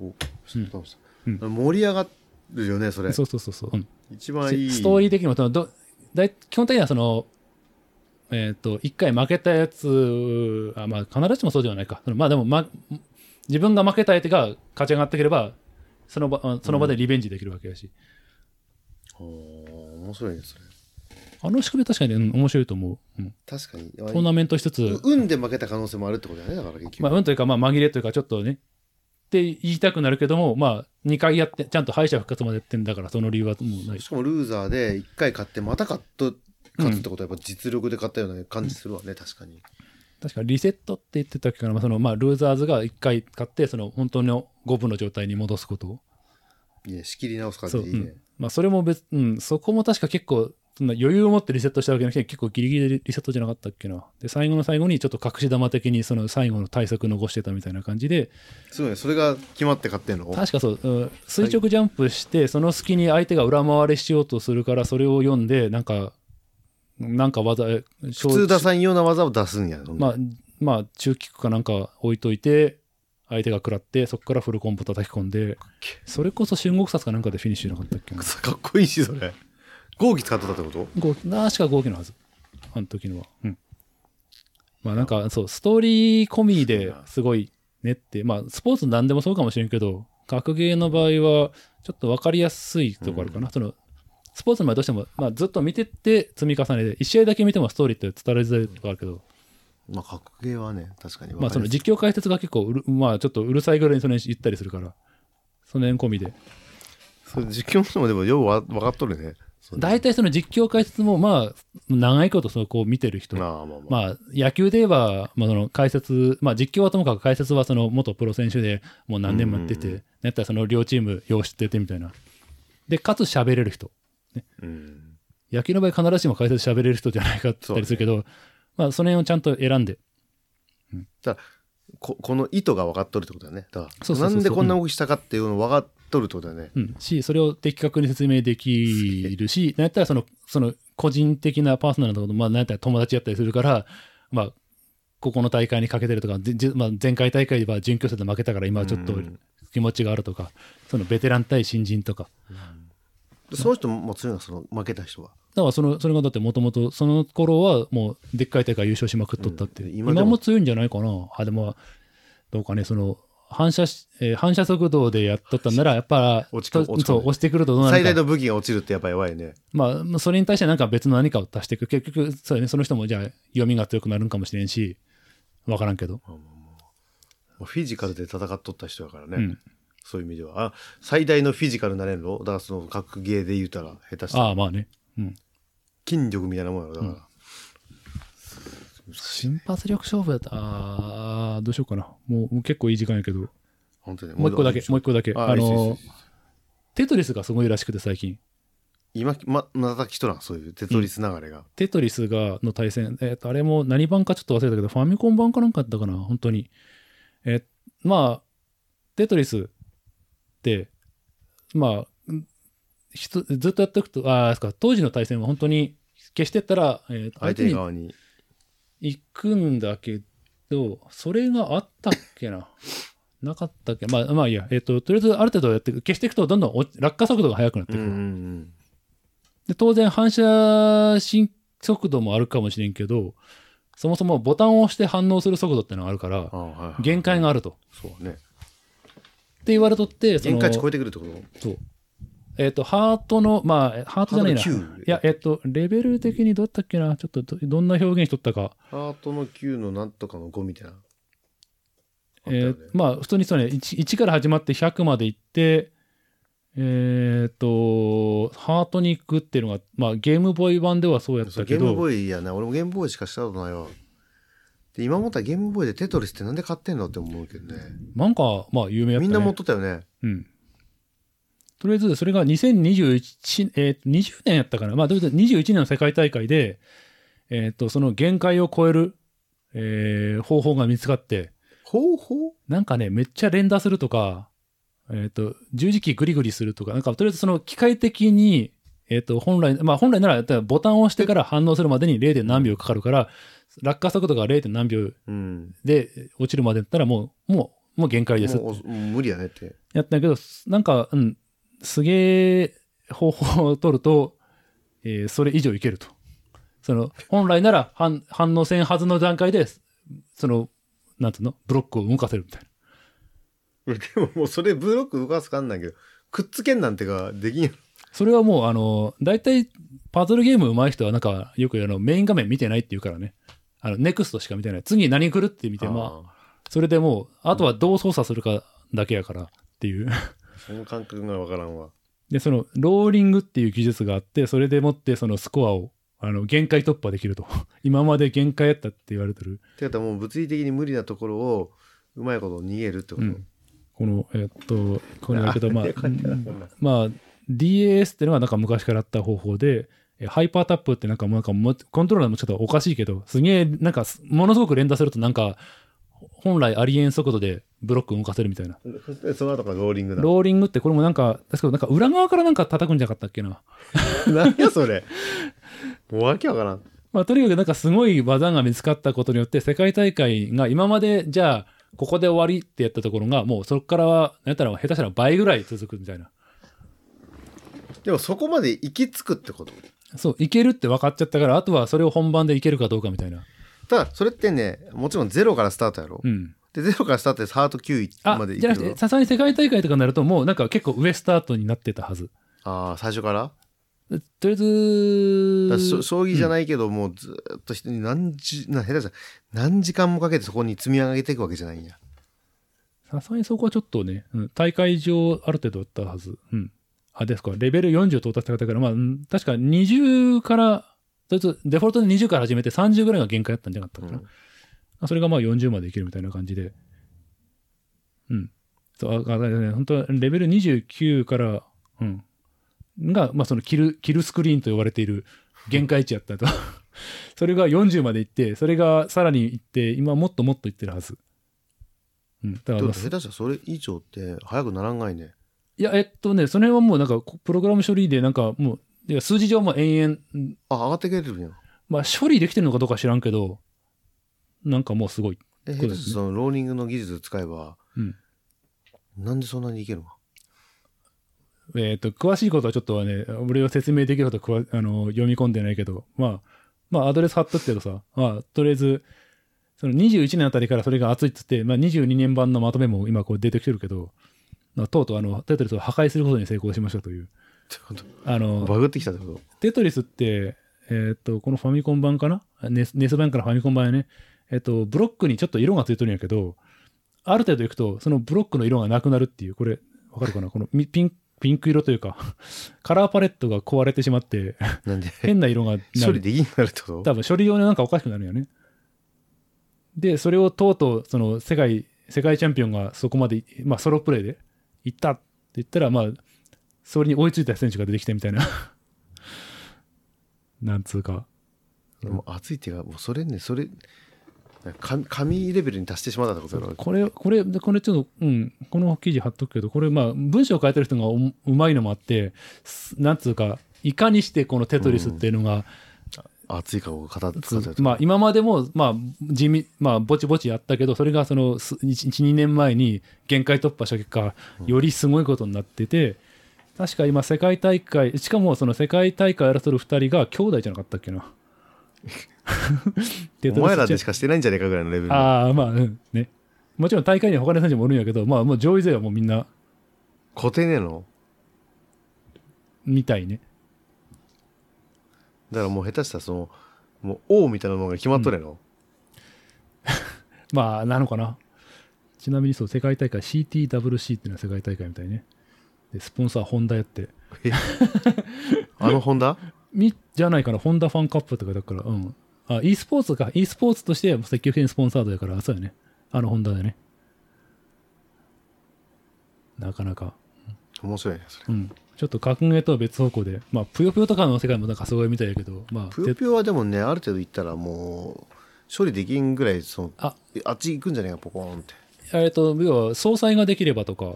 おちょっと待
う
って盛り上がるよねそれ
そうそうそうそう、うん
一番いい
スストーリ
ー
ー的にもそのどだい基本的にはそのえっ、と、一回負けたやつ、あまあ、必ずしもそうではないか。そのまあでも、ま、自分が負けた相手が勝ち上がってければ、その場、あその場でリベンジできるわけやし。
おー面白いですね。
あの仕組み確かに、うん面白いと思う。うん
確かに。
トーナメントしつつ、
運で負けた可能性もあるってことだね、だから結局。
まあ、運というか、まあ、紛れというか、ちょっとね、って言いたくなるけども、まあ、2回やって、ちゃんと敗者復活までやってんだから、その理由はもうない
し。かもルーザーで一回勝ってまた勝っと勝つってことはやっぱ実力で勝ったような感じするわね、確かに。
確かリセットって言ってたっけかな、まあ、その、まあ、ルーザーズが1回勝って、その、本当の五分の状態に戻すことを。
いや、仕切り直す感じ
そう、
でいういね
ん。。まあ、それも別、うん、そこも確か結構、そんな余裕を持ってリセットしたわけじゃなくて、結構ギリギリでリセットじゃなかったっけな。で、最後の最後にちょっと隠し玉的に、その最後の対策残してたみたいな感じで、
すごいね、それが決まって勝ってんの
確かそう、うん垂直ジャンプして、その隙に相手が裏回りしようとするから、それを読んで、なんか、なんか技、普
普通出さんような 技を出すんや。
まあ、まあ、中キックかなんか置いといて、相手が食らって、そこからフルコンボ叩き込んで、それこそ春国殺かなんかでフィニッシュなかったっけな。
かっこいいし、それ。合気使ってたってこと
ご確か合気のはず。あの時のは。うん。まあなんか、そう、ストーリー込みですごいねって、まあスポーツなんでもそうかもしれんけど、格ゲーの場合は、ちょっと分かりやすいとこあるかな。その、スポーツの場合どうしても、まあずっと見てって積み重ねで、一試合だけ見てもストーリーって伝わりづらいとこあるけど、
まあ、格ゲーはね、確かに。
まあその
わかりやすい
実況解説が結構うる、まあちょっとうるさいぐらいにその辺言ったりするから、その辺込みで。
それ実況の人もでもようわ分かっとるね。そうね
大体その実況解説も、まあ、長いことそこを見てる人
まあまあまあ。
まあ、野球で言えば、まあ、その解説、まあ、実況はともかく解説はその元プロ選手でもう何年もやってて、
うん
だったらその両チームよう知っててみたいな。で、かつ喋れる人。
うん。
野球の場合必ずしも解説喋れる人じゃないかって言ったりするけど、まあ、その辺をちゃんと選んで。
ここの意図が分かっとるってことだね。だから
そうそうそうそう
なんでこんな動きしたかっていうの分かっとるってことだね。
うん、し、それを的確に説明できるし、なんやったらその、その個人的なパーソナルなこと、まあ、なんやったら友達やったりするから、まあ、ここの大会にかけてるとか、ぜぜまあ、前回大会では準決勝で負けたから今はちょっと
うん
気持ちがあるとか、そのベテラン対新人とか。
でその人ももう強いのはその負けた人は。
だからその、それがだってもともと、その頃はもうでっかい大会優勝しまくっとったって、
うん今
今
でも
も強いんじゃないかな。あ、でも、どうかね、その、反射し、えー反射速度でやっとったんなら、やっぱ、
落ち込む
と
落ち込
そう
む
押してくるとどうなるか。
最大の武器が落ちるってやっぱ弱いね。
まあ、それに対してなんか別の何かを足していく。結局、そうだね、その人もじゃあ読みが強くなるんかもしれんし、わからんけど。
もうフィジカルで戦っとった人やからね。
うん
そういう意味では。あ、最大のフィジカルになれんのだからその格ゲーで言うたら、下手したら
ああ、まあね。うん。
筋力みたいなもんやろ。だから、
瞬発力勝負だった。ああ、どうしようかな。もうもう結構いい時間やけど。
本当に。
もう一個だけ、もう一個だけ。
あ
あ
いいっすいい
の
っすいいっす、
テトリスがすごいらしくて最近。
今、ま、また来とらん、そういうテトリス流れが。
テトリスが、の対戦、えっ、と、あれも何版かちょっと忘れたけど、ファミコン版かなんかだったかな、本当に。えーまあ、テトリスって、まあ、んひとずっとやっていくと、ああ、ですか、当時の対戦は本当に消してったら、えー
相
相手
手
に
側に。
行くんだけど、それがあったっけな。なかったっけまあ、まあいいや、えっ、と、とりあえずある程度やっていく、消していくと、どんどん落ち落下速度が速くなって
う
い
ん
く。
うんうん。
で当然反射新速度もあるかもしれんけどそもそもボタンを押して反応する速度ってのがあるから
あはいはい
限界があると。っ
そうね。
て言われとってその
限界値超えてくるってこと
そうえっ、とハートのまあハートじゃないな
ハートの9
いやえっ、とレベル的にどうやったっけなちょっとどどんな表現しとったか、
ハートの9のなんとかの5みたいな。あった
え
よね
ーまあ普通にそうね 1, 1から始まって100までいってえっ、とハートに行くっていうのがまあゲームボーイ版ではそうやっ
そう
たけ
ゲーム
ど
ボーイやね俺もゲームボーイしかしたことないわで今思ったらゲームボーイでテトリスってなんで買ってんのって思うけどね
なんかまあ有名やった、ね、
みんな持っとったよね
うん。とりあえず、それが2021、えー、20年やったかな。まあ、とりあえず21年の世界大会で、えっ、と、その限界を超える、えー方法が見つかって、
方法
なんかね、めっちゃ連打するとか、えっ、と、十字キーグリグリするとか、なんか、とりあえずその機械的に、えっ、と、本来、まあ、本来なら、ボタンを押してから反応するまでに 0. 何秒かかるから、落下速度が 0. 何秒
うん
で落ちるまでだったら、もう、もう、もう限界ですって
もうおもう無理やねって
やったけど、すなんか、うん、すげえ方法を取ると、えーそれ以上いけると。その、本来なら反反応せんはずの段階で、その、なんていうのブロックを動かせるみたいな。
でももうそれブロック動かすかんないけど、くっつけんなんてかできんやろ。
それはもう、あの、大体、パズルゲーム上手い人は、なんか、よくあの、メイン画面見てないって言うからね。あの、ネクストしか見てない。次何来るって見て、まあ、それでもう、あとはどう操作するかだけやからっていう。
あ、その感覚がわからんわ。
で、その、ローリングっていう技術があって、それでもって、そのスコアを、あの、限界突破できると。 今まで限界やったって言われてる。
てかもう物理的に無理なところを、うまいこと逃げるってこ
う
と。
ん。この、えっと、これだけど、まあ
あ、これだけどまあ
まあ、DAS っていうのはなんか昔からあった方法で、えハイパータップってなんかもうなんかもうコントローラーもちょっとおかしいけど、すげえ、なんかすものすごく連打するとなんか、本来ありえん速度でブロック動かせるみたいな。
その後がローリングだ。
ローリングってこれもなんか、確かなんか裏側からなんか叩くんじゃなかったっけな。
何やそれ。もうわけわからん。
まあ、とにかくなんかすごい技が見つかったことによって世界大会が今までじゃあここで終わりってやったところがもうそこからはなんやったら下手したら倍ぐらい続くみたいな
でもそこまで行き着くってこと。
そういけるって分かっちゃったからあとはそれを本番でいけるかどうかみたいな
ただ、それってね、もちろんゼロからスタートやろ。
うん
で、ゼロからスタートでハート9
あ
まで
じゃ
行
な
く
く
よ
て。さすがに世界大会とかになるともうなんか結構上スタートになってたはず
ああ、最初から
とりあえ
だから
ず
しょ将棋じゃないけど、もうずーっと人に何時、な、下手じゃん何時間もかけてそこに積み上げていくわけじゃないんや。
さすがにそこはちょっとね、うん大会上ある程度だったはず。うん。あ、ですから、レベル40到達って方から、まあ、うん確か20から、とりあえずデフォルトで20から始めて30ぐらいが限界だったんじゃなかったかな。それがまあ40までいけるみたいな感じで。うん。そう、あ、あだね、本当はレベル29から、うん。が、まあそのキル、キルスクリーンと呼ばれている限界値やったと。 それが40までいって、それがさらにいって、今もっともっといってるはず。うん。だか
で
ら
も
まあ、
下手したらそれ以上って早くならんがいね。
いや、えっとね、その辺はもうなんか、こプログラム処理で、なんかもう、いや数字上も延々、ん
あ、上がってくれるんや。
まあ、処理できてるのかどうか知らんけど、なんかもうすごい。
え、
そう
下手
ですね
したらそのローリングの技術使えば、
うん
なんでそんなにいけるの
えっと、詳しいことはちょっとはね、俺は説明できるほど詳あの読み込んでないけど、まあ、まあ、アドレス貼っとくけどさ、まあ、とりあえず、その21年あたりからそれが熱いっつって、まあ、22年版のまとめも今こう出てきてるけど、まあとうとうあの、テトリスを破壊することに成功しましたという。
ってこと
あの、
バグってきたってこと
テトリスって、えーっと、このファミコン版かなネスネス版からファミコン版やね。えっと、ブロックにちょっと色がついてるんやけど、ある程度いくと、そのブロックの色がなくなるっていう、これ、わかるかなこのみピンピンク色というか、 カラーパレットが壊れてしまって、
なんで
変な色がなる
処理できなくなるってこと
多分処理用のなんかおかしくなるよね。で、それをとうとう、その世界、世界チャンピオンがそこまで、まあソロプレイで行ったって言ったら、まあ、それに追いついた選手が出てきてみたいな。 なんつうか。
もう熱いっていうかもうそれねそれか紙レベルに達してしまったってことだろ
これ、これ、これちょっと、うん、この記事貼っとくけど、これ、まあ、文章を変えてる人がううまいのもあって、すなんつうか、いかにしてこのテトリスっていうのが、
熱い顔が語ってたってこと
まあ、今までも、まあ、地味、まあ、ぼちぼちやったけど、それがその、す1、2年前に限界突破した結果、よりすごいことになってて、確か今、世界大会、しかもその世界大会争う2人が兄弟じゃなかったっけ な。
お前らで
で
しかしてないんじゃねえかぐらいのレベルの
ああ、まあ、うん、ね。もちろん大会には他の選手もおるんやけど、まあ、もう上位勢はもうみんな、
固定ねえの
みたいね。
だからもう下手したらそのもう王みたいなものが決まっとるやろ、
まあ、なのかな。ちなみにそう、世界大会 CTWC っていうのは世界大会みたいね。で、スポンサーホンダやって。
あのホンダ
み、じゃないかな、ホンダファンカップとかだから、うん。あ、e スポーツか。e スポーツとして積極的にスポンサードやから、そうやね。あのホンダでね。なかなか。
面白いねそれ
うん。ちょっと格ゲーとは別方向で。まあ、ぷよぷよとかの世界もなんかすごいみたいやけど、まあ、
ぷよぷよはでもねある程度いったらもう処理できんぐらいその
あ
あっち行くんじゃねえかポコーンって
えっと、要は、総裁ができればとか、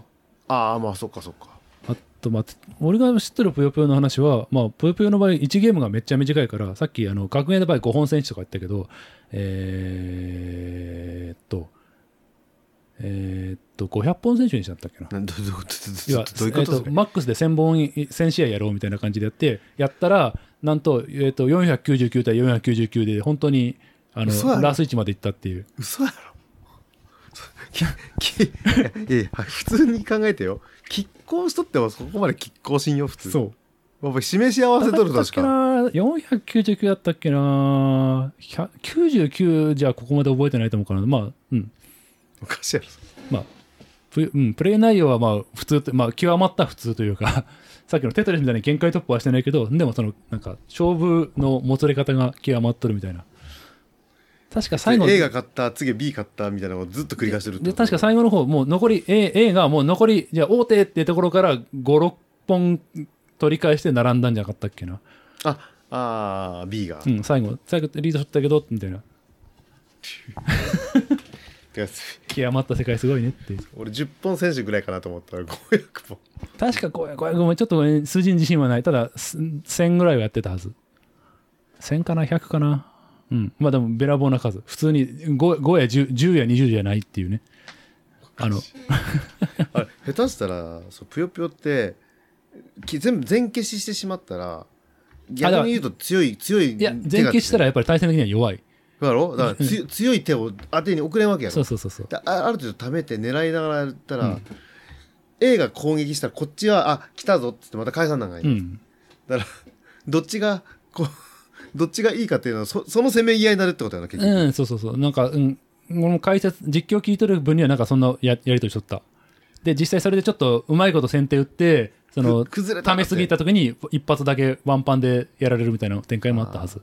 ああまあそっかそっか
あと、まあ、俺が知ってるぷよぷよの話は、まあ、ぷよぷよの場合、1ゲームがめっちゃ短いから、さっき、あの、学園の場合5本選手とか言ったけど、えーっと、えーっと、500本選手にしちゃったっけな。
などどどど
要は
どどういうこと
えーっとマックスで1000本い、1000試合やろうみたいな感じでやって、やったら、なんと,、えー、と499対499で本当にあ
嘘や
の
ろ
ラス1まで行ったっていう
嘘やろききいやいや普通に考えてよ拮抗しとってもそこまで拮抗しんよ普通
そう
やっぱ示し合わせとるとしか
だったっけな499だったっけな100 99じゃここまで覚えてないと思うからなまあうん
おかしいやろ
まあ
プ,、うん、プレイ内容はまあ普通とまあ極まった普通というか さっきのテトリスみたいに限界突破はしてないけどでもそのなんか勝負のもつれ方が極まっとるみたいな確か最後
A が買った次 B 買ったみたいなのをずっと繰り返してるって
で
こと
確か最後の方もう残り A, A がもう残りじゃあ大手っていうところから56本取り返して並んだんじゃなかったっけな
ああー B が、
うん最後最後リードしとったけどみたいな
てか
極まった世界すごいねって
俺10本選手ぐらいかなと思ったら500本
確か500 500ごめんちょっとごめん数字に自信はないただす1000ぐらいはやってたはず1000かな100かなうんまあでもべらぼうな数普通に 5, 5や 10, 10や20じゃないっていうねあの
あれ下手したらそうぷよぷよってき全部全消ししてしまったら逆に言うと強い強い
いや前傾したらやっぱり対戦的には弱い
そうやろだか らつ強い手を当てに送れんわけやろ
そうそうそうそう
であある程度貯めて狙いながらやったら、A が攻撃したらこっちはあ来たぞって言ってまた返さんなんかい、
うん
だから どっちがこう どっちがいいかっていうのはそその攻め合いになるってことやな結局、
うん、そうそうそう。なんか、うん、この解説、実況聞いてる分には、なんかそんなややりとりしとった。で、実際それでちょっとうまいこと先手打って、その、
く崩れたって
試しすぎた時に一発だけワンパンでやられるみたいな展開もあったはず。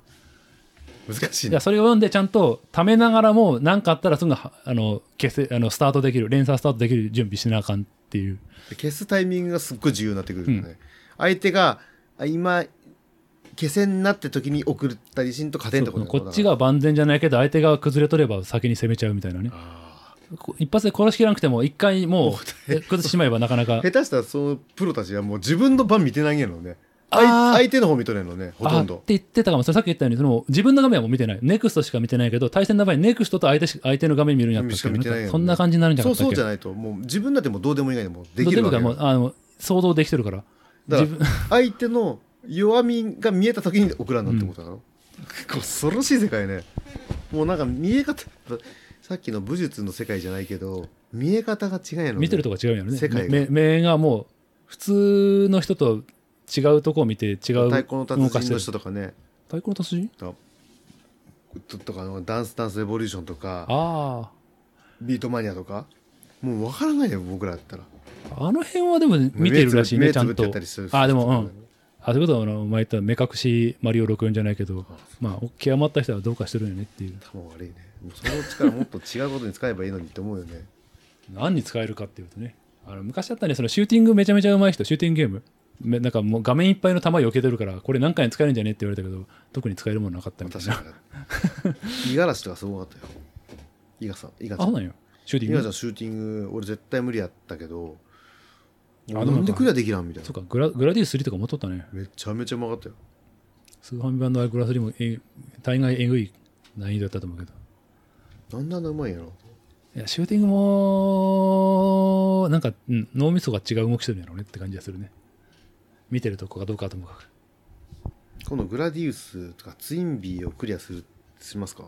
難しい
いや
な
それを読んでちゃんとためながらも何かあったらすぐはあの消せあのスタートできる連鎖スタートできる準備しなあかんっていう
消すタイミングがすっごい重要になってくるよね、相手があ今消せんなって時に送ったりしんと勝てんってことだ
こ
よ
っちが万全じゃないけど相手が崩れとれば先に攻めちゃうみたいなねこ一発で殺しきらなくても一回も うえ崩してしまえばなかなか
下手したらそのプロたちはもう自分の番見てないんやろね
あー
相相手の方見とれんのねほとん
あっ
ど
て言ってたかもそれさっき言ったようにその自分の画面はもう見てないネクストしか見てないけど対戦の場合ネクストと相手し相手の画面見るんやったっ
しか
け
見てないよね
そんな感じになるんじゃ
そ
な
う
かった
そ
っ
う
け
じゃないともう自分だってもうどうでもいいがでもでき
どうで
る
も
わ
いい
け
から
よ
もうあの想像できてるから
だから
自分
相手の弱みが見えた時に送らんなってことだろ、結構恐ろしい世界ねもうなんか見え方さっきの武術の世界じゃないけど見え方が違うやろ、ね、
見てるとこ違うんやろね
世界が
目目がもう普通の人と違うとこを見て違う
太鼓の達
動かして
人の
る
人とかね
太鼓の達人
とととかのダンスダンスエボリューションとか
あ
ビートマニアとかもう分からないよ僕らだったら
ああの辺はでも見てるらしいね
目
ち
つ
ゃ
ぶ
んと
目つぶってやったりする
あでもうんあそういうことはあの前言った目隠しマリオ64じゃないけどまあ極まった人はどうかしてるよねっていう
頭悪いねもうその力もっと違うことに使えばいいのにって思うよね
何に使えるかっていうとねあの昔だったらねそのシューティングめちゃめちゃ上手い人シューティングゲームめなんかもう画面いっぱいの球避けてるからこれ何回に使えるんじゃねって言われたけど特に使えるものなかったみたい
確
な
かに五十嵐とかすごかったよ伊賀さん伊賀
あ
さ
そうんなんよシューティ
伊
ン
賀
グ
ちゃんシューティング俺絶対無理やったけど
あ
な
でもなん
ん
か
でクリアできらんみたい
そ
な
うかグラグラディウス3とかもっとったね
めちゃめちゃうまかったよ
スーファミ版のグラス3もえ大概えぐい難易度だったと思うけど
なんであんなうまいんやろ
いやシューティングもなんか、うん、脳みそが違う動きしてるんやろうねって感じがするね見てるとこがどうかはともかく
このグラディウスとかツインビーをクリアするしますか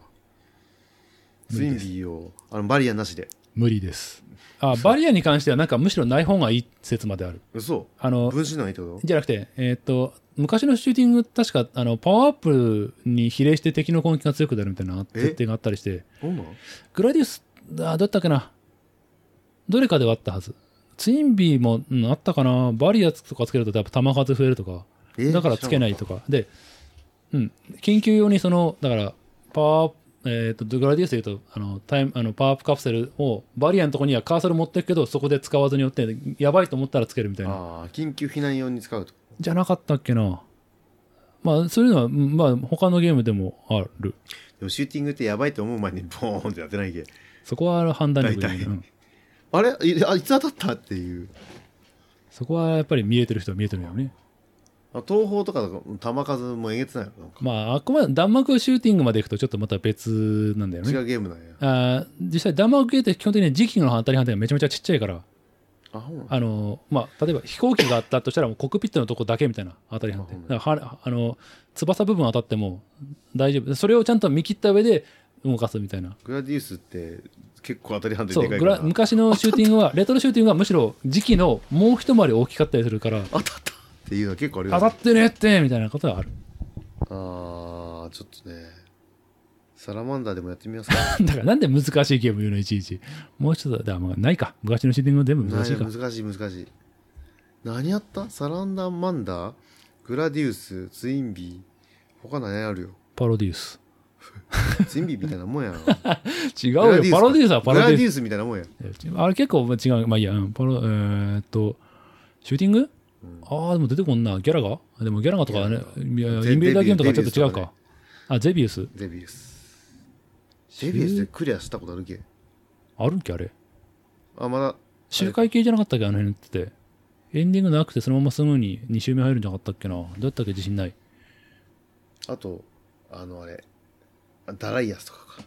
ツインビーをあのバリアなしで
無理ですあバリアに関してはなんかむしろない方がいい説まである
嘘
あの
分身の方がいいってこと
じゃなくて、えーっと昔のシューティング確かあのパワーアップに比例して敵の攻撃が強くなるみたいな
え
設定があったりして
そうなん
グラディウスあどうだったっけなどれかではあったはずツインビーも、うんあったかなバリアとかつけるとやっぱ弾数増えるとか
え
だからつけない
知
とかで、うん、緊急用にそのだからパワーえー、とグラディウスで言うとあのタイムあのパワーアップカプセルをバリアのとこにはカーソル持ってくけどそこで使わずによってやばいと思ったらつけるみたい
らん
な
かああ緊急避難用に使うと
じゃなかったっけな。まあ、そういうのは、うんまあ、他のゲームでもある。
でもシューティングってやばいと思う前にボーンって当てないけ
そこは判断力だよね
大体
うん
あれいあいつ当たったっていう
そこはやっぱり見えてる人は見えてるよね。
あ東宝とか球数もえげつないよなんか
まあ、あくまで弾幕シューティングまで行くとちょっとまた別なんだよ
違
ね。
うゲームなんや
あー実際弾幕系って基本的に時期の当たり判定がめちゃめちゃちっちゃいから、
あほん
あのまあ、例えば飛行機があったとしたらもうコックピットのとこだけみたいな当たり判定
うん
だからはあの翼部分当たっても大丈夫それをちゃんと見切った上で動かすみたいな
グラディウスって結構当たり判定
そう
でかいか
グ
ら
ラ昔のシューティングはレトロシューティングはむしろ時期のもう一回り大きかったりするから
当たったっていうのは結構あるよ
当たってねってみたいなことはある
あーちょっとねサラマンダーでもやってみますか
だからなんで難しいゲーム言うのいちいちもう一つだからまあないか昔のシューティングは全 部難
難
し
し
い
い
か
難しい難しい何やったサランダーマンダーグラディウスツインビー他何あるよ
パロディウス
ツインビーみたい なもんやな
違うよパロデュースはパロデュ
グ
ー
ラデ
ス
ィウスみたいなもんや
あれ結構違う。まあいいや、うんパロ、えーっと、シューティング、ああ、でも出てこんな。ギャラがでもギャラがとかね、いやいや
ゼ
インベーダーゲームとか
ゼ
ちょ
ビウ
っ
ス
と違う
とかね
か。あ、ゼビウス。
デビウスデビウスでクリアしたことあるけ
あるっけあれ。
あまだ
周回系じゃなかったっけあの辺って。エンディングなくてそのまますぐに2周目入るんじゃなかったっけな。どうやったっけ自信ない。
あとあのあれあダライアスとかか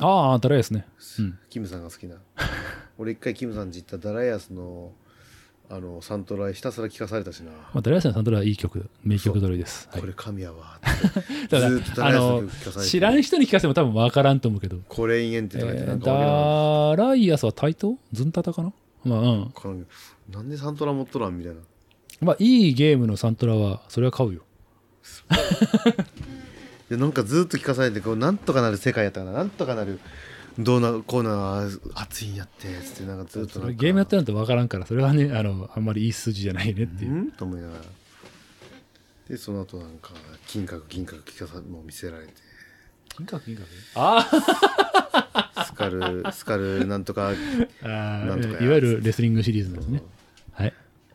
ああ、当たりですね。うん。
キムさんが好きな 俺一回キムさんち行ったダライアスのあのサントラひたすら聞かされたしな、
まあ、ダリアスのサントラはいい曲、名曲ぞろいです。はい
こ、れ神やわーってず
ただ
ーっとダ
あ
ライアスの
の
曲聞かされて
知らん人に聞かせても多分分からんと思うけど。
これ永遠って
え
とか言ってなん
ー
かわけのわか
ダライアスは対等ズンタタかなまあ、うん。
んないこのなんでサントラ持っとらんみたいな
まあいいゲームのサントラはそれは買うよ
でなんかずーっと聞かされてこうなんとかなる世界やったかななんとかなるどうなこうな熱いんやってつってなんかずーっと
そ
なん
れ
か
ゲームやってるのと分からんからそれはねあのあんまりいい筋じゃないねっていう、
んと思いながらでその後なんか金閣銀閣聞かさもう見せられて
金閣金閣あー
スカルスカルなんとか
あ
なんとかや
ーいわゆるレスリングシリーズなんですねはい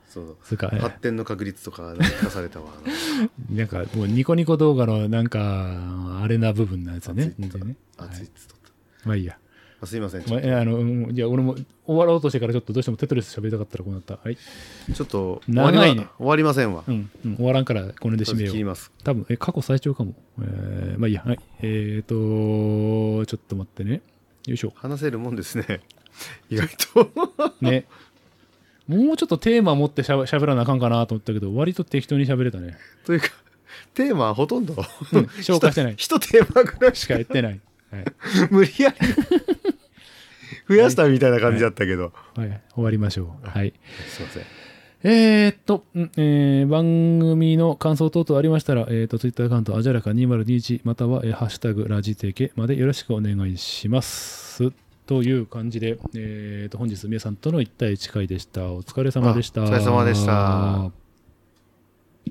そう
それかえ
発展の確率とかなんか聞かされたわ
なんかもうニコニコ動画のなんかあれな部分なんですよ ね
熱いっつっ
全然ね
た熱いっつっとった
まあいいや、
あすいませんち
ま
ょ
あ、えあのうんじゃあ俺も終わろうとしてからちょっとどうしてもテトリス喋りたかったらこうなったはい
ちょっと終わり
長いね
ま終わりませんわ
うん、うん、終わらんからこれで締めよ
切
う
ります
多分え過去最長かも、えーまあいいやはいえーとちょっと待ってねよい しょ
話せるもんですね 意外と
ね。もうちょっとテーマ持ってしゃしゃべらなあかんかなと思ったけど、割と適当に喋れたね。
というかテーマはほとんど。
うん消化してない
一テーマぐらいし
し
か
か言ってない。はい。
無理 やり増やしたみたいな感じだったけど、
はい、終わりましょう。はい。
すいません
えー、っと、うんえー番組の感想等々ありましたら、えーっと、Twitter アカウント、あじゃらか2021、または、えーハッシュタグ、ラジテケまでよろしくお願いします。という感じで、えーっと、本日、皆さんとの1対1回でした。お疲れ様でした。
あお疲れ様でした。